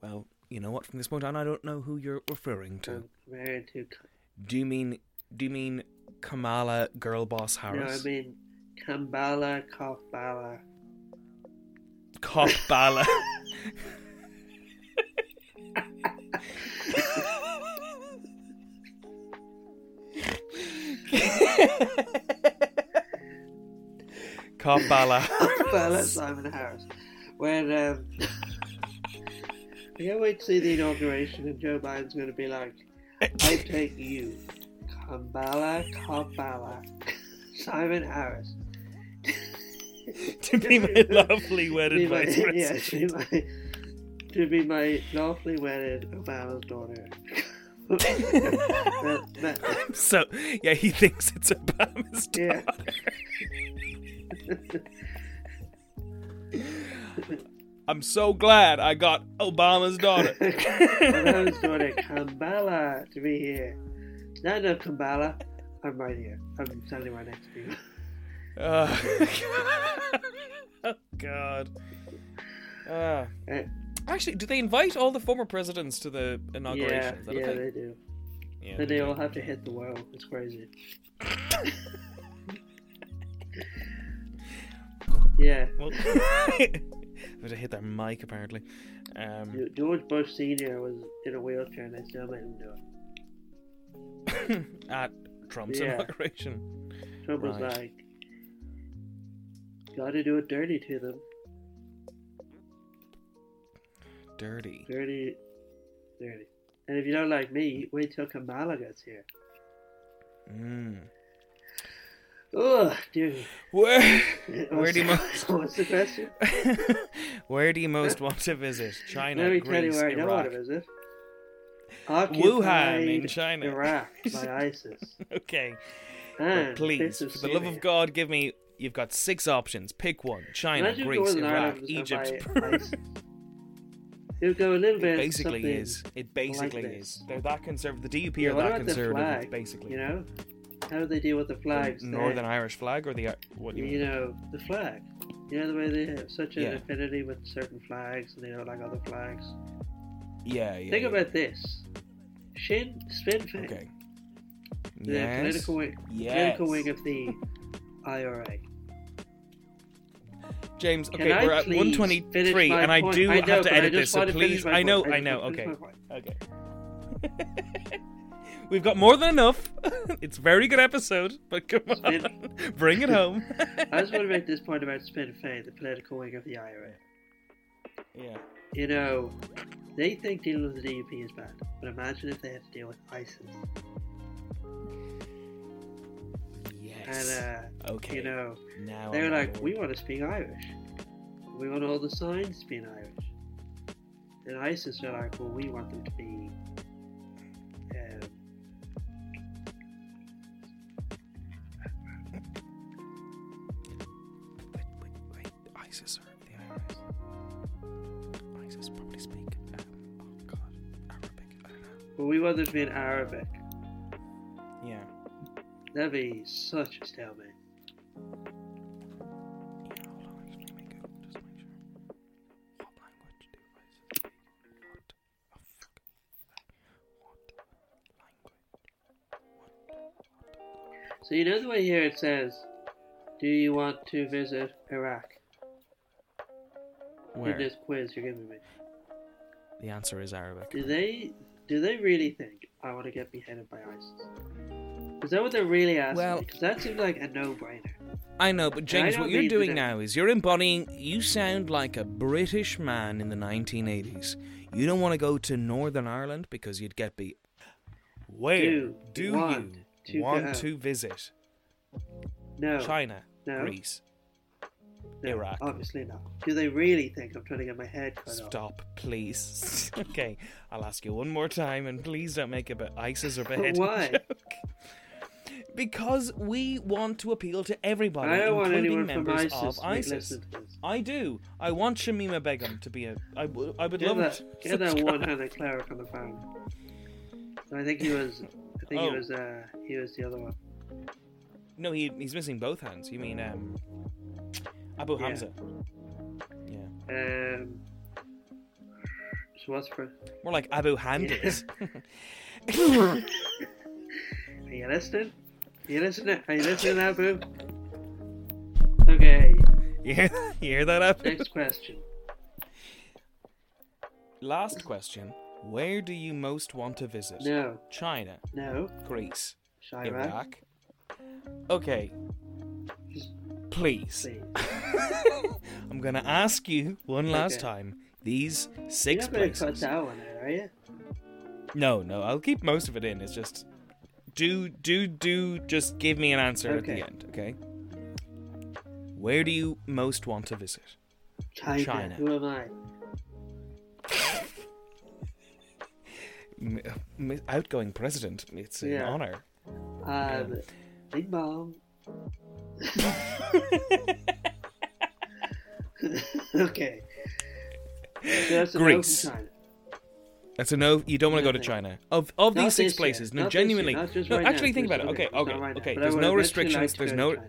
[SPEAKER 2] well, you know what? From this point on, I don't know who you're referring to.
[SPEAKER 3] I'm married to
[SPEAKER 2] Do you mean? Do you mean Kamala Girl Boss
[SPEAKER 3] No, I
[SPEAKER 2] Harris?
[SPEAKER 3] mean Kambala, Kofbala.
[SPEAKER 2] Cockbala. Cockbala.
[SPEAKER 3] Kofbala, Simon Harris. When um, I can't wait to see the inauguration, and Joe Biden's going to be like, "I take you, Kambala, Kofbala, Simon Harris."
[SPEAKER 2] to be my lovely
[SPEAKER 3] To
[SPEAKER 2] wedded
[SPEAKER 3] be my,
[SPEAKER 2] vice
[SPEAKER 3] yeah,
[SPEAKER 2] president.
[SPEAKER 3] to be my, to be my lawfully wedded Obama's daughter. That- that-
[SPEAKER 2] So yeah, he thinks it's Obama's
[SPEAKER 3] yeah.
[SPEAKER 2] daughter. I'm so glad I got Obama's daughter.
[SPEAKER 3] Obama's daughter Kambala to be here. No, no, Kambala. I'm right here. I'm standing right next to you.
[SPEAKER 2] Uh, oh God. Uh,
[SPEAKER 3] Uh,
[SPEAKER 2] actually, do they invite all the former presidents to the
[SPEAKER 3] yeah,
[SPEAKER 2] inauguration? Is that a
[SPEAKER 3] yeah,
[SPEAKER 2] thing?
[SPEAKER 3] they do.
[SPEAKER 2] Yeah,
[SPEAKER 3] Then
[SPEAKER 2] they
[SPEAKER 3] they
[SPEAKER 2] do.
[SPEAKER 3] all have to hit the wall. It's crazy. yeah.
[SPEAKER 2] Well, I'm gonna hit their mic apparently. Um,
[SPEAKER 3] Ge- George Bush Senior was in a wheelchair, and they still let him do it.
[SPEAKER 2] at Trump's
[SPEAKER 3] Yeah.
[SPEAKER 2] inauguration.
[SPEAKER 3] Trump was
[SPEAKER 2] Right.
[SPEAKER 3] like, "Got to do it dirty to them."
[SPEAKER 2] dirty.
[SPEAKER 3] Dirty, dirty. And if you don't like me, wait till Kamala gets here.
[SPEAKER 2] Mm.
[SPEAKER 3] Oh, dude.
[SPEAKER 2] Where, Where do you
[SPEAKER 3] What's- What's the question?
[SPEAKER 2] where do you most want to visit? China,
[SPEAKER 3] Let me
[SPEAKER 2] Greece,
[SPEAKER 3] tell you where I don't
[SPEAKER 2] Iraq.
[SPEAKER 3] want to visit.
[SPEAKER 2] Wuhan in
[SPEAKER 3] eh? Occupied
[SPEAKER 2] China.
[SPEAKER 3] Iraq by ISIS.
[SPEAKER 2] Okay,
[SPEAKER 3] And
[SPEAKER 2] but please,
[SPEAKER 3] bits
[SPEAKER 2] for
[SPEAKER 3] Hmm, of
[SPEAKER 2] the love of
[SPEAKER 3] Syria.
[SPEAKER 2] God, give me. You've got six options. Pick one: China,
[SPEAKER 3] Imagine
[SPEAKER 2] Greece,
[SPEAKER 3] Northern
[SPEAKER 2] Iraq,
[SPEAKER 3] Ireland was
[SPEAKER 2] Egypt.
[SPEAKER 3] owned by ISIS. It'll go a little bit.
[SPEAKER 2] It basically
[SPEAKER 3] something,
[SPEAKER 2] is. It basically
[SPEAKER 3] this.
[SPEAKER 2] is. They're that conservative. The DUP
[SPEAKER 3] Yeah,
[SPEAKER 2] are
[SPEAKER 3] what
[SPEAKER 2] that
[SPEAKER 3] about the
[SPEAKER 2] conservative.
[SPEAKER 3] flag,
[SPEAKER 2] it's basically,
[SPEAKER 3] You know, how do they deal with the flags?
[SPEAKER 2] the
[SPEAKER 3] there?
[SPEAKER 2] Northern Irish flag or the Ir- what? do you
[SPEAKER 3] you
[SPEAKER 2] mean?
[SPEAKER 3] know, the flag. You know the way they have such an
[SPEAKER 2] Yeah.
[SPEAKER 3] affinity with certain flags and they don't like other flags.
[SPEAKER 2] Yeah, yeah.
[SPEAKER 3] Think
[SPEAKER 2] yeah.
[SPEAKER 3] about this. Shin Spin Fin,
[SPEAKER 2] Okay.
[SPEAKER 3] the
[SPEAKER 2] Yes.
[SPEAKER 3] political wing,
[SPEAKER 2] Yes.
[SPEAKER 3] political wing of the IRA.
[SPEAKER 2] James,
[SPEAKER 3] Can
[SPEAKER 2] okay,
[SPEAKER 3] I
[SPEAKER 2] we're at
[SPEAKER 3] please
[SPEAKER 2] 123,
[SPEAKER 3] finish my
[SPEAKER 2] and I
[SPEAKER 3] point?
[SPEAKER 2] do
[SPEAKER 3] I know,
[SPEAKER 2] have
[SPEAKER 3] but
[SPEAKER 2] to
[SPEAKER 3] I
[SPEAKER 2] edit
[SPEAKER 3] just
[SPEAKER 2] this, so
[SPEAKER 3] want to finish
[SPEAKER 2] please.
[SPEAKER 3] my
[SPEAKER 2] I know,
[SPEAKER 3] point.
[SPEAKER 2] I
[SPEAKER 3] just
[SPEAKER 2] know.
[SPEAKER 3] want to
[SPEAKER 2] Okay,
[SPEAKER 3] finish my point.
[SPEAKER 2] okay. We've got more than enough. it's a very good episode, but come on,
[SPEAKER 3] Spin-
[SPEAKER 2] bring it home.
[SPEAKER 3] I just want to make this point about Spin Fin, the political wing of the IRA.
[SPEAKER 2] yeah.
[SPEAKER 3] You know, they think dealing with the DUP is bad, but imagine if they had to deal with ISIS.
[SPEAKER 2] Yes.
[SPEAKER 3] And, uh,
[SPEAKER 2] okay. Oh,
[SPEAKER 3] you know,
[SPEAKER 2] now
[SPEAKER 3] They're
[SPEAKER 2] I'm
[SPEAKER 3] like,
[SPEAKER 2] on
[SPEAKER 3] we
[SPEAKER 2] board.
[SPEAKER 3] want to speak Irish. We want all the signs to be in Irish. And ISIS are like, well, we want them to be. Um,
[SPEAKER 2] Wait, wait, wait. ISIS or the IRS? ISIS probably speak. Um, oh God, Arabic. I don't know.
[SPEAKER 3] well, we want them to be in Arabic.
[SPEAKER 2] Yeah.
[SPEAKER 3] That'd be such a stalemate.
[SPEAKER 2] Yeah, hold on, I'm just gonna make a- just make sure. What language do ISIS speak? What the fuck? What language?
[SPEAKER 3] So, you know the way here it says, do you want to visit Iraq? In
[SPEAKER 2] Where?
[SPEAKER 3] this quiz you're giving me.
[SPEAKER 2] The answer is Arabic.
[SPEAKER 3] Do they do they really think I want to get beheaded by ISIS? Is that what they're really asking?
[SPEAKER 2] Well-
[SPEAKER 3] Because that seems like a no-brainer.
[SPEAKER 2] I know, but James,
[SPEAKER 3] don't
[SPEAKER 2] what you're
[SPEAKER 3] mean to
[SPEAKER 2] doing
[SPEAKER 3] do-
[SPEAKER 2] now is you're embodying. You sound like a British man in the 1980s. You don't want to go to Northern Ireland because you'd get beat. Where do,
[SPEAKER 3] Do
[SPEAKER 2] you
[SPEAKER 3] want to
[SPEAKER 2] want
[SPEAKER 3] go?
[SPEAKER 2] to visit?
[SPEAKER 3] No.
[SPEAKER 2] China,
[SPEAKER 3] No.
[SPEAKER 2] Greece.
[SPEAKER 3] No,
[SPEAKER 2] Iraq.
[SPEAKER 3] Obviously not. Do they really think I'm trying to get my head cut off?
[SPEAKER 2] Stop, please. okay, I'll ask you one more time, and please don't make it about ISIS or
[SPEAKER 3] But
[SPEAKER 2] beheading
[SPEAKER 3] why?
[SPEAKER 2] joke. Because we want to appeal to everybody,
[SPEAKER 3] I don't want
[SPEAKER 2] including
[SPEAKER 3] anyone from
[SPEAKER 2] members
[SPEAKER 3] ISIS
[SPEAKER 2] of
[SPEAKER 3] to make-
[SPEAKER 2] ISIS.
[SPEAKER 3] listen to this.
[SPEAKER 2] I do. I want Shamima Begum to be a. I would. I would
[SPEAKER 3] Get
[SPEAKER 2] love
[SPEAKER 3] that,
[SPEAKER 2] it.
[SPEAKER 3] get that one Hannah cleric on the phone. I think he was. I think
[SPEAKER 2] Oh.
[SPEAKER 3] he was. Uh, he was the other one.
[SPEAKER 2] No, he, he's missing both hands. You mean um, Abu
[SPEAKER 3] Yeah.
[SPEAKER 2] Hamza? Yeah.
[SPEAKER 3] Um, so what's for?
[SPEAKER 2] More like Abu Hamdis.
[SPEAKER 3] Are you listening? Are you listening? Are you listening, Abu? Okay.
[SPEAKER 2] you, hear, you hear that, Abu?
[SPEAKER 3] Next question.
[SPEAKER 2] Last question. Where do you most want to visit?
[SPEAKER 3] No.
[SPEAKER 2] China,
[SPEAKER 3] No.
[SPEAKER 2] Greece,
[SPEAKER 3] Shira.
[SPEAKER 2] Iraq. Okay. Please.
[SPEAKER 3] Please.
[SPEAKER 2] I'm going to ask you one last
[SPEAKER 3] Okay.
[SPEAKER 2] time. These
[SPEAKER 3] You're
[SPEAKER 2] 6
[SPEAKER 3] not going to cut
[SPEAKER 2] places.
[SPEAKER 3] that one out, are you?
[SPEAKER 2] No, no, I'll keep most of it in. It's just do do do just give me an answer at
[SPEAKER 3] Okay.
[SPEAKER 2] the end, okay? Where do you most want to visit?
[SPEAKER 3] China.
[SPEAKER 2] China.
[SPEAKER 3] Who am I?
[SPEAKER 2] M- m- outgoing president. It's an
[SPEAKER 3] Yeah.
[SPEAKER 2] honor.
[SPEAKER 3] Um, Big Mom. okay. So that's a no from
[SPEAKER 2] Greece.
[SPEAKER 3] China.
[SPEAKER 2] That's a no. You don't want to go to
[SPEAKER 3] Nothing.
[SPEAKER 2] China. Of of
[SPEAKER 3] Not
[SPEAKER 2] these six
[SPEAKER 3] this year.
[SPEAKER 2] places, no,
[SPEAKER 3] Not this year.
[SPEAKER 2] genuinely.
[SPEAKER 3] Not just
[SPEAKER 2] no,
[SPEAKER 3] right now.
[SPEAKER 2] actually, think
[SPEAKER 3] There's
[SPEAKER 2] about it.
[SPEAKER 3] no-
[SPEAKER 2] Okay,
[SPEAKER 3] not
[SPEAKER 2] okay,
[SPEAKER 3] right now.
[SPEAKER 2] okay.
[SPEAKER 3] But I
[SPEAKER 2] There's
[SPEAKER 3] would
[SPEAKER 2] no
[SPEAKER 3] eventually
[SPEAKER 2] restrictions.
[SPEAKER 3] like to
[SPEAKER 2] There's
[SPEAKER 3] go
[SPEAKER 2] no.
[SPEAKER 3] to China.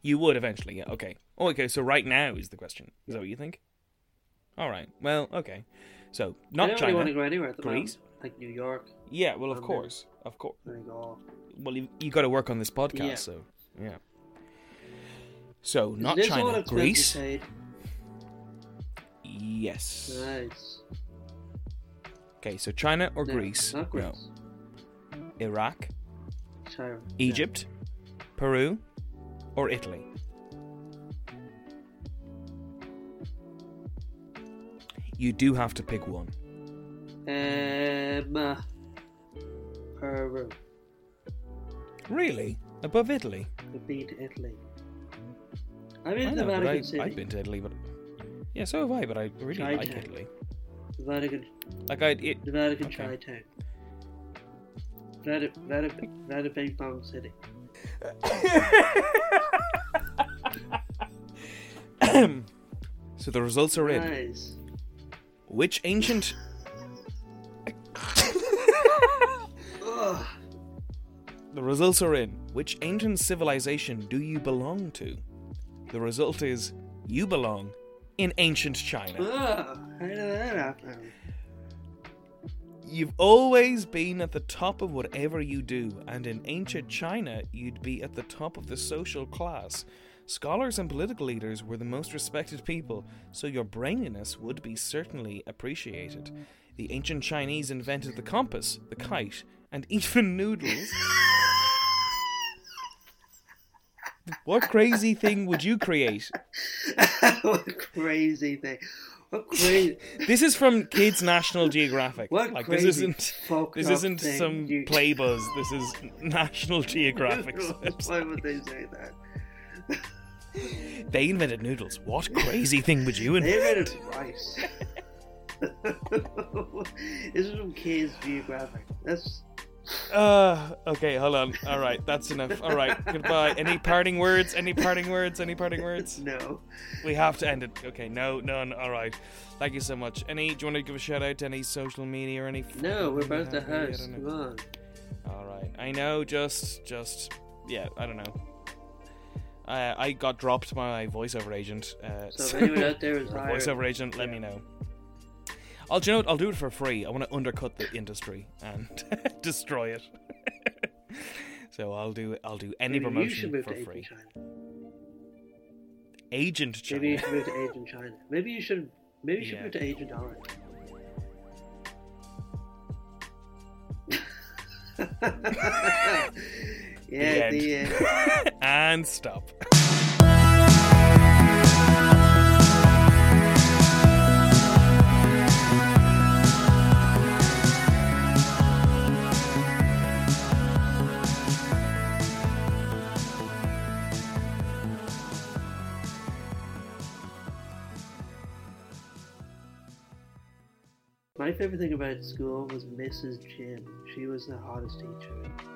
[SPEAKER 2] You would eventually, yeah. Okay. Oh, okay. So right now is the question. Is that what you think? All right. Well, okay. So
[SPEAKER 3] I
[SPEAKER 2] not
[SPEAKER 3] don't really want
[SPEAKER 2] China.
[SPEAKER 3] to go anywhere at the
[SPEAKER 2] Greece.
[SPEAKER 3] moment. Like New York.
[SPEAKER 2] Yeah. Well, of
[SPEAKER 3] London.
[SPEAKER 2] course, of course.
[SPEAKER 3] Monaco.
[SPEAKER 2] Well, you, you got to work on this podcast,
[SPEAKER 3] Yeah.
[SPEAKER 2] so yeah. So not
[SPEAKER 3] This is all
[SPEAKER 2] China,
[SPEAKER 3] expensive
[SPEAKER 2] Greece.
[SPEAKER 3] paid.
[SPEAKER 2] Yes.
[SPEAKER 3] Nice.
[SPEAKER 2] Okay, so China or
[SPEAKER 3] Uh, No,
[SPEAKER 2] Greece?
[SPEAKER 3] Not Greece.
[SPEAKER 2] No. Iraq,
[SPEAKER 3] China.
[SPEAKER 2] Egypt, Peru, or Italy. You do have to pick one.
[SPEAKER 3] Um, Peru
[SPEAKER 2] Really? Above Italy?
[SPEAKER 3] would be to Italy. I've
[SPEAKER 2] Hmm.
[SPEAKER 3] been
[SPEAKER 2] I
[SPEAKER 3] to the
[SPEAKER 2] know, but
[SPEAKER 3] Vatican
[SPEAKER 2] I,
[SPEAKER 3] City.
[SPEAKER 2] I've been to Italy, but yeah, so have I. But I really like
[SPEAKER 3] Chi-town.
[SPEAKER 2] Italy.
[SPEAKER 3] The Vatican,
[SPEAKER 2] Like I, it,
[SPEAKER 3] the Vatican
[SPEAKER 2] Okay.
[SPEAKER 3] Chi-Town. Vatican, Vatican, Vatican Pong City.
[SPEAKER 2] so the results are in.
[SPEAKER 3] Nice.
[SPEAKER 2] Which ancient?
[SPEAKER 3] Ugh.
[SPEAKER 2] The results are in. Which ancient civilization do you belong to? The result is you belong in ancient China.
[SPEAKER 3] Ugh. How did that happen?
[SPEAKER 2] You've always been at the top of whatever you do, and in ancient China, you'd be at the top of the social class. Scholars and political leaders were the most respected people, so your braininess would be certainly appreciated. The ancient Chinese invented the compass, the kite, and even noodles. what crazy thing would you create?
[SPEAKER 3] what a crazy thing. What crazy.
[SPEAKER 2] This is from Kids National Geographic.
[SPEAKER 3] What
[SPEAKER 2] like
[SPEAKER 3] crazy
[SPEAKER 2] this isn't
[SPEAKER 3] fucked
[SPEAKER 2] this
[SPEAKER 3] up
[SPEAKER 2] isn't
[SPEAKER 3] thing
[SPEAKER 2] some
[SPEAKER 3] you-
[SPEAKER 2] play buzz. This is National Geographic.
[SPEAKER 3] Why would they say that?
[SPEAKER 2] they invented noodles. What crazy thing would you
[SPEAKER 3] They
[SPEAKER 2] invent?
[SPEAKER 3] read it rice. this is from Kids Geographic. That's
[SPEAKER 2] Uh, okay, hold on. All right, that's enough. All right, goodbye. Any parting words? Any parting words? Any parting words?
[SPEAKER 3] no.
[SPEAKER 2] We have to end it. Okay, no, none. All right. Thank you so much. Any? Do you want to give a shout out to any social media or any?
[SPEAKER 3] No, we're
[SPEAKER 2] fucking
[SPEAKER 3] both the
[SPEAKER 2] thing? I
[SPEAKER 3] house.
[SPEAKER 2] don't know.
[SPEAKER 3] Come on.
[SPEAKER 2] All right. I know. Just, just, yeah. I don't know. Uh, I got dropped by my voiceover agent. Uh,
[SPEAKER 3] So if
[SPEAKER 2] so-
[SPEAKER 3] anyone out there is
[SPEAKER 2] or
[SPEAKER 3] hired,
[SPEAKER 2] voiceover agent, let me know. I'll, do you know what? I'll do it for free. I want to undercut the industry and destroy it. so I'll do I'll do any
[SPEAKER 3] maybe you
[SPEAKER 2] promotion
[SPEAKER 3] should move
[SPEAKER 2] for
[SPEAKER 3] to Agent
[SPEAKER 2] free. Agent
[SPEAKER 3] China. Maybe you
[SPEAKER 2] China.
[SPEAKER 3] should move to Agent China. Maybe you should. Maybe you should
[SPEAKER 2] Yeah.
[SPEAKER 3] move to Agent Orange. yeah,
[SPEAKER 2] The
[SPEAKER 3] the,
[SPEAKER 2] end.
[SPEAKER 3] uh,
[SPEAKER 2] and stop.
[SPEAKER 3] my favorite thing about school was Mrs. Jim. She was the hottest teacher.